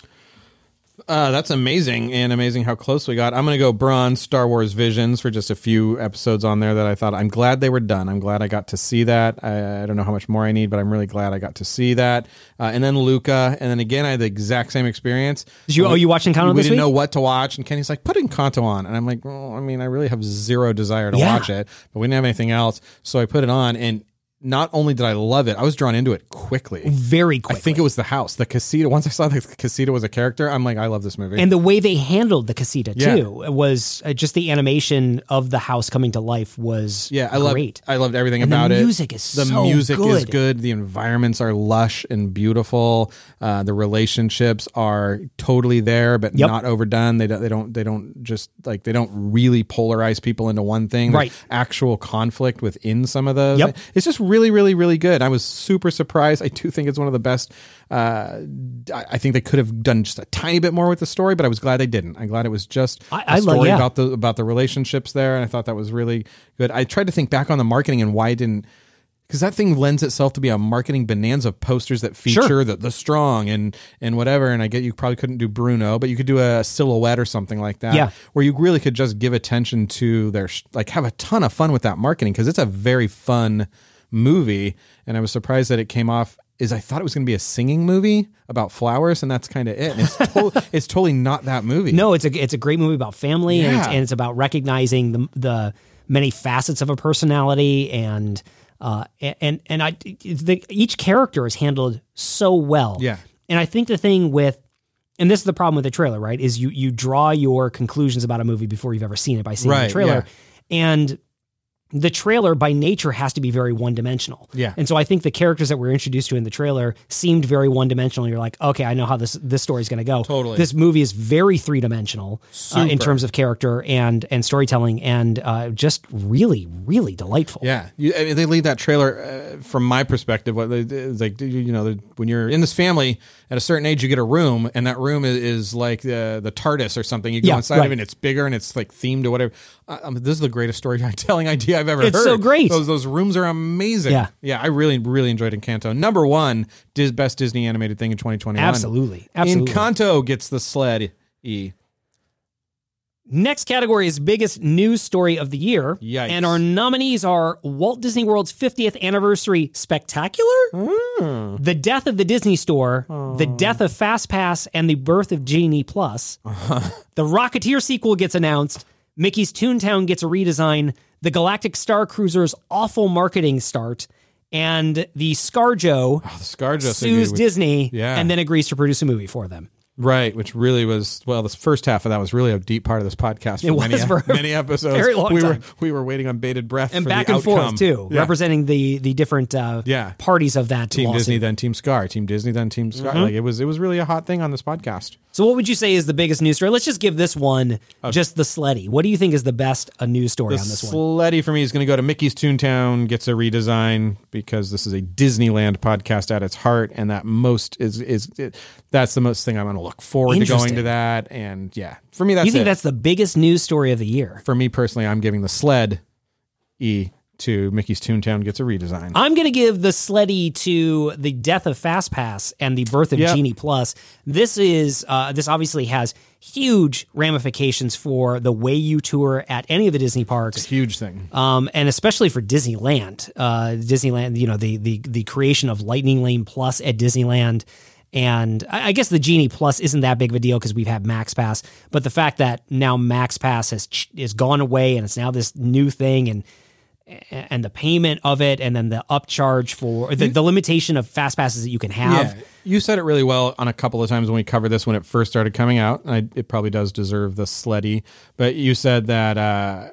[SPEAKER 2] Uh, that's amazing and amazing how close we got. I'm going to go bronze Star Wars Visions for just a few episodes on there that I thought I'm glad they were done. I'm glad I got to see that. I, I don't know how much more I need, but I'm really glad I got to see that. Uh, and then Luca. And then again, I had the exact same experience.
[SPEAKER 1] Did you- oh, you watched Encanto
[SPEAKER 2] We
[SPEAKER 1] this
[SPEAKER 2] didn't
[SPEAKER 1] week?
[SPEAKER 2] know what to watch. And Kenny's like, put Encanto on. And I'm like, well, I mean, I really have zero desire to
[SPEAKER 1] Yeah.
[SPEAKER 2] watch it, but we didn't have anything else. So I put it on. And not only did I love it, I was drawn into it quickly.
[SPEAKER 1] Very
[SPEAKER 2] I
[SPEAKER 1] quick.
[SPEAKER 2] think it was the house, the casita. Once I saw that casita was a character, I'm like, I love this movie.
[SPEAKER 1] and the way they handled the casita
[SPEAKER 2] Yeah.
[SPEAKER 1] too was uh, just the animation of the house coming to life was
[SPEAKER 2] Yeah, I love.
[SPEAKER 1] great.
[SPEAKER 2] I loved everything
[SPEAKER 1] And the
[SPEAKER 2] about it.
[SPEAKER 1] music is
[SPEAKER 2] the
[SPEAKER 1] so
[SPEAKER 2] music is
[SPEAKER 1] good.
[SPEAKER 2] good. The environments are lush and beautiful. Uh, the relationships are totally there, but
[SPEAKER 1] Yep.
[SPEAKER 2] not overdone. They don't. They don't. They don't just like they don't really polarize people into one thing. There's
[SPEAKER 1] Right.
[SPEAKER 2] Actual conflict within some of those.
[SPEAKER 1] Yep.
[SPEAKER 2] It's just really, really, really good. I was super surprised. I do think it's one of the best. Uh, I I think they could have done just a tiny bit more with the story, but I was glad they didn't. I'm glad it was just
[SPEAKER 1] I-
[SPEAKER 2] a
[SPEAKER 1] I like-
[SPEAKER 2] story
[SPEAKER 1] yeah.
[SPEAKER 2] about the about the relationships there, and I thought that was really good. I tried to think back on the marketing and why it didn't because that thing lends itself to be a marketing bonanza of posters that feature
[SPEAKER 1] Sure.
[SPEAKER 2] the, the strong and and whatever. And I get you probably couldn't do Bruno, but you could do a silhouette or something like that.
[SPEAKER 1] Yeah.
[SPEAKER 2] where you really could just give attention to their sh- like have a ton of fun with that marketing because it's a very fun movie. And I was surprised that it came off. Is I thought it was going to be a singing movie about flowers, and that's kind of it. And
[SPEAKER 1] *laughs*
[SPEAKER 2] it's, to- it's totally not that movie.
[SPEAKER 1] No, it's a it's a great movie about family, and, it's,
[SPEAKER 2] Yeah.
[SPEAKER 1] and it's about recognizing the the many facets of a personality, and uh, and and I the, each character is handled so well.
[SPEAKER 2] Yeah.
[SPEAKER 1] and I think the thing with and this is the problem with the trailer, right? Is you you draw your conclusions about a movie before you've ever seen it by seeing
[SPEAKER 2] Right,
[SPEAKER 1] the trailer, and the trailer by nature has to be very one dimensional.
[SPEAKER 2] Yeah.
[SPEAKER 1] And so I think the characters that we're introduced to in the trailer seemed very one dimensional. You're like, okay, I know how this this story's going to go.
[SPEAKER 2] Totally.
[SPEAKER 1] This movie is very three dimensional uh, in
[SPEAKER 2] Super.
[SPEAKER 1] terms of character and and storytelling, and uh, just really really delightful.
[SPEAKER 2] Yeah, you, I mean, they lead that trailer uh, from my perspective. What they, it's like, you you know, the- when you're in this family at a certain age, you get a room, and that room is, is like uh, the the TARDIS or something. You go
[SPEAKER 1] Yeah,
[SPEAKER 2] inside
[SPEAKER 1] right.
[SPEAKER 2] of it, and it's bigger, and it's like themed or whatever. I, I mean, this is the greatest *laughs* storytelling idea I've ever
[SPEAKER 1] It's
[SPEAKER 2] heard.
[SPEAKER 1] so great.
[SPEAKER 2] Those those rooms are amazing.
[SPEAKER 1] Yeah.
[SPEAKER 2] yeah, I really really enjoyed Encanto. Number one, dis, best Disney animated thing in 2021.
[SPEAKER 1] Absolutely, absolutely.
[SPEAKER 2] Encanto gets the sled. E.
[SPEAKER 1] Next category is biggest news story of the year.
[SPEAKER 2] Yikes.
[SPEAKER 1] And our nominees are Walt Disney World's 50th anniversary spectacular,
[SPEAKER 2] Hmm.
[SPEAKER 1] the death of the Disney store, the
[SPEAKER 2] Oh.
[SPEAKER 1] death of FastPass, and the birth of Genie Plus.
[SPEAKER 2] *laughs*
[SPEAKER 1] The Rocketeer sequel gets announced, Mickey's Toontown gets a redesign, the Galactic Star Cruiser's awful marketing start, and the Scarjo
[SPEAKER 2] Oh, Scarjo
[SPEAKER 1] sues Disney
[SPEAKER 2] Yeah.
[SPEAKER 1] and then agrees to produce a movie for them.
[SPEAKER 2] Right, which really was well. This first half of that was really a deep part of this podcast. For
[SPEAKER 1] It was
[SPEAKER 2] many, e-,
[SPEAKER 1] for a
[SPEAKER 2] many episodes.
[SPEAKER 1] very long
[SPEAKER 2] we
[SPEAKER 1] time.
[SPEAKER 2] were we were waiting on bated breath
[SPEAKER 1] and
[SPEAKER 2] for
[SPEAKER 1] back
[SPEAKER 2] the
[SPEAKER 1] and
[SPEAKER 2] outcome.
[SPEAKER 1] forth too,
[SPEAKER 2] Yeah.
[SPEAKER 1] representing the the different uh,
[SPEAKER 2] Yeah.
[SPEAKER 1] parties of that
[SPEAKER 2] Team
[SPEAKER 1] lawsuit. Mm-hmm.
[SPEAKER 2] Disney, then Team Scar, Team Disney, then Team Scar. Like it was, it was really a hot thing on this podcast.
[SPEAKER 1] So, what would you say is the biggest news story? Let's just give this one just the sleddy. What do you think is the best a news story on this one?
[SPEAKER 2] Sleddy for me is going to go to Mickey's Toontown, gets a redesign because this is a Disneyland podcast at its heart, and that most is is it, that's the most thing I'm going to look forward to going
[SPEAKER 1] Interesting.
[SPEAKER 2] to that. And yeah, for me, that's
[SPEAKER 1] You think
[SPEAKER 2] it.
[SPEAKER 1] that's the biggest news story of the year?
[SPEAKER 2] for me personally. I'm giving the sled E to Mickey's Toontown gets a redesign.
[SPEAKER 1] I'm going to give the sleddy to the death of FastPass and the birth of
[SPEAKER 2] Yep.
[SPEAKER 1] Genie Plus. This is uh, this obviously has huge ramifications for the way you tour at any of the Disney parks.
[SPEAKER 2] huge thing.
[SPEAKER 1] um, and especially for Disneyland, uh, Disneyland, you know, the, the, the creation of Lightning Lane Plus at Disneyland. And I I guess the Genie Plus isn't that big of a deal because we've had Max Pass, but the fact that now Max Pass has ch- is gone away and it's now this new thing, and and the payment of it, and then the upcharge for the, the limitation of fast passes that you can have.
[SPEAKER 2] Yeah, you said it really well on a couple of times when we covered this when it first started coming out. And I, it probably does deserve the sleddy, but you said that uh,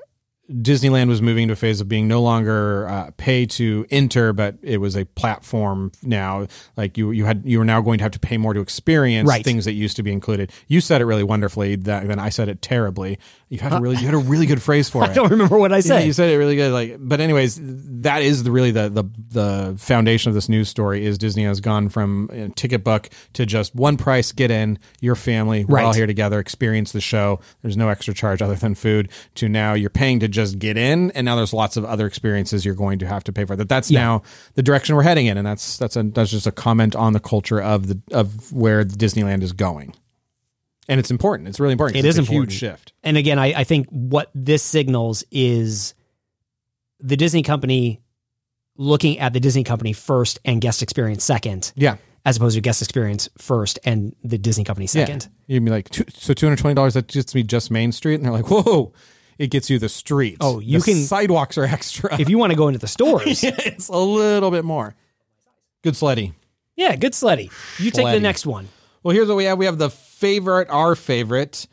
[SPEAKER 2] Disneyland was moving to a phase of being no longer uh, pay to enter, but it was a platform now. Like you, you had you were now going to have to pay more to experience
[SPEAKER 1] Right.
[SPEAKER 2] things that used to be included. You said it really wonderfully. That then I said it terribly. You had a really you had a really good phrase for
[SPEAKER 1] *laughs* *laughs*
[SPEAKER 2] it.
[SPEAKER 1] I don't remember what I said.
[SPEAKER 2] Yeah, you said it really good. Like, but anyways, that is the, really the, the the foundation of this news story is Disney has gone from you know, ticket buck to just one price, get in, your family, we're all
[SPEAKER 1] Right.
[SPEAKER 2] here together, experience the show. There's no extra charge other than food. To now you're paying to just get in, and now there's lots of other experiences you're going to have to pay for. That that's now the direction we're heading in, and that's that's a that's just a comment on the culture of the of where Disneyland is going, and it's important. It's really important. 'cause
[SPEAKER 1] It
[SPEAKER 2] it's
[SPEAKER 1] is
[SPEAKER 2] a
[SPEAKER 1] important.
[SPEAKER 2] huge shift.
[SPEAKER 1] And again, I, I think what this signals is the Disney company looking at the Disney company first and guest experience second,
[SPEAKER 2] Yeah.
[SPEAKER 1] as opposed to guest experience first and the Disney company second.
[SPEAKER 2] Yeah. You'd be like, "Two- so two hundred twenty dollars. That gets me just Main Street, and they're like, whoa, it gets you the streets.
[SPEAKER 1] Oh, you
[SPEAKER 2] The
[SPEAKER 1] can-
[SPEAKER 2] sidewalks are *laughs* extra.
[SPEAKER 1] If you want to go into the
[SPEAKER 2] *laughs*
[SPEAKER 1] stores, yeah.
[SPEAKER 2] it's a little bit more. Good sleddy.
[SPEAKER 1] good sleddy. You take the
[SPEAKER 2] Sleddy.
[SPEAKER 1] next one.
[SPEAKER 2] Well, here's what we have. We have the favorite, our favorite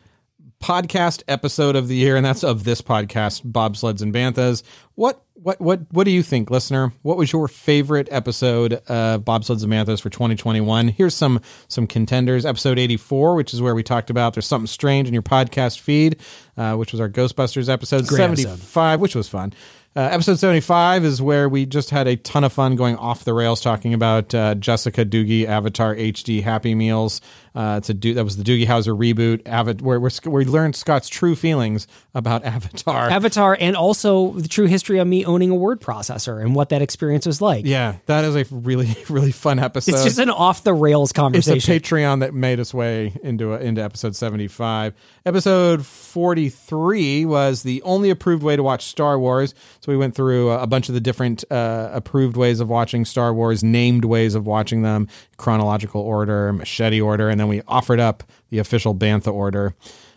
[SPEAKER 2] podcast episode of the year, and that's of this podcast, Bobsleds and Banthas. What, what, what, what do you think, listener? What was your favorite episode of Bobsleds and Banthas for 2021? Here's some some contenders. Episode 84, which is where we talked about there's something strange in your podcast feed, uh, which was our Ghostbusters episode.
[SPEAKER 1] Great episode.
[SPEAKER 2] 75, which was fun. Uh, episode 75 is where we just had a ton of fun going off the rails talking about uh, Jessica Doogie Avatar HD Happy Meals. Uh, it's a do- that was the Doogie Howser reboot. Ava- where, where, Sc- where we learned Scott's true feelings about *laughs* Avatar.
[SPEAKER 1] Avatar, and also the true history of me owning a word processor and what that experience was like.
[SPEAKER 2] yeah, that is a really *laughs* really fun episode.
[SPEAKER 1] It's just an off the rails
[SPEAKER 2] It's a
[SPEAKER 1] conversation.
[SPEAKER 2] Patreon that made its way into into episode seventy five. Episode forty three was the only approved way to watch Star Wars. So we went through a, a bunch of the different uh, approved ways of watching Star Wars, named ways of watching them, chronological order, machete order, and then we offered up the official Bantha order,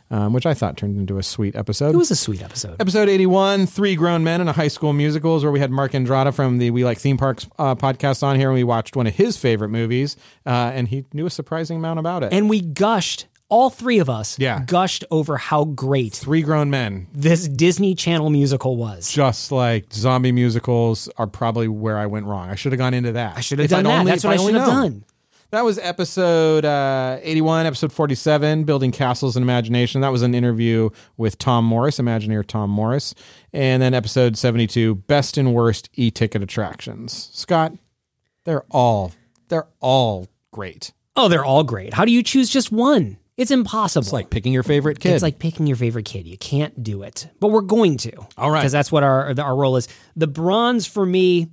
[SPEAKER 2] um, which I thought turned into a sweet episode.
[SPEAKER 1] it was a sweet episode.
[SPEAKER 2] Episode 81, Three Grown Men and a High School Musical is where we had Mark Andrada from the We Like Theme Parks uh, podcast on here, and we watched one of his favorite movies, uh, and he knew a surprising amount about it.
[SPEAKER 1] And we gushed, all three of us
[SPEAKER 2] Yeah.
[SPEAKER 1] gushed over how great
[SPEAKER 2] Three Grown Men,
[SPEAKER 1] this Disney Channel musical was.
[SPEAKER 2] just like zombie musicals, are probably where I went wrong. I should have gone into that. I
[SPEAKER 1] should have done that. That's what I should have done.
[SPEAKER 2] That was episode uh, 81, episode 47, Building Castles and Imagination. That was an interview with Tom Morris, Imagineer Tom Morris. And then episode 72, Best and Worst E Ticket Attractions. Scott, they're all, they're all great.
[SPEAKER 1] Oh, they're all great. How do you choose just one? It's impossible.
[SPEAKER 2] It's like picking your favorite kid.
[SPEAKER 1] It's like picking your favorite kid. You can't do it, but we're going to.
[SPEAKER 2] All right.
[SPEAKER 1] because that's what our our role is. The bronze for me,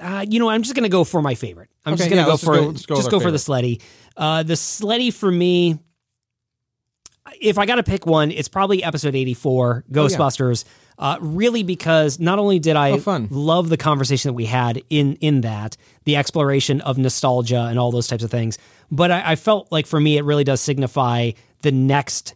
[SPEAKER 1] uh, you know, I'm just gonna go for my favorite. I'm
[SPEAKER 2] Okay,
[SPEAKER 1] just gonna
[SPEAKER 2] yeah,
[SPEAKER 1] go
[SPEAKER 2] let's just
[SPEAKER 1] for
[SPEAKER 2] go- let's
[SPEAKER 1] just
[SPEAKER 2] go
[SPEAKER 1] go,
[SPEAKER 2] with our
[SPEAKER 1] for the sleddy. Uh, the sleddy for me, if I got to pick one, it's probably episode
[SPEAKER 2] Oh,
[SPEAKER 1] 84, Ghostbusters. Uh, really, because not only did I
[SPEAKER 2] Oh, fun.
[SPEAKER 1] love the conversation that we had in in that the exploration of nostalgia and all those types of things, but I, I felt like for me it really does signify the next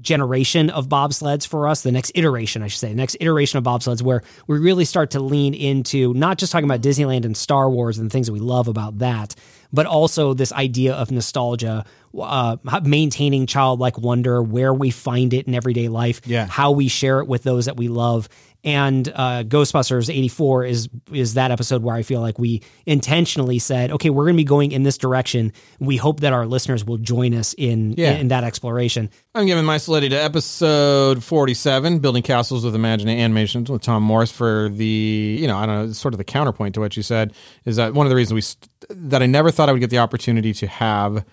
[SPEAKER 1] generation of bobsleds for us, the next iteration, I should say, the next iteration of bobsleds, where we really start to lean into not just talking about Disneyland and Star Wars and the things that we love about that, but also this idea of nostalgia, uh, how- maintaining childlike wonder, where we find it in everyday life,
[SPEAKER 2] Yeah.
[SPEAKER 1] how we share it with those that we love. And uh, Ghostbusters '84 is is that episode where I feel like we intentionally said, okay, we're going to be going in this direction. We hope that our listeners will join us in
[SPEAKER 2] Yeah.
[SPEAKER 1] in that exploration.
[SPEAKER 2] I'm giving my solidity to episode 47, Building Castles with Imagine Animations with Tom Morris for the, you know, I don't know, sort of the counterpoint to what you said is that one of the reasons we, st- that I never thought I would get the opportunity to have,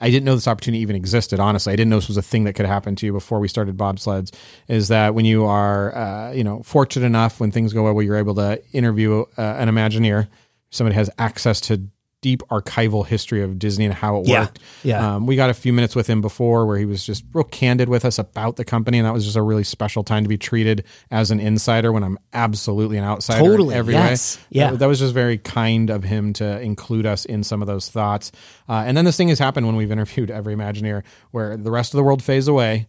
[SPEAKER 2] I didn't know this opportunity even existed, honestly. I didn't know this was a thing that could happen to you before we started bobsleds, is that when you are, uh, you know, fortunate enough, when things go well, you're able to interview uh, an Imagineer, somebody has access to deep archival history of Disney and how it
[SPEAKER 1] Yeah.
[SPEAKER 2] worked.
[SPEAKER 1] Yeah.
[SPEAKER 2] Um, we got a few minutes with him before where he was just real candid with us about the company. And that was just a really special time to be treated as an insider when I'm absolutely an outsider. in
[SPEAKER 1] Totally,
[SPEAKER 2] every
[SPEAKER 1] yes.
[SPEAKER 2] way.
[SPEAKER 1] Yeah.
[SPEAKER 2] That, that was just very kind of him to include us in some of those thoughts. Uh, and then this thing has happened when we've interviewed every Imagineer where the rest of the world fades away.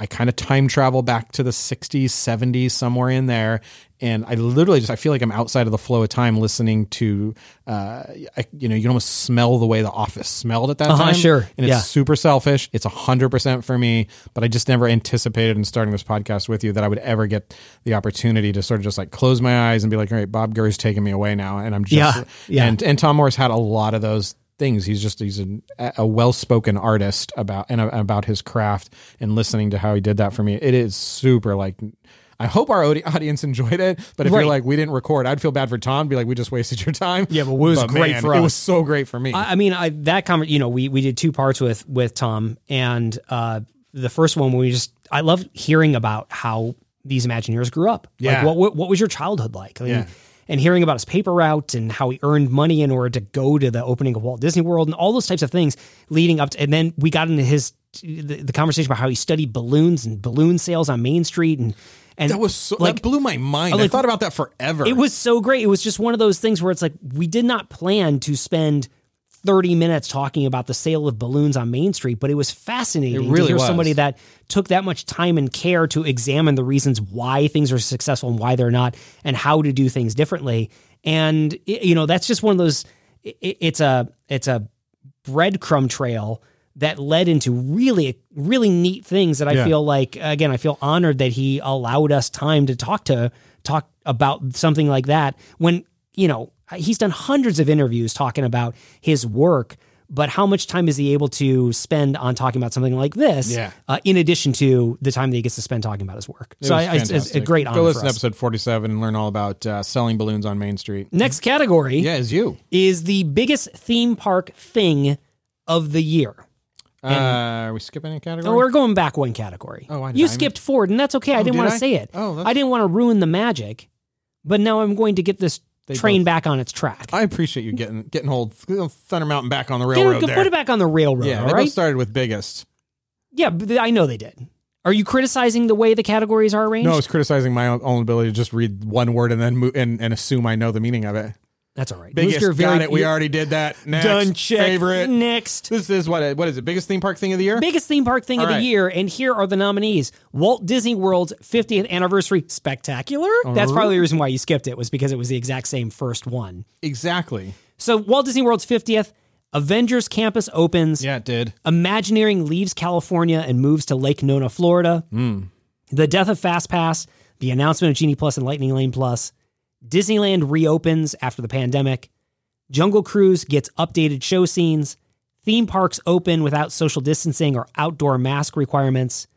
[SPEAKER 2] I kind of time travel back to the 60s, 70s, somewhere in there. And I literally just, I feel like I'm outside of the flow of time listening to, uh, I, you know, you can almost smell the way the office smelled at that
[SPEAKER 1] Uh-huh,
[SPEAKER 2] time.
[SPEAKER 1] sure.
[SPEAKER 2] And it's
[SPEAKER 1] Yeah.
[SPEAKER 2] super selfish. It's 100% for me, but I just never anticipated in starting this podcast with you that I would ever get the opportunity to sort of just like close my eyes and be like, all right, Bob Gurry's taking me away now. And I'm just,
[SPEAKER 1] Yeah, yeah.
[SPEAKER 2] And, and Tom Morris had a lot of those things. He's just, he's an, a well-spoken artist about, and about his craft and listening to how he did that for me. It is super like, I hope our audi- audience enjoyed it, but if you're
[SPEAKER 1] Right.
[SPEAKER 2] like, we didn't record, I'd feel bad for Tom. Be like, we just wasted your time.
[SPEAKER 1] Yeah, but it was great for
[SPEAKER 2] It
[SPEAKER 1] us.
[SPEAKER 2] was so great for me.
[SPEAKER 1] I, I mean, I that conver- you know, we we did two parts with with Tom, and uh, the first one we just I love hearing about how these Imagineers grew up.
[SPEAKER 2] Yeah.
[SPEAKER 1] Like, what, what what was your childhood like? I mean,
[SPEAKER 2] Yeah.
[SPEAKER 1] And hearing about his paper route and how he earned money in order to go to the opening of Walt Disney World and all those types of things leading up to, and then we got into his the, the conversation about how he studied balloons and balloon sales on Main Street and and
[SPEAKER 2] That was so,
[SPEAKER 1] like
[SPEAKER 2] that blew my mind. I
[SPEAKER 1] like-
[SPEAKER 2] thought about that forever.
[SPEAKER 1] It was so great. It was just one of those things where it's like we did not plan to spend 30 minutes talking about the sale of balloons on Main Street, but it was fascinating
[SPEAKER 2] It really
[SPEAKER 1] to hear
[SPEAKER 2] was.
[SPEAKER 1] somebody that took that much time and care to examine the reasons why things are successful and why they're not and how to do things differently. And it- you know, that's just one of those it, it's a it's a breadcrumb trail that led into really really neat things that I
[SPEAKER 2] Yeah.
[SPEAKER 1] feel like again I feel honored that he allowed us time to talk to talk about something like that when you know he's done hundreds of interviews talking about his work But how much time is he able to spend on talking about something like this?
[SPEAKER 2] Yeah.
[SPEAKER 1] Uh, in addition to the time that he gets to spend talking about his work.
[SPEAKER 2] It
[SPEAKER 1] so
[SPEAKER 2] was
[SPEAKER 1] I, I, it's a
[SPEAKER 2] fantastic.
[SPEAKER 1] great honor.
[SPEAKER 2] Go listen
[SPEAKER 1] for
[SPEAKER 2] to
[SPEAKER 1] us.
[SPEAKER 2] episode 47 and learn all about uh, selling balloons on Main Street.
[SPEAKER 1] Next category
[SPEAKER 2] Yeah, it's you.
[SPEAKER 1] is the biggest theme park thing of the year.
[SPEAKER 2] Uh, are we skipping a category?
[SPEAKER 1] Oh, we're going back one category.
[SPEAKER 2] Oh, I-
[SPEAKER 1] you
[SPEAKER 2] I-
[SPEAKER 1] skipped forward, and that's okay. I didn't
[SPEAKER 2] did
[SPEAKER 1] want
[SPEAKER 2] I?
[SPEAKER 1] to say it.
[SPEAKER 2] Oh, that's-
[SPEAKER 1] I didn't want to ruin the magic, but now I'm going to get this train
[SPEAKER 2] both-
[SPEAKER 1] back on its track.
[SPEAKER 2] I appreciate you getting getting old Thunder Mountain back on the
[SPEAKER 1] Get it-
[SPEAKER 2] railroad.
[SPEAKER 1] put
[SPEAKER 2] there.
[SPEAKER 1] it back on the railroad,
[SPEAKER 2] yeah,
[SPEAKER 1] all
[SPEAKER 2] they
[SPEAKER 1] right?
[SPEAKER 2] both started with biggest.
[SPEAKER 1] yeah, but I know they did. Are you criticizing the way the categories are arranged?
[SPEAKER 2] No, I was criticizing my own- own ability to just read one word and then mo- and, and assume I know the meaning of it.
[SPEAKER 1] that's all right.
[SPEAKER 2] Biggest,
[SPEAKER 1] Booster
[SPEAKER 2] got
[SPEAKER 1] very- e-
[SPEAKER 2] it. We already did that. Next,
[SPEAKER 1] done. Check
[SPEAKER 2] favorite.
[SPEAKER 1] next.
[SPEAKER 2] This is what what is it? Biggest theme park thing of the year?
[SPEAKER 1] Biggest theme park thing
[SPEAKER 2] All
[SPEAKER 1] of the
[SPEAKER 2] right.
[SPEAKER 1] year, and here are the nominees: Walt Disney World's 50th anniversary spectacular. That's probably the reason why you skipped it was because it was the exact same first one.
[SPEAKER 2] exactly.
[SPEAKER 1] So Walt Disney World's 50th, Avengers Campus opens.
[SPEAKER 2] Yeah, it did.
[SPEAKER 1] Imagineering leaves California and moves to Lake Nona, Florida.
[SPEAKER 2] Hmm.
[SPEAKER 1] The death of FastPass, the announcement of Genie Plus and Lightning Lane Plus. Disneyland reopens after the pandemic. Jungle Cruise gets updated show scenes. Theme parks open without social distancing or outdoor mask requirements.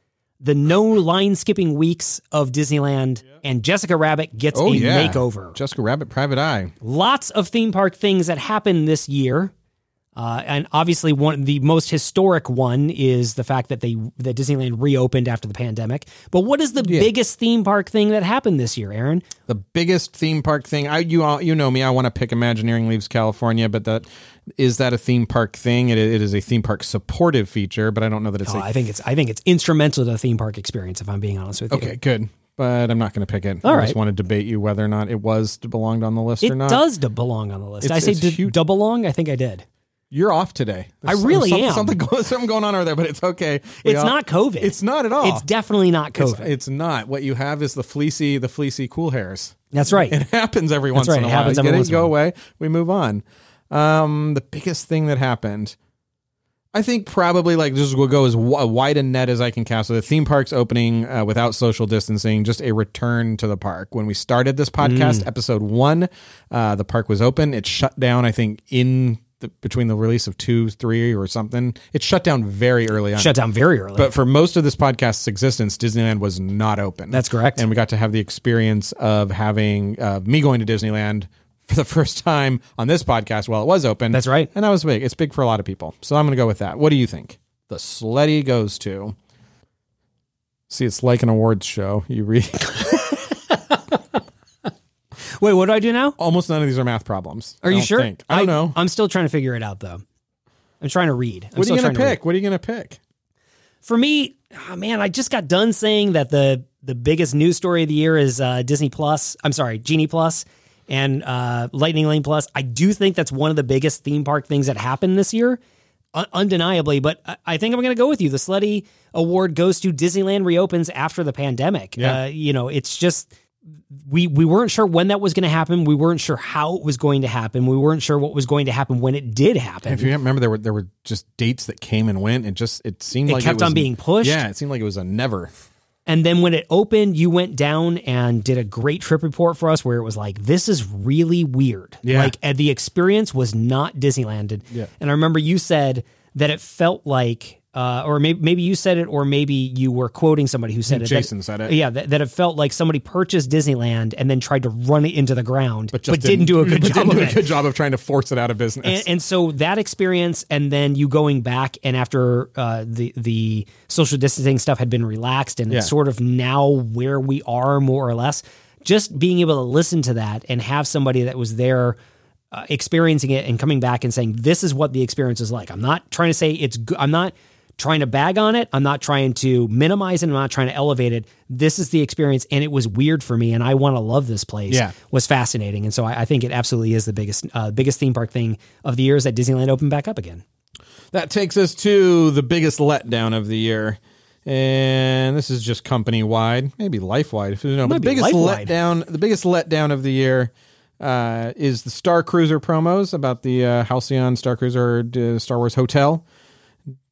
[SPEAKER 1] The no line skipping weeks of Disneyland and Jessica Rabbit gets
[SPEAKER 2] Oh
[SPEAKER 1] a
[SPEAKER 2] yeah,
[SPEAKER 1] makeover
[SPEAKER 2] Jessica Rabbit, Private Eye.
[SPEAKER 1] lots of theme park things that happened this year. Uh, and obviously, one the most historic one is the fact that they that Disneyland reopened after the pandemic. But what is the biggest theme park thing that happened this year, Aaron?
[SPEAKER 2] The biggest theme park thing. I you all you know me. I want to pick Imagineering Leaves California, but that is that a theme park thing? It, it is a theme park supportive feature, but I don't know that it's.
[SPEAKER 1] Oh,
[SPEAKER 2] a,
[SPEAKER 1] I think it's I think it's instrumental to the theme park experience. If I'm being honest with you,
[SPEAKER 2] okay, good. But I'm not going to pick it.
[SPEAKER 1] All
[SPEAKER 2] I
[SPEAKER 1] right.
[SPEAKER 2] just want to debate you whether or not it was belonged on the list
[SPEAKER 1] it
[SPEAKER 2] or not.
[SPEAKER 1] does d- belong on the list.
[SPEAKER 2] It's-
[SPEAKER 1] I say
[SPEAKER 2] it's
[SPEAKER 1] did
[SPEAKER 2] huge.
[SPEAKER 1] do belong. I think I did.
[SPEAKER 2] You're off today.
[SPEAKER 1] I really
[SPEAKER 2] some-
[SPEAKER 1] am.
[SPEAKER 2] Something, go- *laughs* something going on over there, but it's okay. We
[SPEAKER 1] It's
[SPEAKER 2] all-
[SPEAKER 1] not COVID.
[SPEAKER 2] It's not at all.
[SPEAKER 1] It's definitely not
[SPEAKER 2] It's-
[SPEAKER 1] COVID.
[SPEAKER 2] It's not. What you have is the fleecy, the fleecy cool hairs.
[SPEAKER 1] That's right.
[SPEAKER 2] *laughs* It happens every once
[SPEAKER 1] right,
[SPEAKER 2] in a
[SPEAKER 1] it
[SPEAKER 2] while.
[SPEAKER 1] happens
[SPEAKER 2] You
[SPEAKER 1] every
[SPEAKER 2] get it,
[SPEAKER 1] once in a
[SPEAKER 2] go
[SPEAKER 1] while.
[SPEAKER 2] away. We move on. Um, the biggest thing that happened, I think, probably like just will go as w- wide a net as I can cast. So the theme parks opening uh, without social distancing, just a return to the park. When we started this
[SPEAKER 1] Mm.
[SPEAKER 2] podcast, episode one, uh, the park was open. It shut down. I think in. The, between the release of two, three, or something, it shut down very early on.
[SPEAKER 1] Shut down very early.
[SPEAKER 2] But for most of this podcast's existence, Disneyland was not open.
[SPEAKER 1] That's correct.
[SPEAKER 2] And we got to have the experience of having uh, me going to Disneyland for the *laughs* first time on this podcast while it was open.
[SPEAKER 1] That's right.
[SPEAKER 2] And that was big. It's big for a lot of people. So I'm going to go with that. What do you think? The sleddy goes to. See, it's like an awards show. You read. *laughs*
[SPEAKER 1] Wait, what do I do now?
[SPEAKER 2] Almost none of these are math problems.
[SPEAKER 1] Are
[SPEAKER 2] I
[SPEAKER 1] you
[SPEAKER 2] don't
[SPEAKER 1] sure?
[SPEAKER 2] think. I don't know.
[SPEAKER 1] I'm still trying to figure it out though. I'm trying to read. I'm
[SPEAKER 2] what are
[SPEAKER 1] still
[SPEAKER 2] you
[SPEAKER 1] trying
[SPEAKER 2] going to
[SPEAKER 1] read.
[SPEAKER 2] pick? What are you going to pick?
[SPEAKER 1] for me, oh man, I just got done saying that the the biggest news story of the year is uh, Disney Plus. I'm sorry, Genie Plus and uh, Lightning Lane Plus. I do think that's one of the biggest theme park things that happened this year, un- undeniably. But I, I think I'm going to go with you. The Sleddy Award goes to Disneyland reopens after the pandemic.
[SPEAKER 2] Yeah.
[SPEAKER 1] Uh, you know, it's just we we weren't sure when that was going to happen. We weren't sure how it was going to happen. We weren't sure what was going to happen when it did happen.
[SPEAKER 2] If you remember, there were there were just dates that came and went, and just it seemed
[SPEAKER 1] It
[SPEAKER 2] like
[SPEAKER 1] kept
[SPEAKER 2] was-
[SPEAKER 1] on being pushed.
[SPEAKER 2] Yeah, it seemed like it was a never.
[SPEAKER 1] And then when it opened, you went down and did a great trip report for us where it was like, this is really weird.
[SPEAKER 2] Yeah.
[SPEAKER 1] Like, and the experience was not Disneyland.
[SPEAKER 2] Yeah.
[SPEAKER 1] And I remember you said that it felt like, uh, or maybe, maybe you said it, or maybe you were quoting somebody who said it. that-
[SPEAKER 2] Jason said it.
[SPEAKER 1] Yeah, that, that it felt like somebody purchased Disneyland and then tried to run it into the ground, but,
[SPEAKER 2] just
[SPEAKER 1] didn't, do a good
[SPEAKER 2] *laughs* but
[SPEAKER 1] job
[SPEAKER 2] Didn't
[SPEAKER 1] of
[SPEAKER 2] do
[SPEAKER 1] it
[SPEAKER 2] a good job of trying to force it out of business.
[SPEAKER 1] and, and so that experience, and then you going back, and after uh, the the social distancing stuff had been relaxed, and it's
[SPEAKER 2] Yeah.
[SPEAKER 1] sort of now where we are more or less. Just being able to listen to that and have somebody that was there uh, experiencing it and coming back and saying, "This is what the experience is like." I'm not trying to say it's. Go- I'm not trying to bag on it. I'm not trying to minimize it. I'm not trying to elevate it. This is the experience, and it was weird for me, and I want to love this place
[SPEAKER 2] Yeah.
[SPEAKER 1] was fascinating, and so I, I think it absolutely is the biggest uh, biggest theme park thing of the year is that Disneyland opened back up again.
[SPEAKER 2] that takes us to the biggest letdown of the year. And this is just company wide, maybe life wide. No, but the
[SPEAKER 1] Might be
[SPEAKER 2] biggest
[SPEAKER 1] life-wide.
[SPEAKER 2] letdown, the biggest letdown of the year uh, is the Star Cruiser promos about the uh, Halcyon Star Cruiser uh, Star Wars Hotel.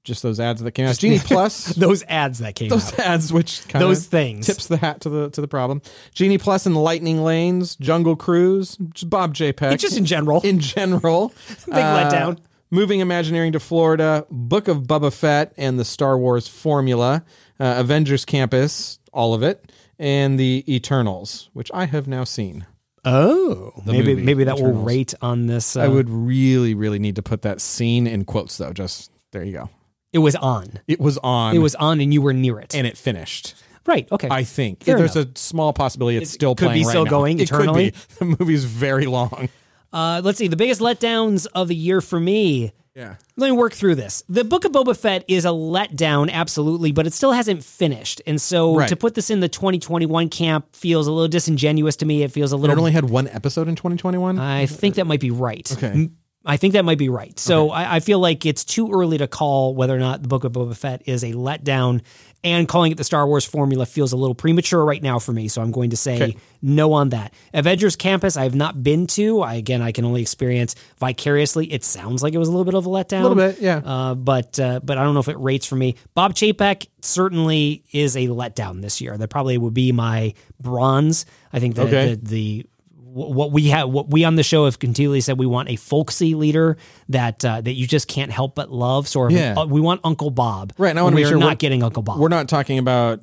[SPEAKER 2] Just those ads that came out.
[SPEAKER 1] *laughs*
[SPEAKER 2] Genie Plus.
[SPEAKER 1] Those ads that came
[SPEAKER 2] those
[SPEAKER 1] out.
[SPEAKER 2] ads which kind
[SPEAKER 1] Those things.
[SPEAKER 2] tips the hat to the to the problem genie plus and lightning lanes jungle cruise just bob j Peck. *laughs*
[SPEAKER 1] Just in general.
[SPEAKER 2] in general Uh,
[SPEAKER 1] Big letdown.
[SPEAKER 2] Moving Imagineering to Florida, Book of Bubba Fett and the Star Wars formula, uh, Avengers Campus, all of it, and the Eternals, which I have now seen.
[SPEAKER 1] Oh, maybe
[SPEAKER 2] movie,
[SPEAKER 1] maybe that will
[SPEAKER 2] Eternals.
[SPEAKER 1] rate on this. Uh,
[SPEAKER 2] I would really, really need to put that scene in quotes, though. Just there you go.
[SPEAKER 1] It was on.
[SPEAKER 2] It was on.
[SPEAKER 1] It was on, and you were near it.
[SPEAKER 2] and it finished.
[SPEAKER 1] right. Okay.
[SPEAKER 2] I think
[SPEAKER 1] Fair
[SPEAKER 2] there's a small possibility it's still
[SPEAKER 1] could be
[SPEAKER 2] playing right
[SPEAKER 1] still
[SPEAKER 2] now.
[SPEAKER 1] going
[SPEAKER 2] It could
[SPEAKER 1] eternally.
[SPEAKER 2] be. *laughs* The movie's very long.
[SPEAKER 1] Uh, let's see. The biggest letdowns of the year for me.
[SPEAKER 2] Yeah.
[SPEAKER 1] Let me work through this. The Book of Boba Fett is a letdown, absolutely, but it still hasn't finished. And so
[SPEAKER 2] Right.
[SPEAKER 1] to put this in the 2021 camp feels a little disingenuous to me. It feels a
[SPEAKER 2] It
[SPEAKER 1] little.
[SPEAKER 2] only had one episode in 2021.
[SPEAKER 1] I think that might be right.
[SPEAKER 2] Mm-hmm. Okay.
[SPEAKER 1] M- I think that might be right. So I, I feel like it's too early to call whether or not the Book of Boba Fett is a letdown, and calling it the Star Wars formula feels a little premature right now for me. So I'm going to say
[SPEAKER 2] Okay.
[SPEAKER 1] no on that. Avengers Campus, I have not been to. I, again, I can only experience vicariously. It sounds like it was a little bit of a letdown, a
[SPEAKER 2] Little bit, yeah.
[SPEAKER 1] Uh, but uh, but I don't know if it rates for me. Bob Chapek certainly is a letdown this year. That probably would be my bronze. I think that
[SPEAKER 2] Okay.
[SPEAKER 1] the, the wh- what we have, what we on the show have continually said, we want a folksy leader that uh, that you just can't help but love. Sort of,
[SPEAKER 2] Yeah.
[SPEAKER 1] uh, we want Uncle Bob.
[SPEAKER 2] Right, and I
[SPEAKER 1] and
[SPEAKER 2] wanna
[SPEAKER 1] we
[SPEAKER 2] make
[SPEAKER 1] are
[SPEAKER 2] sure we're-
[SPEAKER 1] not getting Uncle Bob.
[SPEAKER 2] We're not talking about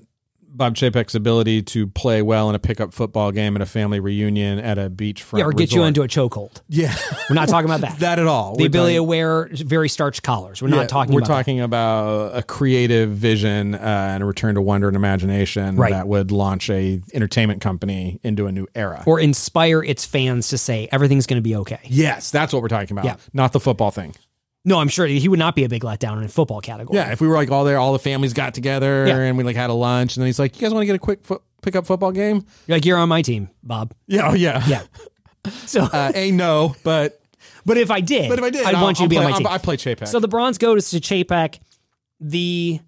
[SPEAKER 2] Bob Chapek's ability to play well in a pickup football game at a family reunion at a beachfront.
[SPEAKER 1] Yeah, or get you
[SPEAKER 2] resort.
[SPEAKER 1] into a chokehold.
[SPEAKER 2] yeah,
[SPEAKER 1] We're not talking about that.
[SPEAKER 2] *laughs* that at all.
[SPEAKER 1] the
[SPEAKER 2] We're
[SPEAKER 1] ability
[SPEAKER 2] talking-
[SPEAKER 1] to wear very starched collars. We're
[SPEAKER 2] Yeah,
[SPEAKER 1] not talking.
[SPEAKER 2] We're
[SPEAKER 1] about that.
[SPEAKER 2] talking about a creative vision uh, and a return to wonder and imagination
[SPEAKER 1] Right.
[SPEAKER 2] that would launch a entertainment company into a new era.
[SPEAKER 1] or inspire its fans to say everything's going to be okay.
[SPEAKER 2] yes, that's what we're talking about.
[SPEAKER 1] Yeah.
[SPEAKER 2] Not the football thing.
[SPEAKER 1] No, I'm sure he would not be a big letdown in the football category.
[SPEAKER 2] Yeah, if we were like all there, all the families got together
[SPEAKER 1] Yeah.
[SPEAKER 2] and we like had a lunch, and then he's like, "You guys want to get a quick fo- pickup football game?"
[SPEAKER 1] You're like you're on my team, Bob.
[SPEAKER 2] Yeah, oh, yeah,
[SPEAKER 1] Yeah. So,
[SPEAKER 2] *laughs* Uh, a no, but
[SPEAKER 1] but if I did,
[SPEAKER 2] but if I did,
[SPEAKER 1] I'd
[SPEAKER 2] I'll-
[SPEAKER 1] want you to be
[SPEAKER 2] I'll
[SPEAKER 1] on my
[SPEAKER 2] play-
[SPEAKER 1] team.
[SPEAKER 2] I'll- I play Chapek.
[SPEAKER 1] so the bronze goes to Chapek. The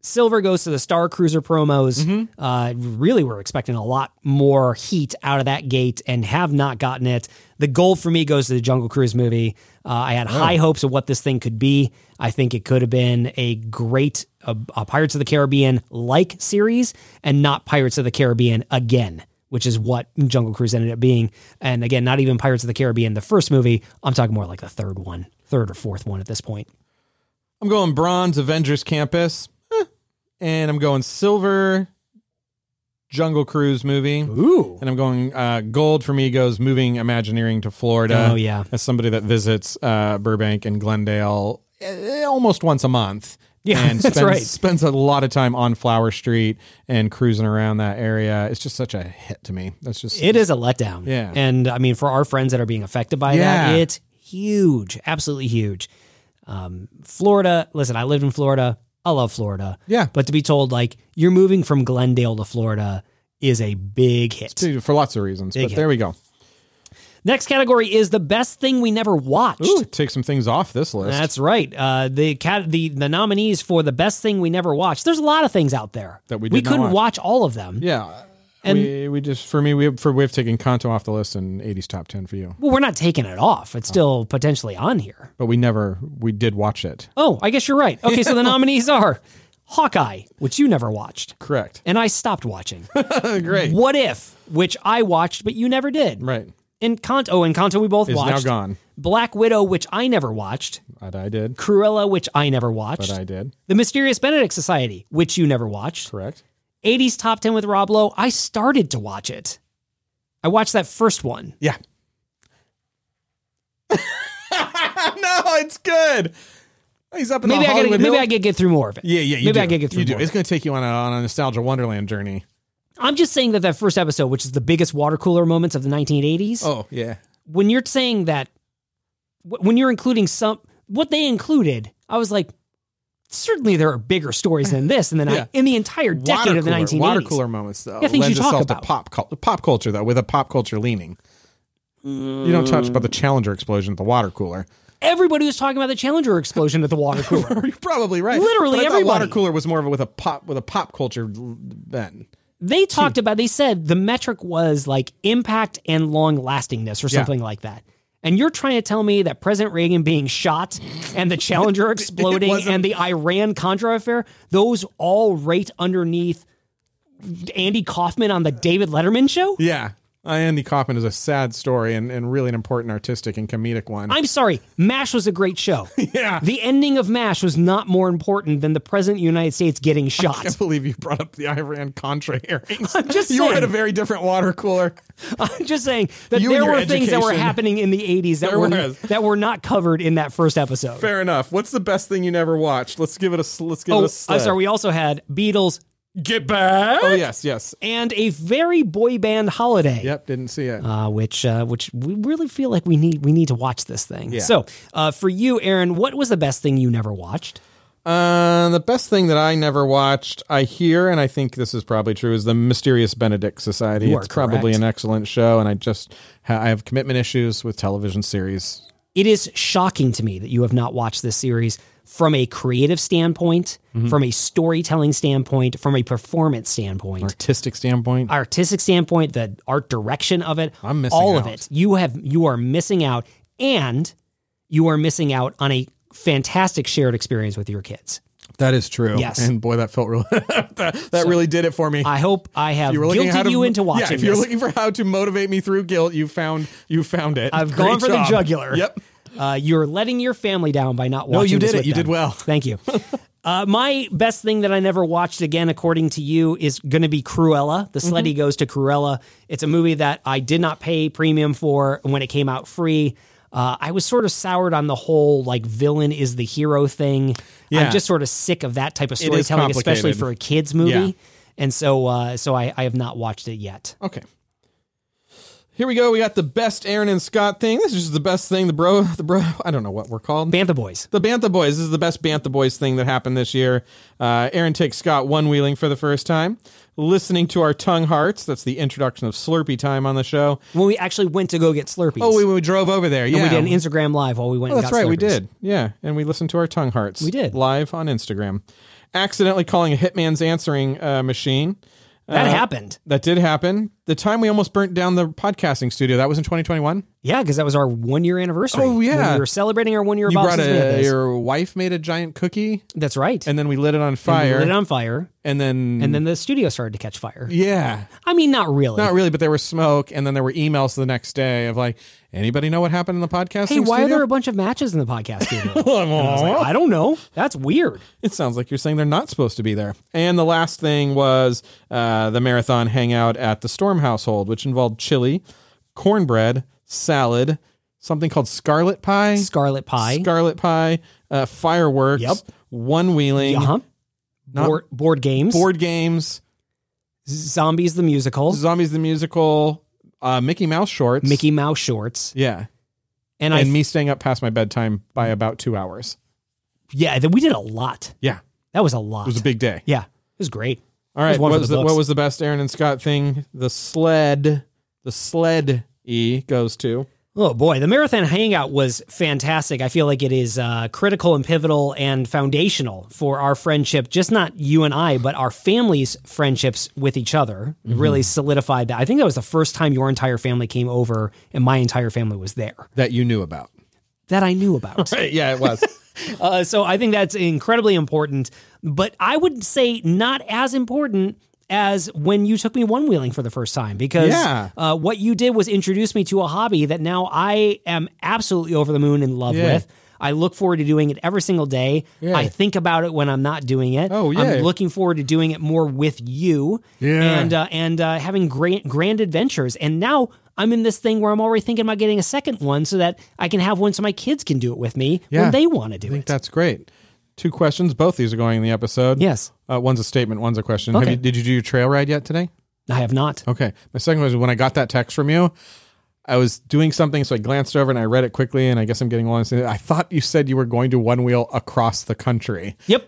[SPEAKER 1] silver goes to the Star Cruiser promos. Uh, really, we're expecting a lot more heat out of that gate and have not gotten it. The gold for me goes to the Jungle Cruise movie. Uh, I had high hopes of what this thing could be. I think it could have been a great uh, uh, Pirates of the Caribbean like series and not Pirates of the Caribbean again. Which is what Jungle Cruise ended up being. And again, not even Pirates of the Caribbean, the first movie. I'm talking more like the third one, third or fourth one at this point.
[SPEAKER 2] I'm going bronze Avengers Campus, Eh. and I'm going silver Jungle Cruise movie,
[SPEAKER 1] Ooh.
[SPEAKER 2] and I'm going uh, gold for me goes Moving Imagineering to Florida.
[SPEAKER 1] Oh, yeah.
[SPEAKER 2] as somebody that visits uh, Burbank and Glendale eh, almost once a month.
[SPEAKER 1] Yeah, *laughs*
[SPEAKER 2] and
[SPEAKER 1] that's
[SPEAKER 2] spends,
[SPEAKER 1] right.
[SPEAKER 2] Spends a lot of time on Flower Street and cruising around that area. It's just such a hit to me. That's just
[SPEAKER 1] It is a letdown.
[SPEAKER 2] Yeah.
[SPEAKER 1] And I mean, for our friends that are being affected by
[SPEAKER 2] Yeah.
[SPEAKER 1] that, it's huge, absolutely huge. Um, Florida, listen, I lived in Florida. I love Florida.
[SPEAKER 2] Yeah.
[SPEAKER 1] But to be told, like, you're moving from Glendale to Florida is a big hit.
[SPEAKER 2] for lots of reasons.
[SPEAKER 1] Big
[SPEAKER 2] but
[SPEAKER 1] hit.
[SPEAKER 2] there we go.
[SPEAKER 1] Next category is the best thing we never watched.
[SPEAKER 2] Ooh, take some things off this list.
[SPEAKER 1] That's right. Uh, the cat, the the nominees for the best thing we never watched. There's a lot of things out there
[SPEAKER 2] That we
[SPEAKER 1] we
[SPEAKER 2] did not
[SPEAKER 1] couldn't watch.
[SPEAKER 2] watch.
[SPEAKER 1] all of them.
[SPEAKER 2] yeah.
[SPEAKER 1] And-
[SPEAKER 2] we, we just for me we for we've taken Kanto off the list and 80s top 10 for you.
[SPEAKER 1] Well, we're not taking it off.
[SPEAKER 2] Oh.
[SPEAKER 1] It's still potentially on here.
[SPEAKER 2] But we never we did watch it.
[SPEAKER 1] Oh, I guess you're right. Okay,
[SPEAKER 2] *laughs*
[SPEAKER 1] so the nominees are Hawkeye, which you never watched,
[SPEAKER 2] Correct.
[SPEAKER 1] and I stopped watching.
[SPEAKER 2] *laughs* Great.
[SPEAKER 1] what If, which I watched but you never did.
[SPEAKER 2] Right.
[SPEAKER 1] And Kanto, oh, and Kanto we both
[SPEAKER 2] Is now
[SPEAKER 1] watched.
[SPEAKER 2] gone.
[SPEAKER 1] Black Widow, which I never watched.
[SPEAKER 2] But I did.
[SPEAKER 1] Cruella, which I never watched.
[SPEAKER 2] But I did.
[SPEAKER 1] the Mysterious Benedict Society, which you never watched.
[SPEAKER 2] Correct.
[SPEAKER 1] 80s Top 10 with Rob Lowe, I started to watch it. I watched that first one.
[SPEAKER 2] Yeah. *laughs* no, it's good. He's up in
[SPEAKER 1] Maybe
[SPEAKER 2] the
[SPEAKER 1] I,
[SPEAKER 2] Hollywood
[SPEAKER 1] could, maybe
[SPEAKER 2] Hill.
[SPEAKER 1] I could get through more of it.
[SPEAKER 2] Yeah, yeah, you
[SPEAKER 1] maybe
[SPEAKER 2] do.
[SPEAKER 1] I could get through
[SPEAKER 2] You do.
[SPEAKER 1] more.
[SPEAKER 2] It's going to take you on a, on a nostalgia wonderland journey.
[SPEAKER 1] I'm just saying that that first episode, which is the biggest water cooler moments of the 1980s.
[SPEAKER 2] Oh yeah,
[SPEAKER 1] when you're saying that wh- when you're including some what they included i was like certainly there are bigger stories than this and then
[SPEAKER 2] Yeah.
[SPEAKER 1] I, in the entire decade
[SPEAKER 2] water
[SPEAKER 1] of the
[SPEAKER 2] cooler,
[SPEAKER 1] 1980s
[SPEAKER 2] water cooler moments though.
[SPEAKER 1] Yeah, things
[SPEAKER 2] lends
[SPEAKER 1] you talk
[SPEAKER 2] itself
[SPEAKER 1] about.
[SPEAKER 2] to pop cul- pop culture though, with a pop culture leaning. You don't touch about the Challenger explosion at the water cooler.
[SPEAKER 1] everybody was talking about the challenger explosion at the
[SPEAKER 2] *laughs*
[SPEAKER 1] water cooler
[SPEAKER 2] You're probably right.
[SPEAKER 1] Literally
[SPEAKER 2] but I thought
[SPEAKER 1] everybody.
[SPEAKER 2] water cooler was more of a, with a pop with a pop culture l- then.
[SPEAKER 1] they talked about they said the metric was like impact and long lastingness or
[SPEAKER 2] Yeah.
[SPEAKER 1] something like that and you're trying to tell me that President Reagan being shot and the
[SPEAKER 2] *laughs*
[SPEAKER 1] Challenger exploding
[SPEAKER 2] wasn't-
[SPEAKER 1] and the Iran Contra affair, those all rate underneath Andy Kaufman on the David Letterman show?
[SPEAKER 2] Yeah, Uh, Andy Kaufman is a sad story and, and really an important artistic and comedic one.
[SPEAKER 1] I'm sorry, MASH was a great show.
[SPEAKER 2] *laughs* Yeah.
[SPEAKER 1] The ending of MASH was not more important than the president of the United States
[SPEAKER 2] *laughs*
[SPEAKER 1] getting
[SPEAKER 2] I
[SPEAKER 1] shot.
[SPEAKER 2] can't believe you brought up the Iran Contra hearings.
[SPEAKER 1] I'm just
[SPEAKER 2] you were
[SPEAKER 1] saying.
[SPEAKER 2] at a very different water cooler.
[SPEAKER 1] *laughs* I'm just saying that
[SPEAKER 2] You and
[SPEAKER 1] there
[SPEAKER 2] your
[SPEAKER 1] were things that were
[SPEAKER 2] education.
[SPEAKER 1] happening in the 80s that
[SPEAKER 2] There
[SPEAKER 1] were
[SPEAKER 2] was.
[SPEAKER 1] that were not covered in that first episode.
[SPEAKER 2] Fair enough. What's the best thing you never watched? Let's give it a s- let's give
[SPEAKER 1] Oh,
[SPEAKER 2] it
[SPEAKER 1] I'm
[SPEAKER 2] a sled.
[SPEAKER 1] sorry. We also had Beatles, Get Back,
[SPEAKER 2] oh yes, yes.
[SPEAKER 1] and a very boy band holiday.
[SPEAKER 2] Yep, didn't see it.
[SPEAKER 1] uh, which uh, which we really feel like we need we need to watch this thing. So uh, for you, Aaron, what was the best thing you never watched?
[SPEAKER 2] Uh, the best thing that I never watched, I hear, and I think this is probably true, is the Mysterious Benedict Society.
[SPEAKER 1] You are
[SPEAKER 2] It's probably
[SPEAKER 1] correct.
[SPEAKER 2] an excellent show, and I just ha- I have commitment issues with television series.
[SPEAKER 1] It is shocking to me that you have not watched this series from a creative standpoint,
[SPEAKER 2] Mm-hmm.
[SPEAKER 1] from a storytelling standpoint, from a performance standpoint,
[SPEAKER 2] Artistic standpoint,
[SPEAKER 1] artistic standpoint, the art direction of it.
[SPEAKER 2] I'm missing
[SPEAKER 1] all of
[SPEAKER 2] out.
[SPEAKER 1] it. You have you are missing out, and you are missing out on a fantastic shared experience with your kids.
[SPEAKER 2] that is true.
[SPEAKER 1] Yes.
[SPEAKER 2] and boy, that felt real. *laughs* that that really did it for me.
[SPEAKER 1] I hope I have
[SPEAKER 2] If you were looking
[SPEAKER 1] guilted
[SPEAKER 2] how to-
[SPEAKER 1] you into watching.
[SPEAKER 2] Yeah, if you're
[SPEAKER 1] this.
[SPEAKER 2] looking for how to motivate me through guilt, you found you found it.
[SPEAKER 1] I've
[SPEAKER 2] Great
[SPEAKER 1] gone for
[SPEAKER 2] job.
[SPEAKER 1] the jugular.
[SPEAKER 2] Yep.
[SPEAKER 1] Uh, you're letting your family down by not watching.
[SPEAKER 2] you
[SPEAKER 1] this
[SPEAKER 2] did it.
[SPEAKER 1] with
[SPEAKER 2] You did
[SPEAKER 1] them.
[SPEAKER 2] well.
[SPEAKER 1] Thank
[SPEAKER 2] *laughs*
[SPEAKER 1] you. Uh, my best thing that I never watched again, according to you, is going to be Cruella. The
[SPEAKER 2] Mm-hmm.
[SPEAKER 1] Sleddy goes to Cruella. It's a movie that I did not pay premium for when it came out free. Uh, I was sort of soured on the whole like villain is the hero thing.
[SPEAKER 2] Yeah.
[SPEAKER 1] I'm just sort of sick of that type of
[SPEAKER 2] is
[SPEAKER 1] storytelling, especially
[SPEAKER 2] complicated.
[SPEAKER 1] for a kids movie.
[SPEAKER 2] Yeah.
[SPEAKER 1] And so, uh, so I, I have not watched it yet.
[SPEAKER 2] Okay. Here we go. We got the best Aaron and Scott thing. This is just the best thing. The bro, the bro. I don't know what we're called.
[SPEAKER 1] Bantha Boys.
[SPEAKER 2] the Bantha Boys. This is the best Bantha Boys thing that happened this year. Uh, Aaron takes Scott one wheeling for the first time. Listening to our tongue hearts. That's the introduction of Slurpee time on the show.
[SPEAKER 1] When we actually went to go get Slurpees.
[SPEAKER 2] Oh, we, we drove over there. Yeah,
[SPEAKER 1] We did an Instagram live while we went.
[SPEAKER 2] Oh,
[SPEAKER 1] and
[SPEAKER 2] that's
[SPEAKER 1] got
[SPEAKER 2] right, we
[SPEAKER 1] Slurpees.
[SPEAKER 2] did. Yeah, and we listened to our tongue hearts. We
[SPEAKER 1] did.
[SPEAKER 2] live on Instagram. Accidentally calling a hitman's answering uh, machine.
[SPEAKER 1] That
[SPEAKER 2] Uh,
[SPEAKER 1] happened.
[SPEAKER 2] That did happen. The time we almost burnt down the podcasting studio. That was in 2021.
[SPEAKER 1] Yeah, because that was our one year anniversary.
[SPEAKER 2] Oh, yeah.
[SPEAKER 1] When we were celebrating our one year.
[SPEAKER 2] You brought
[SPEAKER 1] Your,
[SPEAKER 2] a, your wife made a giant cookie,
[SPEAKER 1] that's right.
[SPEAKER 2] and then we lit it on
[SPEAKER 1] We
[SPEAKER 2] fire,
[SPEAKER 1] lit it on fire,
[SPEAKER 2] and then
[SPEAKER 1] and then the studio started to catch fire.
[SPEAKER 2] yeah,
[SPEAKER 1] I mean, not really.
[SPEAKER 2] not really, but there was smoke, and then there were emails the next day of like, anybody know what happened in the podcasting?
[SPEAKER 1] hey, why are
[SPEAKER 2] studio?
[SPEAKER 1] there a bunch of matches in the podcast
[SPEAKER 2] *laughs*
[SPEAKER 1] studio? And I, was like, I don't know. That's weird.
[SPEAKER 2] It sounds like you're saying they're not supposed to be there. And the last thing was uh, the marathon hangout at the Storm household, which involved chili, cornbread, salad, something called scarlet pie,
[SPEAKER 1] Scarlet Pie.
[SPEAKER 2] scarlet pie, uh, fireworks,
[SPEAKER 1] Yep.
[SPEAKER 2] one wheeling,
[SPEAKER 1] uh-huh. Board, board games.
[SPEAKER 2] board games,
[SPEAKER 1] Zombies the musical.
[SPEAKER 2] zombies the musical, uh, Mickey Mouse shorts,
[SPEAKER 1] Mickey Mouse shorts.
[SPEAKER 2] yeah,
[SPEAKER 1] And, I
[SPEAKER 2] and me staying up past my bedtime by about two hours.
[SPEAKER 1] yeah, th- we did a lot.
[SPEAKER 2] Yeah,
[SPEAKER 1] That was a lot.
[SPEAKER 2] it was a big day.
[SPEAKER 1] Yeah. It was great.
[SPEAKER 2] All right.
[SPEAKER 1] There's one
[SPEAKER 2] what
[SPEAKER 1] for
[SPEAKER 2] was
[SPEAKER 1] the
[SPEAKER 2] the,
[SPEAKER 1] books.
[SPEAKER 2] what was the best Aaron and Scott thing? The sled. The sled E goes to.
[SPEAKER 1] Oh boy, the marathon hangout was fantastic. I feel like it is uh, critical and pivotal and foundational for our friendship, just not you and I, but our families' friendships with each other. Really solidified that. I think that was the first time your entire family came over and my entire family was there
[SPEAKER 2] That you knew about.
[SPEAKER 1] that I knew about.
[SPEAKER 2] yeah,
[SPEAKER 1] *laughs*
[SPEAKER 2] it was.
[SPEAKER 1] Uh, so I think that's incredibly important, but I would say not as important as when you took me one wheeling for the first time because
[SPEAKER 2] Yeah.
[SPEAKER 1] uh, what you did was introduce me to a hobby that now I am absolutely over the moon in love
[SPEAKER 2] Yeah.
[SPEAKER 1] with. I look forward to doing it every single day.
[SPEAKER 2] Yeah.
[SPEAKER 1] I think about it when I'm not doing it.
[SPEAKER 2] Oh, yeah.
[SPEAKER 1] I'm looking forward to doing it more with you.
[SPEAKER 2] Yeah.
[SPEAKER 1] and uh, and uh, having grand grand adventures. And now I'm in this thing where I'm already thinking about getting a second one so that I can have one so my kids can do it with me
[SPEAKER 2] Yeah.
[SPEAKER 1] when they want to do it.
[SPEAKER 2] That's great. Two questions. Both these are going in the episode.
[SPEAKER 1] Yes.
[SPEAKER 2] Uh, one's a statement. One's a question.
[SPEAKER 1] Okay.
[SPEAKER 2] Have you, did you do your trail ride yet today?
[SPEAKER 1] I have not.
[SPEAKER 2] *laughs* Okay. My second question: When I got that text from you, I was doing something, so I glanced over and I read it quickly. And I guess I'm getting along. I thought you said you were going to one wheel across the country.
[SPEAKER 1] Yep.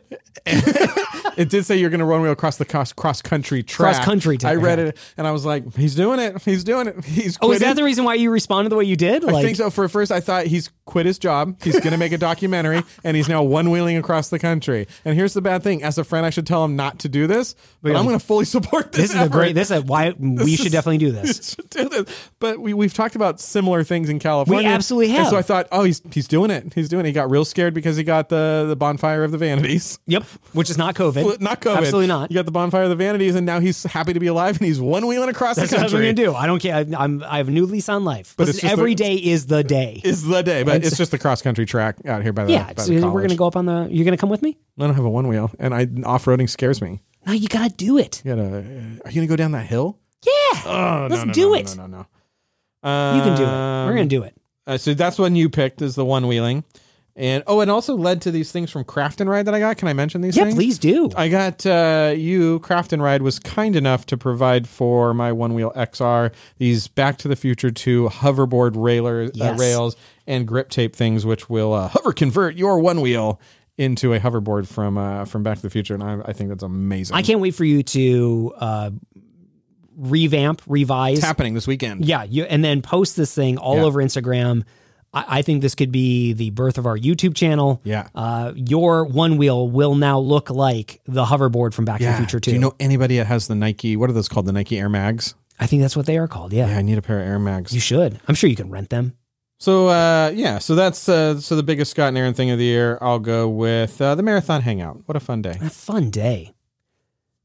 [SPEAKER 2] It did say you're going to run wheel across the cross cross country track.
[SPEAKER 1] Cross-country track,
[SPEAKER 2] I read
[SPEAKER 1] yeah.
[SPEAKER 2] it and I was like, he's doing it. He's doing it. He's.
[SPEAKER 1] Oh, is
[SPEAKER 2] quitting."
[SPEAKER 1] that the reason why you responded the way you did? Like,
[SPEAKER 2] I think so. For first, I thought he's quit his job. He's going to make a
[SPEAKER 1] *laughs*
[SPEAKER 2] documentary, and he's now one wheeling across the country. And here's the bad thing: as a friend, I should tell him not to do this, but I'm going to fully support this.
[SPEAKER 1] this is a great. This is why we
[SPEAKER 2] *laughs* This
[SPEAKER 1] should
[SPEAKER 2] is-
[SPEAKER 1] definitely do
[SPEAKER 2] *laughs*
[SPEAKER 1] this.
[SPEAKER 2] should do this. But we we've talked about similar things in California.
[SPEAKER 1] We absolutely
[SPEAKER 2] And
[SPEAKER 1] have.
[SPEAKER 2] so I thought, oh, he's he's doing it. He's doing it. He got real scared because he got the the bonfire of the vanities.
[SPEAKER 1] Yep. Which is not COVID.
[SPEAKER 2] Absolute- not COVID.
[SPEAKER 1] Absolutely not.
[SPEAKER 2] You got the bonfire of the vanities, and now he's happy to be alive, and he's one wheeling across
[SPEAKER 1] That's
[SPEAKER 2] the
[SPEAKER 1] what I'm
[SPEAKER 2] country.
[SPEAKER 1] going to do. I don't care. I, I'm, I have a new lease on life. But
[SPEAKER 2] it's
[SPEAKER 1] Listen,
[SPEAKER 2] just
[SPEAKER 1] every
[SPEAKER 2] the-
[SPEAKER 1] day is the day.
[SPEAKER 2] Is the day, but
[SPEAKER 1] It's-
[SPEAKER 2] it's just the cross country track out here by the
[SPEAKER 1] yeah,
[SPEAKER 2] by
[SPEAKER 1] it's-
[SPEAKER 2] the
[SPEAKER 1] we're going to
[SPEAKER 2] college.
[SPEAKER 1] go up on the. You're going to come with me?
[SPEAKER 2] I don't have a one wheel, and I off roading scares me.
[SPEAKER 1] No, you got to do it.
[SPEAKER 2] You gotta, uh, are you gonna go down that hill?
[SPEAKER 1] Yeah,
[SPEAKER 2] Oh,
[SPEAKER 1] Let's
[SPEAKER 2] no, no,
[SPEAKER 1] do
[SPEAKER 2] no,
[SPEAKER 1] it.
[SPEAKER 2] No, no, no. Uh,
[SPEAKER 1] you can do it. We're going to do it.
[SPEAKER 2] Uh, so that's one you picked is the one wheeling, and oh, it also led to these things from Craft and Ride that I got. Can I mention these?
[SPEAKER 1] Yeah,
[SPEAKER 2] things?
[SPEAKER 1] please do.
[SPEAKER 2] I got uh, you. Craft and Ride was kind enough to provide for my one wheel XR these Back to the Future two hoverboard railers,
[SPEAKER 1] Yes.
[SPEAKER 2] uh, rails, and grip tape things, which will uh, hover convert your one wheel into a hoverboard from uh, from Back to the Future, and I, I think that's amazing.
[SPEAKER 1] I can't wait for you to uh, revamp, revise.
[SPEAKER 2] It's happening this weekend.
[SPEAKER 1] Yeah, you and then post this thing all
[SPEAKER 2] Yeah.
[SPEAKER 1] over Instagram. I, I think this could be the birth of our YouTube channel.
[SPEAKER 2] Yeah.
[SPEAKER 1] uh, your one wheel will now look like the hoverboard from Back to the Future Two.
[SPEAKER 2] Do you know anybody that has the Nike? What are those called? The Nike Air Mags.
[SPEAKER 1] I think that's what they are called. Yeah,
[SPEAKER 2] Yeah, I need a pair of Air Mags.
[SPEAKER 1] you should. I'm sure you can rent them.
[SPEAKER 2] So uh, yeah, so that's uh, so the biggest Scott and Aaron thing of the year. I'll go with uh, the marathon hangout. What a fun day!
[SPEAKER 1] A fun day.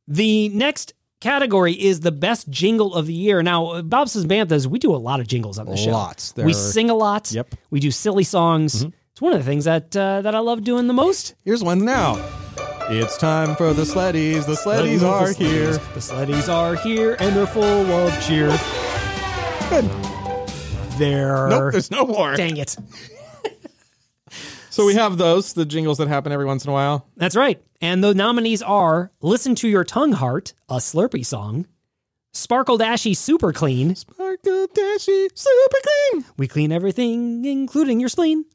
[SPEAKER 1] The next category is the best jingle of the year. Now, uh, Bob's Banthas, we do a lot of jingles on the show.
[SPEAKER 2] Lots. There
[SPEAKER 1] We
[SPEAKER 2] are-
[SPEAKER 1] sing a lot.
[SPEAKER 2] Yep. Mm-hmm.
[SPEAKER 1] We do silly songs. It's one of the things that uh, that I love doing the most.
[SPEAKER 2] Here's one now. It's time for the sleddies. The sleddies are here.
[SPEAKER 1] The sleddies are here, and they're full of cheer. They're
[SPEAKER 2] Nope, there's no more.
[SPEAKER 1] dang it.
[SPEAKER 2] So we have those, the jingles that happen every once in a while.
[SPEAKER 1] That's right. And the nominees are "Listen to Your Tongue Heart," a Slurpee song, "Sparkle Dashy Super Clean,"
[SPEAKER 2] Sparkle Dashy, super clean.
[SPEAKER 1] We clean everything, including your spleen.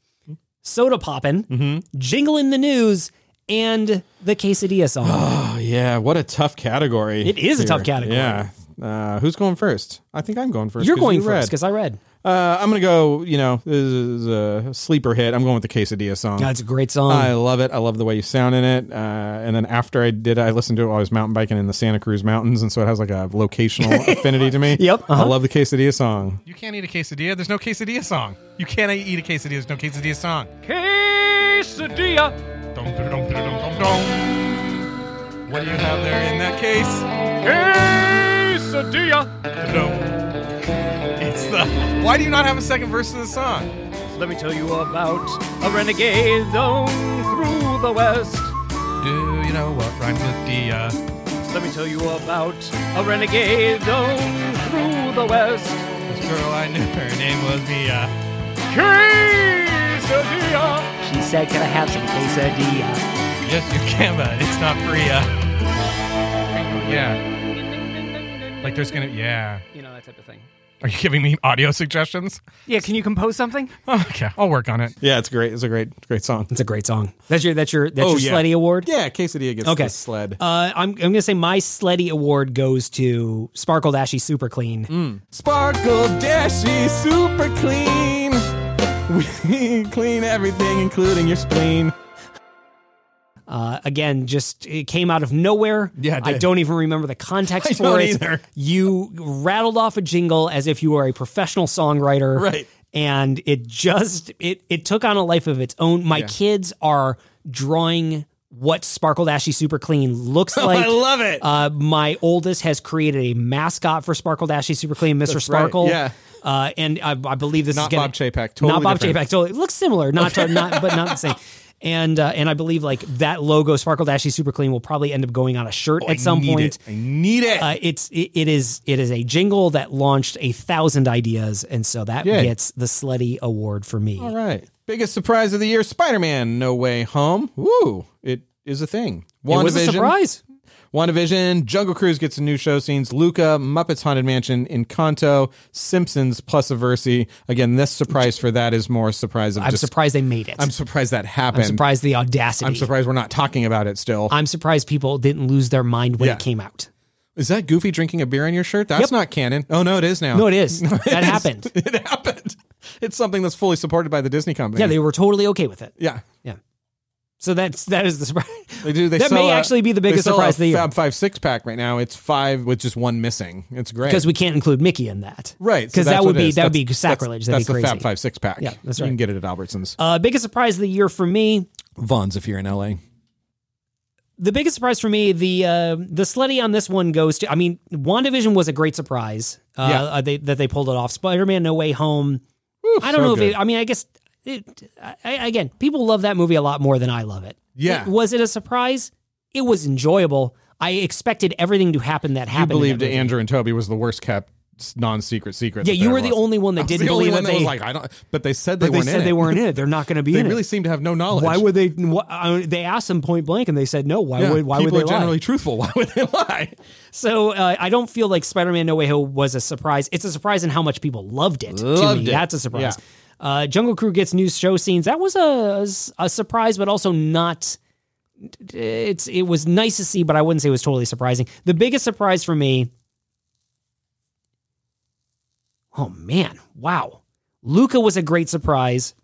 [SPEAKER 1] Soda poppin',
[SPEAKER 2] Mm-hmm.
[SPEAKER 1] jingle in the news, and the quesadilla song.
[SPEAKER 2] Oh yeah, what a tough category.
[SPEAKER 1] It is a tough category.
[SPEAKER 2] Yeah. Uh, who's going first? I think I'm going first.
[SPEAKER 1] You're
[SPEAKER 2] 'cause
[SPEAKER 1] going
[SPEAKER 2] you
[SPEAKER 1] first
[SPEAKER 2] read.
[SPEAKER 1] because I read.
[SPEAKER 2] Uh, I'm gonna go. You know, this is a sleeper hit. I'm going with the quesadilla song.
[SPEAKER 1] That's a great song.
[SPEAKER 2] I love it. I love the way you sound in it. Uh, and then after I did, I listened to it while I was mountain biking in the Santa Cruz Mountains, and so it has like a
[SPEAKER 1] *laughs*
[SPEAKER 2] locational affinity to me.
[SPEAKER 1] Yep, uh-huh.
[SPEAKER 2] I love the quesadilla song.
[SPEAKER 7] You can't eat a quesadilla. There's no quesadilla song. You can't eat a quesadilla. There's no quesadilla song.
[SPEAKER 3] Quesadilla.
[SPEAKER 7] Dum, dum, dum, dum, dum, dum. What do you have there in that case?
[SPEAKER 3] Quesadilla.
[SPEAKER 7] Dum. It's the. Why do you not have a second verse to the song?
[SPEAKER 3] Let me tell you about a renegade down through the west.
[SPEAKER 7] Do you know what rhymes with dia?
[SPEAKER 3] Let me tell you about a renegade down through the west.
[SPEAKER 7] This girl I knew, her name was Mia.
[SPEAKER 3] Quesadilla.
[SPEAKER 1] she said, "Can I have some quesadilla?"
[SPEAKER 7] Yes, you can, but it's not Freya. Yeah. Like there's gonna. Yeah.
[SPEAKER 1] You know that type of thing.
[SPEAKER 7] Are you giving me audio suggestions? Oh,
[SPEAKER 1] Yeah, can you compose something?
[SPEAKER 7] Okay, I'll work on it.
[SPEAKER 2] Yeah, it's great. It's a great, great song.
[SPEAKER 1] That's a great song. That's your that's your that's
[SPEAKER 2] Oh,
[SPEAKER 1] your
[SPEAKER 2] yeah.
[SPEAKER 1] Sleddy award.
[SPEAKER 2] Yeah, quesadilla gets
[SPEAKER 1] Okay.
[SPEAKER 2] the sled.
[SPEAKER 1] Uh, I'm I'm gonna say my Sleddy award goes to Sparkle Dashy Super Clean.
[SPEAKER 2] Mm. Sparkle dashy, super clean. *laughs* We clean everything, including your spleen.
[SPEAKER 1] Uh, again, just it came out of nowhere.
[SPEAKER 2] Yeah, it
[SPEAKER 1] I
[SPEAKER 2] did.
[SPEAKER 1] don't even remember the context
[SPEAKER 2] *laughs* I
[SPEAKER 1] for
[SPEAKER 2] don't
[SPEAKER 1] it.
[SPEAKER 2] either.
[SPEAKER 1] You rattled off a jingle as if you were a professional songwriter,
[SPEAKER 2] Right.
[SPEAKER 1] And it just it it took on a life of its own. My kids are drawing what Sparkle Dashy Super Clean
[SPEAKER 2] *laughs*
[SPEAKER 1] looks *laughs* like.
[SPEAKER 2] Oh, I love it.
[SPEAKER 1] Uh, my oldest has created a mascot for Sparkle Dashy Super Clean, Mr. Sparkle.
[SPEAKER 2] yeah.
[SPEAKER 1] Uh, and I, I believe this is
[SPEAKER 2] Not
[SPEAKER 1] gonna,
[SPEAKER 2] Bob Chapek, totally
[SPEAKER 1] not Bob
[SPEAKER 2] different.
[SPEAKER 1] Chapek. Totally, it looks similar,
[SPEAKER 2] *laughs*
[SPEAKER 1] not to, not but not the same. And uh, and I believe like that logo, Sparkle Dashy Super Clean, will probably end up going on a shirt at some
[SPEAKER 2] Need
[SPEAKER 1] point.
[SPEAKER 2] it. Oh, I need it.
[SPEAKER 1] Uh, it's it, it is it is a jingle that launched a thousand ideas, and so that
[SPEAKER 2] Yay.
[SPEAKER 1] gets the Sleddy Award for me.
[SPEAKER 2] All right. Biggest surprise of the year: Spider-Man: No Way Home. Woo! It is a thing.
[SPEAKER 1] It was a
[SPEAKER 2] WandaVision.
[SPEAKER 1] surprise.
[SPEAKER 2] WandaVision, Jungle Cruise gets some new show scenes, Luca, Muppets Haunted Mansion, Encanto, Simpsons, plus Aversi. Again, this surprise for that is more surprise of
[SPEAKER 1] I'm
[SPEAKER 2] just,
[SPEAKER 1] surprised they made it.
[SPEAKER 2] I'm surprised that happened.
[SPEAKER 1] I'm surprised the audacity.
[SPEAKER 2] I'm surprised we're not talking about it still.
[SPEAKER 1] I'm surprised people didn't lose their mind when
[SPEAKER 2] Yeah.
[SPEAKER 1] it came out.
[SPEAKER 2] is that Goofy drinking a beer in your shirt? That's
[SPEAKER 1] Yep.
[SPEAKER 2] not canon. Oh, no, it is now.
[SPEAKER 1] No, it is. that
[SPEAKER 2] It is.
[SPEAKER 1] happened.
[SPEAKER 2] *laughs* It happened. It's something that's fully supported by the Disney company.
[SPEAKER 1] Yeah, they were totally okay with it.
[SPEAKER 2] yeah.
[SPEAKER 1] Yeah. So that's that is the surprise.
[SPEAKER 2] They do. They
[SPEAKER 1] that
[SPEAKER 2] sell
[SPEAKER 1] may
[SPEAKER 2] a-
[SPEAKER 1] actually be the
[SPEAKER 2] they
[SPEAKER 1] biggest
[SPEAKER 2] sell
[SPEAKER 1] surprise of
[SPEAKER 2] a
[SPEAKER 1] the year
[SPEAKER 2] Fab Five six pack right now. It's five with just one missing. It's great.
[SPEAKER 1] because we can't include Mickey in that.
[SPEAKER 2] right so
[SPEAKER 1] Because
[SPEAKER 2] that's
[SPEAKER 1] that would
[SPEAKER 2] what it
[SPEAKER 1] be
[SPEAKER 2] is.
[SPEAKER 1] that would
[SPEAKER 2] That's-
[SPEAKER 1] be sacrilege. That'd
[SPEAKER 2] That's, that's
[SPEAKER 1] be
[SPEAKER 2] the
[SPEAKER 1] crazy.
[SPEAKER 2] Fab Five six pack.
[SPEAKER 1] Yeah, that's
[SPEAKER 2] You can
[SPEAKER 1] right.
[SPEAKER 2] get it at Albertsons.
[SPEAKER 1] Uh, biggest surprise of the year for me
[SPEAKER 2] Vaughn's if you're in LA.
[SPEAKER 1] the biggest surprise for me, the uh, the slutty on this one goes to. I mean, WandaVision was a great surprise. Uh,
[SPEAKER 2] Yeah.
[SPEAKER 1] uh, they, that they pulled it off. Spider Man No Way Home. I don't
[SPEAKER 2] so
[SPEAKER 1] know
[SPEAKER 2] good.
[SPEAKER 1] if it. I mean, I guess it, I, I- again, people love that movie a lot more than I love it.
[SPEAKER 2] Yeah.
[SPEAKER 1] It- was it a surprise? It was enjoyable. I expected everything to happen that
[SPEAKER 2] You
[SPEAKER 1] happened. in
[SPEAKER 2] believed
[SPEAKER 1] that movie.
[SPEAKER 2] Andrew and Toby was the worst kept non secret secret.
[SPEAKER 1] Yeah,
[SPEAKER 2] that
[SPEAKER 1] you
[SPEAKER 2] there
[SPEAKER 1] were the
[SPEAKER 2] was.
[SPEAKER 1] only one that
[SPEAKER 2] I was
[SPEAKER 1] didn't
[SPEAKER 2] the only
[SPEAKER 1] believe
[SPEAKER 2] one
[SPEAKER 1] that
[SPEAKER 2] that was
[SPEAKER 1] they-
[SPEAKER 2] like I don't. But they said they
[SPEAKER 1] But they
[SPEAKER 2] weren't. in
[SPEAKER 1] said they
[SPEAKER 2] it.
[SPEAKER 1] weren't in it. They're not going to be
[SPEAKER 2] They
[SPEAKER 1] in
[SPEAKER 2] really
[SPEAKER 1] it.
[SPEAKER 2] seem to have no knowledge.
[SPEAKER 1] Why would they? wh- I- they asked them point blank, and they said no. Why
[SPEAKER 2] Yeah,
[SPEAKER 1] would? Why would
[SPEAKER 2] people
[SPEAKER 1] they
[SPEAKER 2] are generally
[SPEAKER 1] lie?
[SPEAKER 2] truthful? *laughs* Why would they lie?
[SPEAKER 1] So uh, I don't feel like Spider-Man: No Way Home was a surprise. It's a surprise in how much people loved it. to me.
[SPEAKER 2] Loved it.
[SPEAKER 1] That's a surprise. Uh, Jungle Crew gets new show scenes. That was a a surprise, but also not. It's it was nice to see, but I wouldn't say it was totally surprising. The biggest surprise for me. Oh man! Wow, Luca was a great surprise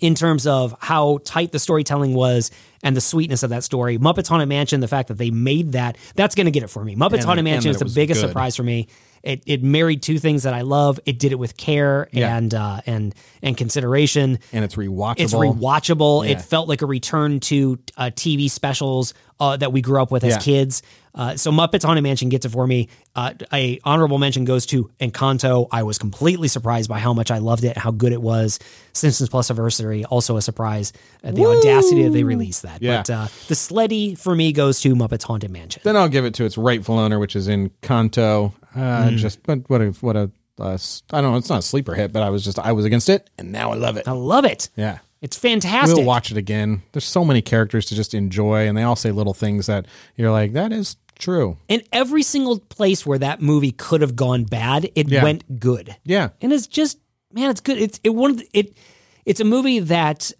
[SPEAKER 1] in terms of how tight the storytelling was and the sweetness of that story. Muppets Haunted Mansion, the fact that they made that, that's going to get it for me. Muppets
[SPEAKER 2] And-
[SPEAKER 1] Haunted
[SPEAKER 2] and
[SPEAKER 1] Mansion is
[SPEAKER 2] that it
[SPEAKER 1] the
[SPEAKER 2] was
[SPEAKER 1] biggest
[SPEAKER 2] good.
[SPEAKER 1] surprise for me. It, it married two things that I love. It did it with care
[SPEAKER 2] Yeah.
[SPEAKER 1] and uh, and and consideration.
[SPEAKER 2] And it's rewatchable.
[SPEAKER 1] It's rewatchable.
[SPEAKER 2] Yeah.
[SPEAKER 1] It felt like a return to uh, TV specials uh, that we grew up with as
[SPEAKER 2] Yeah.
[SPEAKER 1] kids. Uh, so Muppets Haunted Mansion gets it for me. Uh, a honorable mention goes to Encanto. I was completely surprised by how much I loved it, how good it was. Simpsons Plus Anniversary also a surprise. Uh, the audacity that they released that.
[SPEAKER 2] Yeah.
[SPEAKER 1] But uh, the sleddy for me goes to Muppets Haunted Mansion.
[SPEAKER 2] Then I'll give it to its rightful owner, which is in Kanto. Uh, Just but what a what a uh, s- I don't know. It's not a sleeper hit, but I was just I was against it, and now I love it.
[SPEAKER 1] I love it.
[SPEAKER 2] Yeah.
[SPEAKER 1] It's fantastic.
[SPEAKER 2] We'll watch it again. There's so many characters to just enjoy, and they all say little things that you're like, that is true.
[SPEAKER 1] In every single place where that movie could have gone bad, it
[SPEAKER 2] Yeah.
[SPEAKER 1] went good.
[SPEAKER 2] Yeah.
[SPEAKER 1] and it's just man, it's good. It's it one of the- it. It's a movie that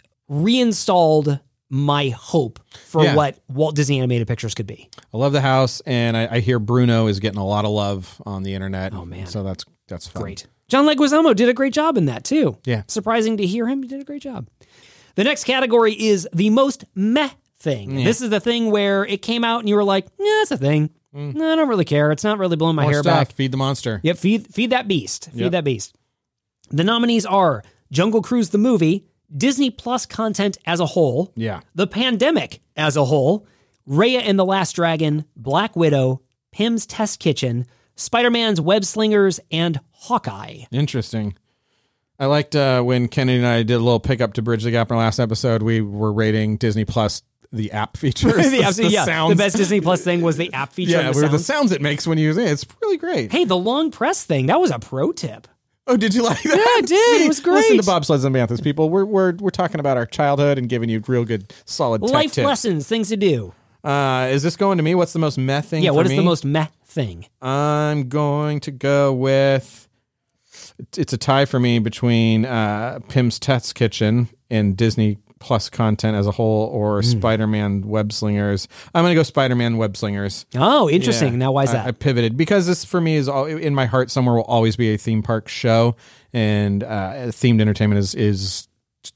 [SPEAKER 1] reinstalled my hope for
[SPEAKER 2] Yeah.
[SPEAKER 1] what Walt Disney Animated Pictures could be.
[SPEAKER 2] I love the house, and I, I hear Bruno is getting a lot of love on the internet. Oh man, so that's that's fun.
[SPEAKER 1] Great. John Leguizamo did a great job in that too.
[SPEAKER 2] Yeah.
[SPEAKER 1] surprising to hear him. He did a great job. The next category is the most meh thing. This is the thing where it came out and you were like, "Yeah, it's a thing. No, I don't really care. It's not really blowing my
[SPEAKER 2] Mm. More
[SPEAKER 1] hair
[SPEAKER 2] stuff.
[SPEAKER 1] back."
[SPEAKER 2] Feed the monster.
[SPEAKER 1] Yep, feed feed that beast. Feed
[SPEAKER 2] Yep.
[SPEAKER 1] that beast. The nominees are Jungle Cruise the movie, Disney Plus content as a whole,
[SPEAKER 2] Yeah.
[SPEAKER 1] the pandemic as a whole, Raya and the Last Dragon, Black Widow, Pim's Test Kitchen, Spider-Man's Web Slingers, and
[SPEAKER 2] *laughs*
[SPEAKER 1] Hawkeye.
[SPEAKER 2] Interesting. I liked uh, when Kennedy and I did a little pickup to bridge the gap in our last episode. We were rating Disney Plus the app *laughs* features,
[SPEAKER 1] the, absolute- *laughs* yeah,
[SPEAKER 2] sounds.
[SPEAKER 1] the best Disney Plus thing was the app feature.
[SPEAKER 2] yeah,
[SPEAKER 1] and the
[SPEAKER 2] were the
[SPEAKER 1] sounds.
[SPEAKER 2] sounds it makes when you use it. It's really great.
[SPEAKER 1] hey, the long press thing. That was a pro tip.
[SPEAKER 2] Oh, did you like that?
[SPEAKER 1] I did. It
[SPEAKER 2] See,
[SPEAKER 1] was
[SPEAKER 2] Listen
[SPEAKER 1] great.
[SPEAKER 2] to Bobsleds and Banthas, people. We're, we're, we're talking about our childhood and giving you real good, solid tech
[SPEAKER 1] Life
[SPEAKER 2] tips.
[SPEAKER 1] lessons, things to do.
[SPEAKER 2] Uh, is this going to me? What's the most meth thing?
[SPEAKER 1] Yeah,
[SPEAKER 2] for
[SPEAKER 1] what is
[SPEAKER 2] me?
[SPEAKER 1] the most meh thing?
[SPEAKER 2] I'm going to go with. It's a tie for me between uh, Pim's Test Kitchen and Disney Plus content as a whole, or Spider-Man Web Slingers. I'm going to go Spider-Man Web Slingers.
[SPEAKER 1] Oh, interesting.
[SPEAKER 2] Yeah.
[SPEAKER 1] Now, why is
[SPEAKER 2] I-
[SPEAKER 1] that?
[SPEAKER 2] I, pivoted because this for me is all, in my heart somewhere will always be a theme park show, and uh, themed entertainment is is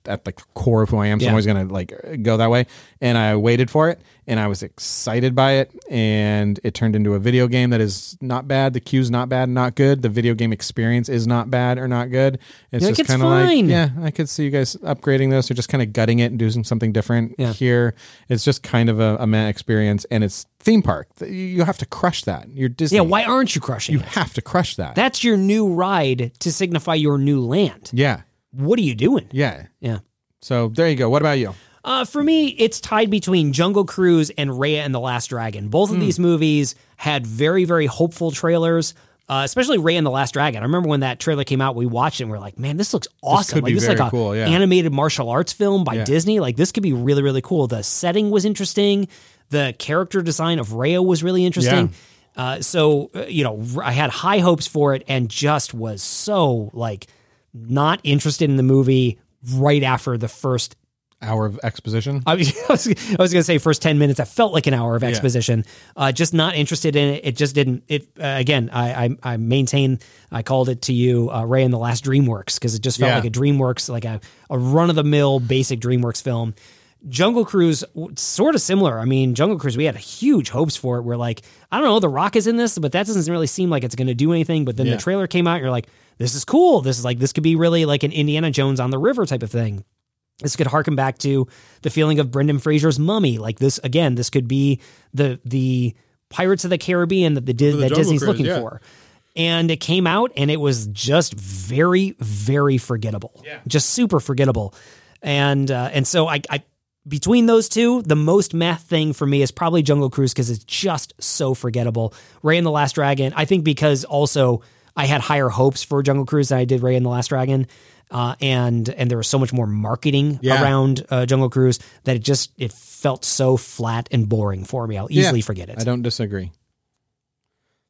[SPEAKER 2] at the core of who I am. So
[SPEAKER 1] Yeah.
[SPEAKER 2] I'm always gonna like go that way. And I waited for it, and I was excited by it, and it turned into a video game that is not bad. The cue's not bad, not good. The video game experience is not bad or not good. It's
[SPEAKER 1] You're like,
[SPEAKER 2] just
[SPEAKER 1] "It's
[SPEAKER 2] kind of like
[SPEAKER 1] fine."
[SPEAKER 2] yeah, I could see you guys upgrading this or just kind of gutting it and doing something different
[SPEAKER 1] Yeah.
[SPEAKER 2] here. It's just kind of a, a meh experience, and it's theme park. You- You have to crush that. You're Disney.
[SPEAKER 1] yeah, why aren't you crushing
[SPEAKER 2] you
[SPEAKER 1] it?
[SPEAKER 2] have to crush that?
[SPEAKER 1] That's your new ride to signify your new land.
[SPEAKER 2] yeah,
[SPEAKER 1] What are you doing?
[SPEAKER 2] yeah.
[SPEAKER 1] Yeah.
[SPEAKER 2] So there you go. What about you?
[SPEAKER 1] Uh, for me, it's tied between Jungle Cruise and Raya and the Last Dragon. Both
[SPEAKER 2] Hmm.
[SPEAKER 1] of these movies had very, very hopeful trailers. Uh, especially Raya and the Last Dragon. I remember when that trailer came out, we watched it and we are like, "Man, this looks awesome!
[SPEAKER 2] could
[SPEAKER 1] like
[SPEAKER 2] be
[SPEAKER 1] this is like
[SPEAKER 2] very
[SPEAKER 1] a
[SPEAKER 2] cool, yeah.
[SPEAKER 1] animated martial arts film by
[SPEAKER 2] Yeah.
[SPEAKER 1] Disney. Like this could be really, really cool." The setting was interesting. The character design of Raya was really interesting. Uh, so uh, you know, r- I had high hopes for it and just was so like not interested in the movie right after the first
[SPEAKER 2] Hour of exposition.
[SPEAKER 1] I was, *laughs* I was, I was going to say first 10 minutes. I felt like an hour of exposition. Uh, just not interested in it. It just didn't. It uh, Again, I, I, I maintain, I called it to you, uh, Ray and the Last DreamWorks, because it just felt
[SPEAKER 2] Yeah.
[SPEAKER 1] like a DreamWorks, like a, a run of the mill basic DreamWorks film. Jungle Cruise, sort of similar. I mean, Jungle Cruise, we had huge hopes for it. We're like, I don't know, The Rock is in this, but that doesn't really seem like it's going to do anything. But then
[SPEAKER 2] Yeah.
[SPEAKER 1] the trailer came out, you're like, this is cool. This is like, this could be really like an Indiana Jones on the river type of thing This could harken back to the feeling of Brendan Fraser's Mummy. Like this again, this could be the the Pirates of the Caribbean that the, Di-
[SPEAKER 8] the
[SPEAKER 1] that
[SPEAKER 8] Jungle
[SPEAKER 1] Disney's
[SPEAKER 8] Cruise,
[SPEAKER 1] looking
[SPEAKER 8] yeah.
[SPEAKER 1] for. And it came out and it was just very very forgettable. Just super forgettable. And uh, and so I, I between those two, the most math thing for me is probably Jungle Cruise because it's just so forgettable. Ray and the Last Dragon, I think because also I had higher hopes for Jungle Cruise than I did Ray and the Last Dragon. Uh, and and there was so much more marketing
[SPEAKER 2] Yeah.
[SPEAKER 1] around uh, Jungle Cruise that it just it felt so flat and boring for me. I'll easily forget it.
[SPEAKER 2] I don't disagree.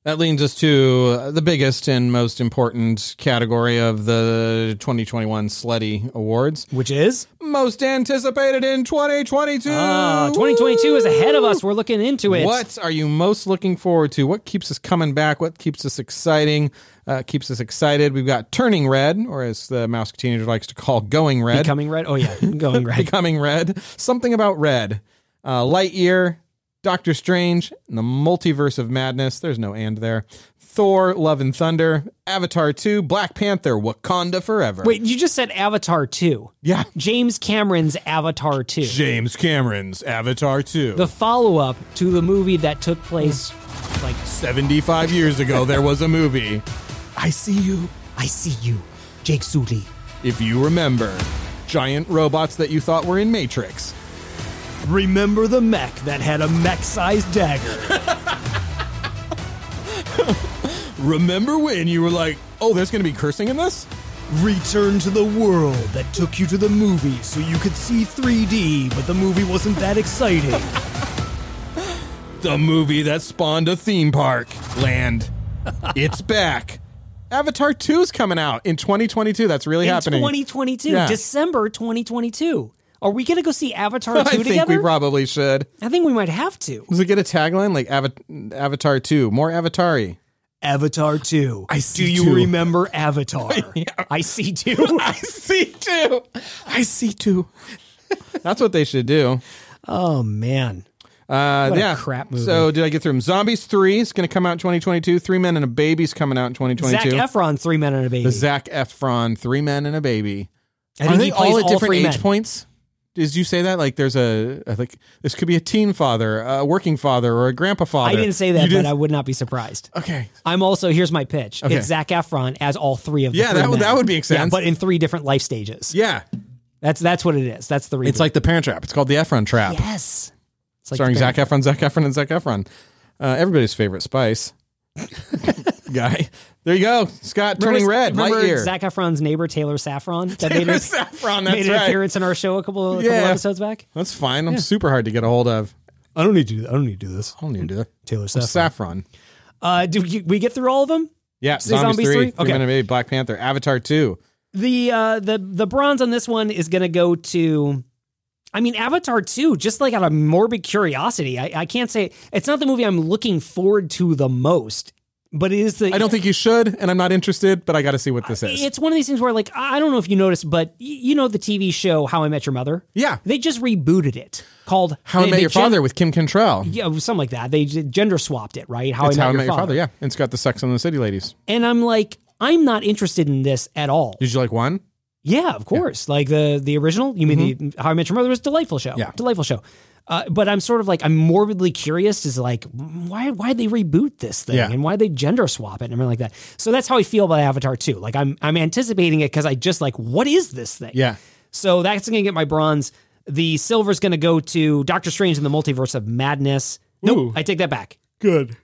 [SPEAKER 2] That leads us to uh, the biggest and most important category of the 2021 Sleddy Awards.
[SPEAKER 1] Which is
[SPEAKER 2] Most anticipated in 2022.
[SPEAKER 1] uh, 2022 is ahead of us. We're looking into it.
[SPEAKER 2] What are you most looking forward to? What keeps us coming back? What keeps us exciting? Uh, keeps us excited. We've got turning red, or as the mouse teenager likes to call, going red.
[SPEAKER 1] Becoming red? Oh yeah, going
[SPEAKER 2] *laughs*
[SPEAKER 1] red.
[SPEAKER 2] Becoming red. Something about red. Uh, Lightyear, Doctor Strange, and the Multiverse of Madness. There's no and there. Thor, Love and Thunder, Avatar 2, Black Panther, Wakanda Forever.
[SPEAKER 1] Wait, you just said Avatar 2.
[SPEAKER 2] Yeah.
[SPEAKER 1] James Cameron's Avatar 2.
[SPEAKER 2] James Cameron's Avatar 2.
[SPEAKER 1] the follow up to the movie that took place.
[SPEAKER 2] Mm.
[SPEAKER 1] Like,
[SPEAKER 2] 75 years ago, there was a movie. I see you.
[SPEAKER 1] I see you, Jake Sully.
[SPEAKER 2] If you remember, giant robots that you thought were in Matrix.
[SPEAKER 1] Remember the mech that had a mech sized dagger.
[SPEAKER 2] Remember when you were like, oh, there's going to be cursing in this?
[SPEAKER 1] Return to the world that took you to the movie so you could see 3D, but the movie wasn't that exciting.
[SPEAKER 2] *laughs* The movie that spawned a theme park. Land. It's back. Avatar 2's coming out in 2022. That's really
[SPEAKER 1] In
[SPEAKER 2] happening.
[SPEAKER 1] 2022,
[SPEAKER 2] Yeah.
[SPEAKER 1] December 2022. Are we going to go see Avatar 2
[SPEAKER 2] *laughs* I think
[SPEAKER 1] together?
[SPEAKER 2] we probably should.
[SPEAKER 1] I think we might have to.
[SPEAKER 2] Does it get a tagline like Ava- Avatar 2, more Avatari?
[SPEAKER 1] Avatar 2. I
[SPEAKER 2] see
[SPEAKER 1] Do you
[SPEAKER 2] two.
[SPEAKER 1] remember *laughs* Avatar? I see 2.
[SPEAKER 2] *laughs* I see 2. I see 2. That's what they should do.
[SPEAKER 1] oh, man.
[SPEAKER 2] Uh,
[SPEAKER 1] What a
[SPEAKER 2] yeah.
[SPEAKER 1] crap movie.
[SPEAKER 2] So did I get through them? Zombies three is going to come out in 2022. Three Men and a Baby's coming out in 2022.
[SPEAKER 1] Zach Efron, Three Men and a Baby.
[SPEAKER 2] the Zach Efron Three Men and a Baby.
[SPEAKER 1] I think
[SPEAKER 2] Are they
[SPEAKER 1] he plays
[SPEAKER 2] all at different
[SPEAKER 1] three
[SPEAKER 2] age
[SPEAKER 1] men.
[SPEAKER 2] points? Did you say that? Like there's a I think this could be a teen father, a working father, or a grandpa father.
[SPEAKER 1] I didn't say that,
[SPEAKER 2] You
[SPEAKER 1] but
[SPEAKER 2] didn't-
[SPEAKER 1] I would not be surprised.
[SPEAKER 2] okay.
[SPEAKER 1] I'm also here's my pitch.
[SPEAKER 2] Okay.
[SPEAKER 1] It's Zach Efron as all three of the
[SPEAKER 2] Yeah,
[SPEAKER 1] three
[SPEAKER 2] that would-
[SPEAKER 1] men.
[SPEAKER 2] that would make sense.
[SPEAKER 1] but in three different life stages.
[SPEAKER 2] Yeah,
[SPEAKER 1] That's that's what it is. That's the reason.
[SPEAKER 2] it's like the Parent Trap. It's called the Efron Trap,
[SPEAKER 1] yes, it's like
[SPEAKER 2] starring
[SPEAKER 1] the-
[SPEAKER 2] Zach Efron, Zach Efron, and Zach Efron. Uh, everybody's
[SPEAKER 1] *laughs*
[SPEAKER 2] favorite spice guy. There you go, Scott.
[SPEAKER 1] Remember-
[SPEAKER 2] turning red,
[SPEAKER 1] Remember
[SPEAKER 2] Lightyear. *laughs*
[SPEAKER 1] Zac Efron's neighbor Taylor Saffron that made,
[SPEAKER 2] Taylor
[SPEAKER 1] an-
[SPEAKER 2] Saffron,
[SPEAKER 1] made
[SPEAKER 2] that's
[SPEAKER 1] an
[SPEAKER 2] right.
[SPEAKER 1] appearance in our show a couple, a couple
[SPEAKER 2] Yeah.
[SPEAKER 1] episodes back.
[SPEAKER 2] That's fine. I'm super hard to get a hold of.
[SPEAKER 1] I don't need to. Do, I don't need to do this.
[SPEAKER 2] I don't need to do that.
[SPEAKER 1] Taylor
[SPEAKER 2] I'm
[SPEAKER 1] Saffron.
[SPEAKER 2] Saffron.
[SPEAKER 1] uh, do we, we get through all of them?
[SPEAKER 2] Yeah,
[SPEAKER 1] Say
[SPEAKER 2] Zombies,
[SPEAKER 1] Zombies
[SPEAKER 2] 3,
[SPEAKER 1] three?
[SPEAKER 2] Three
[SPEAKER 1] Okay.
[SPEAKER 2] Men and a Baby, Black Panther, Avatar 2.
[SPEAKER 1] the uh the the bronze on this one is gonna go to I mean Avatar 2, just like out of morbid curiosity. I, I can't say it's not the movie I'm looking forward to the most, but it is the
[SPEAKER 2] I don't think you should, and I'm not interested, but I got to see what this is.
[SPEAKER 1] it's one of these things where like I I don't know if you noticed, but y- you know the TV show How I Met Your Mother?
[SPEAKER 2] Yeah.
[SPEAKER 1] They just rebooted it called
[SPEAKER 2] How
[SPEAKER 1] they-
[SPEAKER 2] I Met
[SPEAKER 1] they
[SPEAKER 2] Your
[SPEAKER 1] gen-
[SPEAKER 2] Father with Kim Cantrell.
[SPEAKER 1] Yeah, something like that. They j- gender swapped it, right?
[SPEAKER 2] It's How I Met Your Father, yeah. And it's got the Sex and the City ladies.
[SPEAKER 1] And I'm like, I'm not interested in this at all.
[SPEAKER 2] Did you like one?
[SPEAKER 1] Yeah, of course. Like the the original. You mean the How I Met Your Mother was a delightful show.
[SPEAKER 2] Mm-hmm. Yeah.
[SPEAKER 1] delightful show. Uh, but I'm sort of like I'm morbidly curious. Is like why why they reboot this thing
[SPEAKER 2] Yeah.
[SPEAKER 1] and why they gender swap it and everything like that. So that's how I feel about Avatar too. Like I'm I'm anticipating it because I just like what is this thing?
[SPEAKER 2] Yeah.
[SPEAKER 1] So that's gonna get my bronze. The silver's gonna go to Doctor Strange and the Multiverse of Madness.
[SPEAKER 2] Ooh.
[SPEAKER 1] Nope, I take that back.
[SPEAKER 2] Good.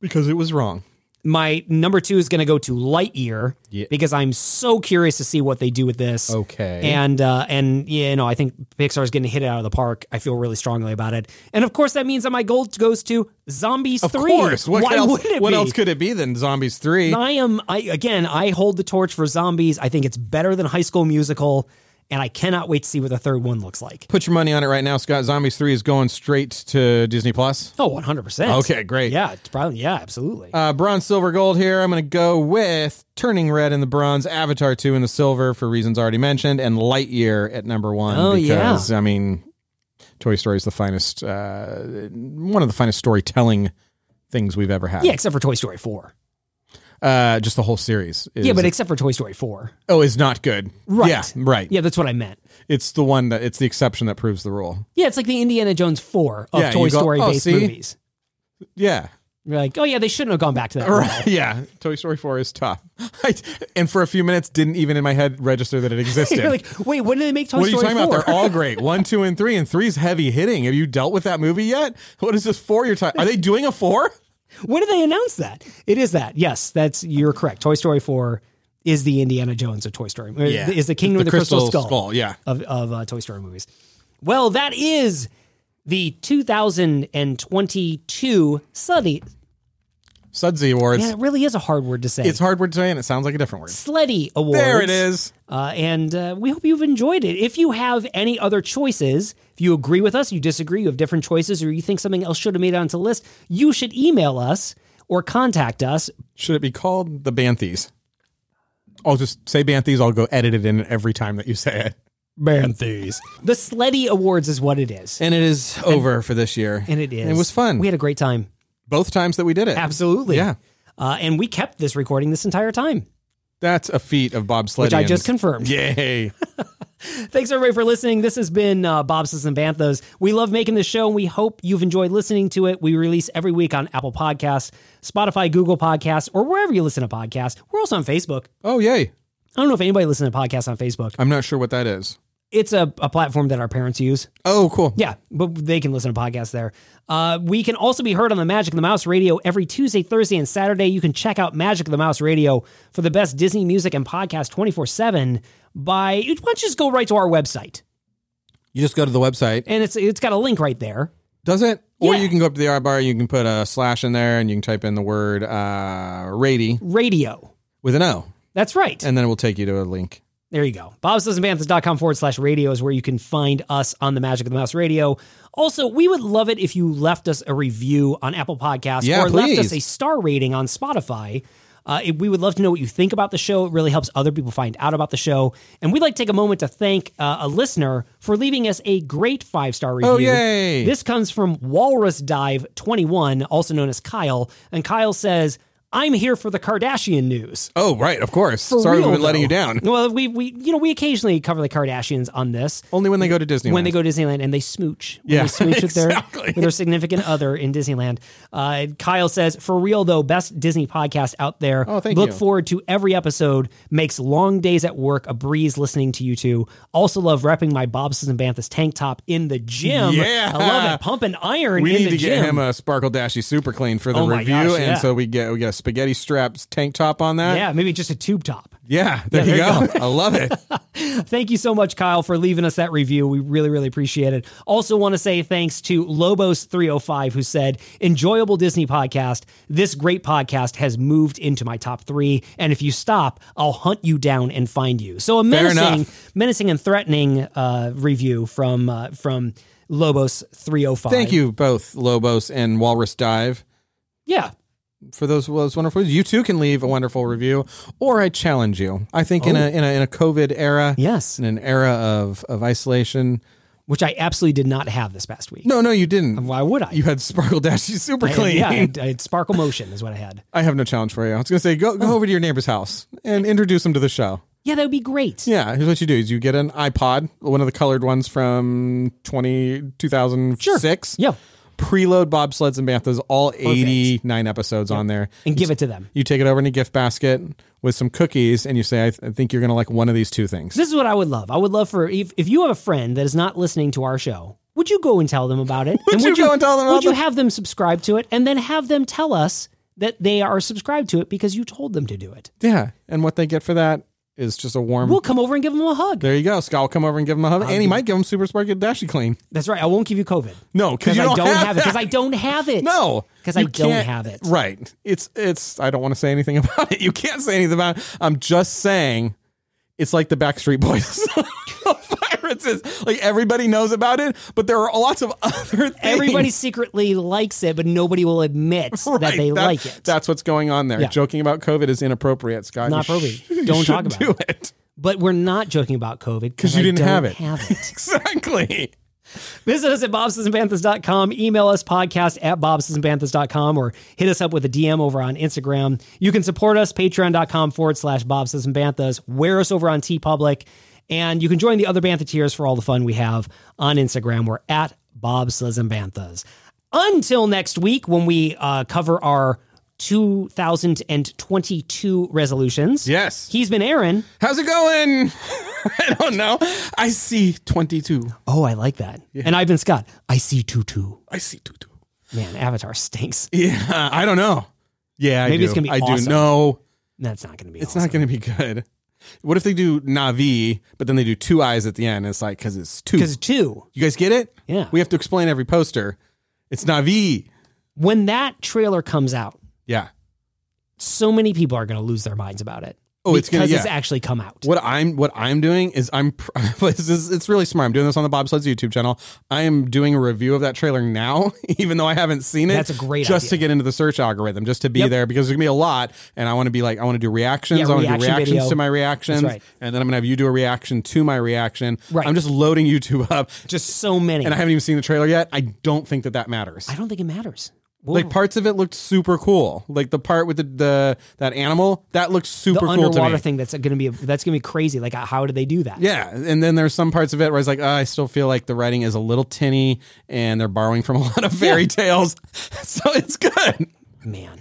[SPEAKER 2] Because it was wrong.
[SPEAKER 1] My number two is gonna go to Lightyear
[SPEAKER 2] Yeah.
[SPEAKER 1] because I'm so curious to see what they do with this.
[SPEAKER 2] Okay.
[SPEAKER 1] And uh, and you know, I think Pixar's going to hit it out of the park. I feel really strongly about it. And of course, that means that my gold goes to Zombies
[SPEAKER 2] of
[SPEAKER 1] Three.
[SPEAKER 2] course. What,
[SPEAKER 1] Why
[SPEAKER 2] else,
[SPEAKER 1] would it
[SPEAKER 2] what
[SPEAKER 1] be?
[SPEAKER 2] else could it be than Zombies 3?
[SPEAKER 1] I am. I again, I hold the torch for Zombies. I think it's better than High School Musical, and I cannot wait to see what the third one looks like.
[SPEAKER 2] Put your money on it right now, Scott. Zombies 3 is going straight to Disney Plus.
[SPEAKER 1] Oh, 100 percent.
[SPEAKER 2] Okay, great.
[SPEAKER 1] Yeah, it's probably. Yeah, absolutely.
[SPEAKER 2] Uh, bronze, silver, gold here. I'm going to go with Turning Red in the bronze, Avatar 2 in the silver for reasons already mentioned, and Lightyear at number one.
[SPEAKER 1] Oh, yeah.
[SPEAKER 2] because, I mean, Toy Story is the finest, uh, one of the finest storytelling things we've ever had.
[SPEAKER 1] yeah, except for Toy Story Four.
[SPEAKER 2] Uh, just the whole series. Is,
[SPEAKER 1] yeah, but except for Toy Story 4.
[SPEAKER 2] oh, is not good.
[SPEAKER 1] Right.
[SPEAKER 2] Yeah. Right.
[SPEAKER 1] Yeah, that's what I meant.
[SPEAKER 2] It's the one that it's the exception that proves the rule.
[SPEAKER 1] Yeah, it's like the Indiana Jones 4 of
[SPEAKER 2] Yeah,
[SPEAKER 1] Toy
[SPEAKER 2] you go,
[SPEAKER 1] Story
[SPEAKER 2] "Oh,
[SPEAKER 1] based
[SPEAKER 2] see?"
[SPEAKER 1] movies.
[SPEAKER 2] Yeah.
[SPEAKER 1] You're like, oh, yeah, they shouldn't have gone back to that.
[SPEAKER 2] *laughs* Right. Yeah. Toy Story 4 is tough. I, and for a few minutes, didn't even in my head register that it
[SPEAKER 1] *laughs*
[SPEAKER 2] existed.
[SPEAKER 1] You're like, wait, when did they make Toy
[SPEAKER 2] what are you
[SPEAKER 1] Story
[SPEAKER 2] talking
[SPEAKER 1] 4?
[SPEAKER 2] about? They're all great. One, two, and three. And three's heavy hitting. Have you dealt with that movie yet? What is this four you're talking? Are they doing a four?
[SPEAKER 1] *laughs* When did they announce that? It is that. Yes, that's you're correct. Toy Story 4 is the Indiana Jones of Toy Story. or
[SPEAKER 2] Yeah.
[SPEAKER 1] Is the Kingdom of
[SPEAKER 2] The
[SPEAKER 1] the Crystal,
[SPEAKER 2] Crystal
[SPEAKER 1] Skull,
[SPEAKER 2] Skull, yeah.
[SPEAKER 1] of of uh, Toy Story movies. Well, that is the 2022 Sleddy.
[SPEAKER 2] Sudsy Awards.
[SPEAKER 1] Yeah, it really is a hard word to say.
[SPEAKER 2] It's hard word to say, and it sounds like a different word.
[SPEAKER 1] Sleddy Awards.
[SPEAKER 2] There it is.
[SPEAKER 1] Uh, and uh, we hope you've enjoyed it. If you have any other choices, if you agree with us, you disagree, you have different choices, or you think something else should have made it onto the list, you should email us or contact us.
[SPEAKER 2] Should it be called the Banthies? I'll just say Banthies. I'll go edit it in every time that you say it.
[SPEAKER 1] Banthies. The Sleddy Awards is what it is.
[SPEAKER 2] And it is over for this year.
[SPEAKER 1] And it is.
[SPEAKER 2] It was fun.
[SPEAKER 1] We had a great time.
[SPEAKER 2] Both times that we did it.
[SPEAKER 1] Absolutely.
[SPEAKER 2] Yeah.
[SPEAKER 1] Uh, and we kept this recording this entire time,
[SPEAKER 2] That's a feat of Bob
[SPEAKER 1] which I just
[SPEAKER 2] Sledian's.
[SPEAKER 1] confirmed.
[SPEAKER 2] *laughs* Yay.
[SPEAKER 1] Thanks everybody for listening. This has been uh, Bobses and Banthas. We love making this show, and we hope you've enjoyed listening to it. We release every week on Apple Podcasts, Spotify, Google Podcasts, or wherever you listen to podcasts. We're also on Facebook.
[SPEAKER 2] Oh, yay.
[SPEAKER 1] I don't know if anybody listens to podcasts on Facebook.
[SPEAKER 2] I'm not sure what that is.
[SPEAKER 1] It's a, a platform that our parents use.
[SPEAKER 2] Oh, cool.
[SPEAKER 1] Yeah, but they can listen to podcasts there. Uh, we can also be heard on the Magic of the Mouse radio every Tuesday, Thursday, and Saturday. You can check out Magic of the Mouse radio for the best Disney music and podcast 24 7 by, why don't you just go right to our website?
[SPEAKER 2] You just go to the website.
[SPEAKER 1] And it's it's got a link right there.
[SPEAKER 2] Does it? Or
[SPEAKER 1] Yeah.
[SPEAKER 2] you can go up to the R bar, you can put a slash in there, and you can type in the word uh, Rady
[SPEAKER 1] Radio.
[SPEAKER 2] with an O,
[SPEAKER 1] That's right.
[SPEAKER 2] and then it will take you to a link.
[SPEAKER 1] There you go. BobsDoesn'tBanthas.com forward slash radio is where you can find us on the Magic of the Mouse radio. Also, we would love it if you left us a review on Apple Podcasts
[SPEAKER 2] Yeah,
[SPEAKER 1] or left us
[SPEAKER 2] please.
[SPEAKER 1] a star rating on Spotify. Uh, it- we would love to know what you think about the show. It really helps other people find out about the show. And we'd like to take a moment to thank uh, a listener for leaving us a great five star review.
[SPEAKER 2] Oh, yay.
[SPEAKER 1] This comes from Walrus Dive 21, also known as Kyle. And Kyle says, I'm here for the Kardashian news.
[SPEAKER 2] Oh, right, of course.
[SPEAKER 1] For
[SPEAKER 2] Sorry
[SPEAKER 1] real,
[SPEAKER 2] we've been letting
[SPEAKER 1] though.
[SPEAKER 2] you down.
[SPEAKER 1] Well, we we you know we occasionally cover the Kardashians on this
[SPEAKER 2] Only when they go to Disney.
[SPEAKER 1] when they go to Disneyland and they smooch. When
[SPEAKER 2] Oh, Yeah, *laughs*
[SPEAKER 1] they smooch with their
[SPEAKER 2] exactly.
[SPEAKER 1] with their significant other in Disneyland. Uh, Kyle says, "For real though, best Disney podcast out there.
[SPEAKER 2] Oh, thank
[SPEAKER 1] Look
[SPEAKER 2] you.
[SPEAKER 1] forward to every episode. Makes long days at work a breeze listening to you two. Also love repping my Bob's and Banthas tank top in the gym.
[SPEAKER 2] Yeah.
[SPEAKER 1] I love it. Pumping iron
[SPEAKER 2] We
[SPEAKER 1] in
[SPEAKER 2] need
[SPEAKER 1] the
[SPEAKER 2] to
[SPEAKER 1] gym.
[SPEAKER 2] get him a Sparkle Dashy Super Clean for the
[SPEAKER 1] Oh my
[SPEAKER 2] review,
[SPEAKER 1] gosh, yeah.
[SPEAKER 2] and so we get we get a spaghetti straps tank top on that.
[SPEAKER 1] yeah, maybe just a tube top.
[SPEAKER 2] Yeah, there,
[SPEAKER 1] Yeah, there
[SPEAKER 2] you,
[SPEAKER 1] you
[SPEAKER 2] go. I
[SPEAKER 1] *laughs*
[SPEAKER 2] love it.
[SPEAKER 1] Thank you so much, Kyle, for leaving us that review. We really, really appreciate it. Also, want to say thanks to Lobos305, who said, Enjoyable Disney podcast. This great podcast has moved into my top three. And if you stop, I'll hunt you down and find you. So, a
[SPEAKER 2] Fair
[SPEAKER 1] menacing,
[SPEAKER 2] enough.
[SPEAKER 1] menacing and threatening uh, review from, uh, from Lobos305.
[SPEAKER 2] Thank you both, Lobos and Walrus Dive,
[SPEAKER 1] Yeah.
[SPEAKER 2] for those, those wonderful. You too can leave a wonderful review, or I challenge you. I think in a in a in a COVID era,
[SPEAKER 1] Oh. Yes.
[SPEAKER 2] in an era of of isolation.
[SPEAKER 1] Which I absolutely did not have this past week.
[SPEAKER 2] No, no, you didn't.
[SPEAKER 1] Why would I?
[SPEAKER 2] You had Sparkle Dashy Super
[SPEAKER 1] I-
[SPEAKER 2] Clean.
[SPEAKER 1] Yeah, I had, I had Sparkle Motion, is what I had.
[SPEAKER 2] I have no challenge for you. I was going to say, go go over to your neighbor's house and introduce them to the show.
[SPEAKER 1] Yeah, that would be great.
[SPEAKER 2] Yeah, here's what you do: is you get an iPod, one of the colored ones from 20, 2006.
[SPEAKER 1] Sure. Yeah.
[SPEAKER 2] Preload bobsleds and banthas, all eighty nine episodes on there,
[SPEAKER 1] And
[SPEAKER 2] You
[SPEAKER 1] give it to them.
[SPEAKER 2] You take it over in a gift basket with some cookies, and you say, "I, th- I think you're going to like one of these two things."
[SPEAKER 1] This is what I would love. I would love for if, if you have a friend that is not listening to our show, would you go and tell them about
[SPEAKER 2] *laughs*
[SPEAKER 1] it? would and
[SPEAKER 2] you go and tell them
[SPEAKER 1] Would
[SPEAKER 2] about
[SPEAKER 1] you
[SPEAKER 2] the-
[SPEAKER 1] have them subscribe to it and then have them tell us that they are subscribed to it because you told them to do it?
[SPEAKER 2] Yeah, and what they get for that is just a warm.
[SPEAKER 1] We'll come over and give them a hug.
[SPEAKER 2] there you go. Scott will come over and give him a hug, and he might give him super sparky dashy clean.
[SPEAKER 1] That's right. I won't give you COVID.
[SPEAKER 2] No, because
[SPEAKER 1] Because
[SPEAKER 2] you
[SPEAKER 1] I
[SPEAKER 2] don't,
[SPEAKER 1] don't, have, it.
[SPEAKER 2] that.
[SPEAKER 1] Because I don't have it.
[SPEAKER 2] No,
[SPEAKER 1] Because I
[SPEAKER 2] you
[SPEAKER 1] don't
[SPEAKER 2] can't-
[SPEAKER 1] have it.
[SPEAKER 2] *laughs* Right. It's it's. I don't want to say anything *laughs* about it. You can't say anything about it. I'm just saying, it's like the Backstreet Boys. *laughs* Pirates is like everybody knows about it, but there are lots of *laughs* other things.
[SPEAKER 1] Everybody secretly likes it, but nobody will admit that
[SPEAKER 2] *laughs* Right.
[SPEAKER 1] they like it.
[SPEAKER 2] That's what's going on there.
[SPEAKER 1] Yeah.
[SPEAKER 2] Joking about COVID is inappropriate, Scott.
[SPEAKER 1] Not
[SPEAKER 2] You
[SPEAKER 1] appropriate.
[SPEAKER 2] sh- you
[SPEAKER 1] Don't talk
[SPEAKER 2] shouldn't
[SPEAKER 1] about
[SPEAKER 2] do
[SPEAKER 1] it. but we're not joking about COVID because
[SPEAKER 2] you
[SPEAKER 1] I
[SPEAKER 2] didn't *laughs*
[SPEAKER 1] don't
[SPEAKER 2] have it.
[SPEAKER 1] Have it.
[SPEAKER 2] *laughs* Exactly.
[SPEAKER 1] Visit us at bobsesandbanthas.com, email us podcast at bobsesandbanthas.com, or hit us up with a DM over on Instagram. You can support us, patreon.com forward slash bobsesandbanthas, wear us over on T Public, and you can join the other Bantha tiers for all the fun we have on Instagram. We're at Bobsleds and Banthas. Until next week when we uh, cover our 2022 resolutions.
[SPEAKER 2] Yes.
[SPEAKER 1] He's been Aaron.
[SPEAKER 2] How's it going? *laughs* I don't know. I see 22.
[SPEAKER 1] Oh, I like that. And I've been Scott. I see tutu.
[SPEAKER 2] I see 22.
[SPEAKER 1] Man, Avatar stinks.
[SPEAKER 2] Yeah, I don't know. Yeah, I
[SPEAKER 1] Maybe it's
[SPEAKER 2] do.
[SPEAKER 1] gonna be
[SPEAKER 2] I
[SPEAKER 1] awesome.
[SPEAKER 2] do. No,
[SPEAKER 1] That's not going to be.
[SPEAKER 2] it's not going to be good. What if they do Navi, but then they do two eyes at the end? It's like, because it's two.
[SPEAKER 1] because two.
[SPEAKER 2] You guys get it?
[SPEAKER 1] Yeah.
[SPEAKER 2] We have to explain every poster. It's Navi.
[SPEAKER 1] When that trailer comes out,
[SPEAKER 2] Yeah.
[SPEAKER 1] so many people are going to lose their minds about it.
[SPEAKER 2] Oh, it's gonna-
[SPEAKER 1] because it's
[SPEAKER 2] yeah.
[SPEAKER 1] actually come out.
[SPEAKER 2] What I'm what I'm doing is I'm pr- *laughs* this is, it's really smart. I'm doing this on the Bobsleds YouTube channel. I am doing a review of that trailer now, *laughs* even though I haven't seen it.
[SPEAKER 1] That's a great
[SPEAKER 2] just to
[SPEAKER 1] idea.
[SPEAKER 2] get into the search algorithm, just to be
[SPEAKER 1] Yep.
[SPEAKER 2] there because there's gonna be a lot, and I want to be like I want to do reactions.
[SPEAKER 1] Yeah,
[SPEAKER 2] I want to do
[SPEAKER 1] reaction
[SPEAKER 2] reactions
[SPEAKER 1] video.
[SPEAKER 2] to my reactions,
[SPEAKER 1] That's right.
[SPEAKER 2] and then I'm gonna have you do a reaction to my reaction.
[SPEAKER 1] Right.
[SPEAKER 2] I'm just loading *laughs* YouTube up,
[SPEAKER 1] Just so many.
[SPEAKER 2] and I haven't even seen the trailer yet. I don't think that that matters.
[SPEAKER 1] I don't think it matters. We'll-
[SPEAKER 2] Like parts of it looked super cool. Like the part with the, the that animal that looked
[SPEAKER 1] the
[SPEAKER 2] super cool to
[SPEAKER 1] underwater
[SPEAKER 2] me.
[SPEAKER 1] thing that's going to be that's going to be crazy. Like how did they do that?
[SPEAKER 2] Yeah, and then there's some parts of it where I was like, oh, I still feel like the writing is a little tinny, and they're borrowing from a *laughs* lot of fairy tales, *laughs* so it's good.
[SPEAKER 1] man,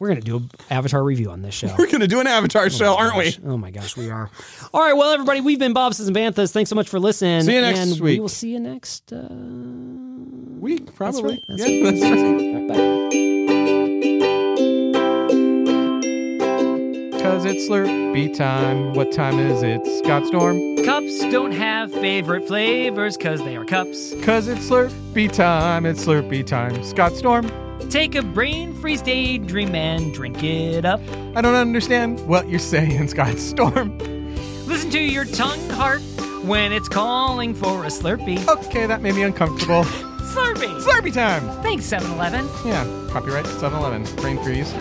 [SPEAKER 1] we're going to do an Avatar review on this show.
[SPEAKER 2] We're gonna do an Avatar show, aren't we?
[SPEAKER 1] Oh my gosh, we are. All right, well, everybody, we've been Bobses and Banthas. Thanks so much for listening.
[SPEAKER 2] See you next
[SPEAKER 1] and We
[SPEAKER 2] week.
[SPEAKER 1] will see you next. Uh,
[SPEAKER 2] We probably.
[SPEAKER 1] right, that's
[SPEAKER 2] yeah, that's right.
[SPEAKER 1] all right, bye.
[SPEAKER 7] Cause it's Slurpee time. What time is it, Scott Storm?
[SPEAKER 1] Cups don't have favorite flavors because they are cups.
[SPEAKER 7] Cause it's Slurpee time. It's Slurpee time, Scott Storm.
[SPEAKER 1] Take a brain freeze daydream and drink it up.
[SPEAKER 7] I don't understand what you're saying, *laughs* Scott Storm.
[SPEAKER 1] Listen to your tongue heart when it's calling for a Slurpee.
[SPEAKER 7] Okay, that made me uncomfortable.
[SPEAKER 1] Slurpee!
[SPEAKER 7] Slurpee time.
[SPEAKER 1] Thanks, 7 Eleven.
[SPEAKER 7] Yeah, copyright 7-Eleven. Brain freeze.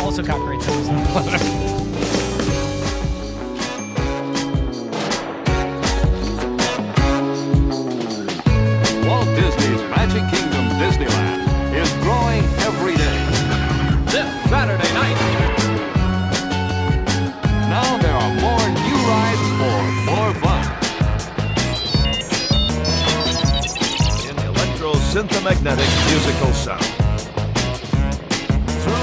[SPEAKER 1] Also, copyright 7 Eleven.
[SPEAKER 3] Walt Disney's Magic Kingdom Disneyland is growing every day. This Saturday night. Now there are more new rides for more fun.
[SPEAKER 4] Ah. in electro synthamagnetic musical sound. Through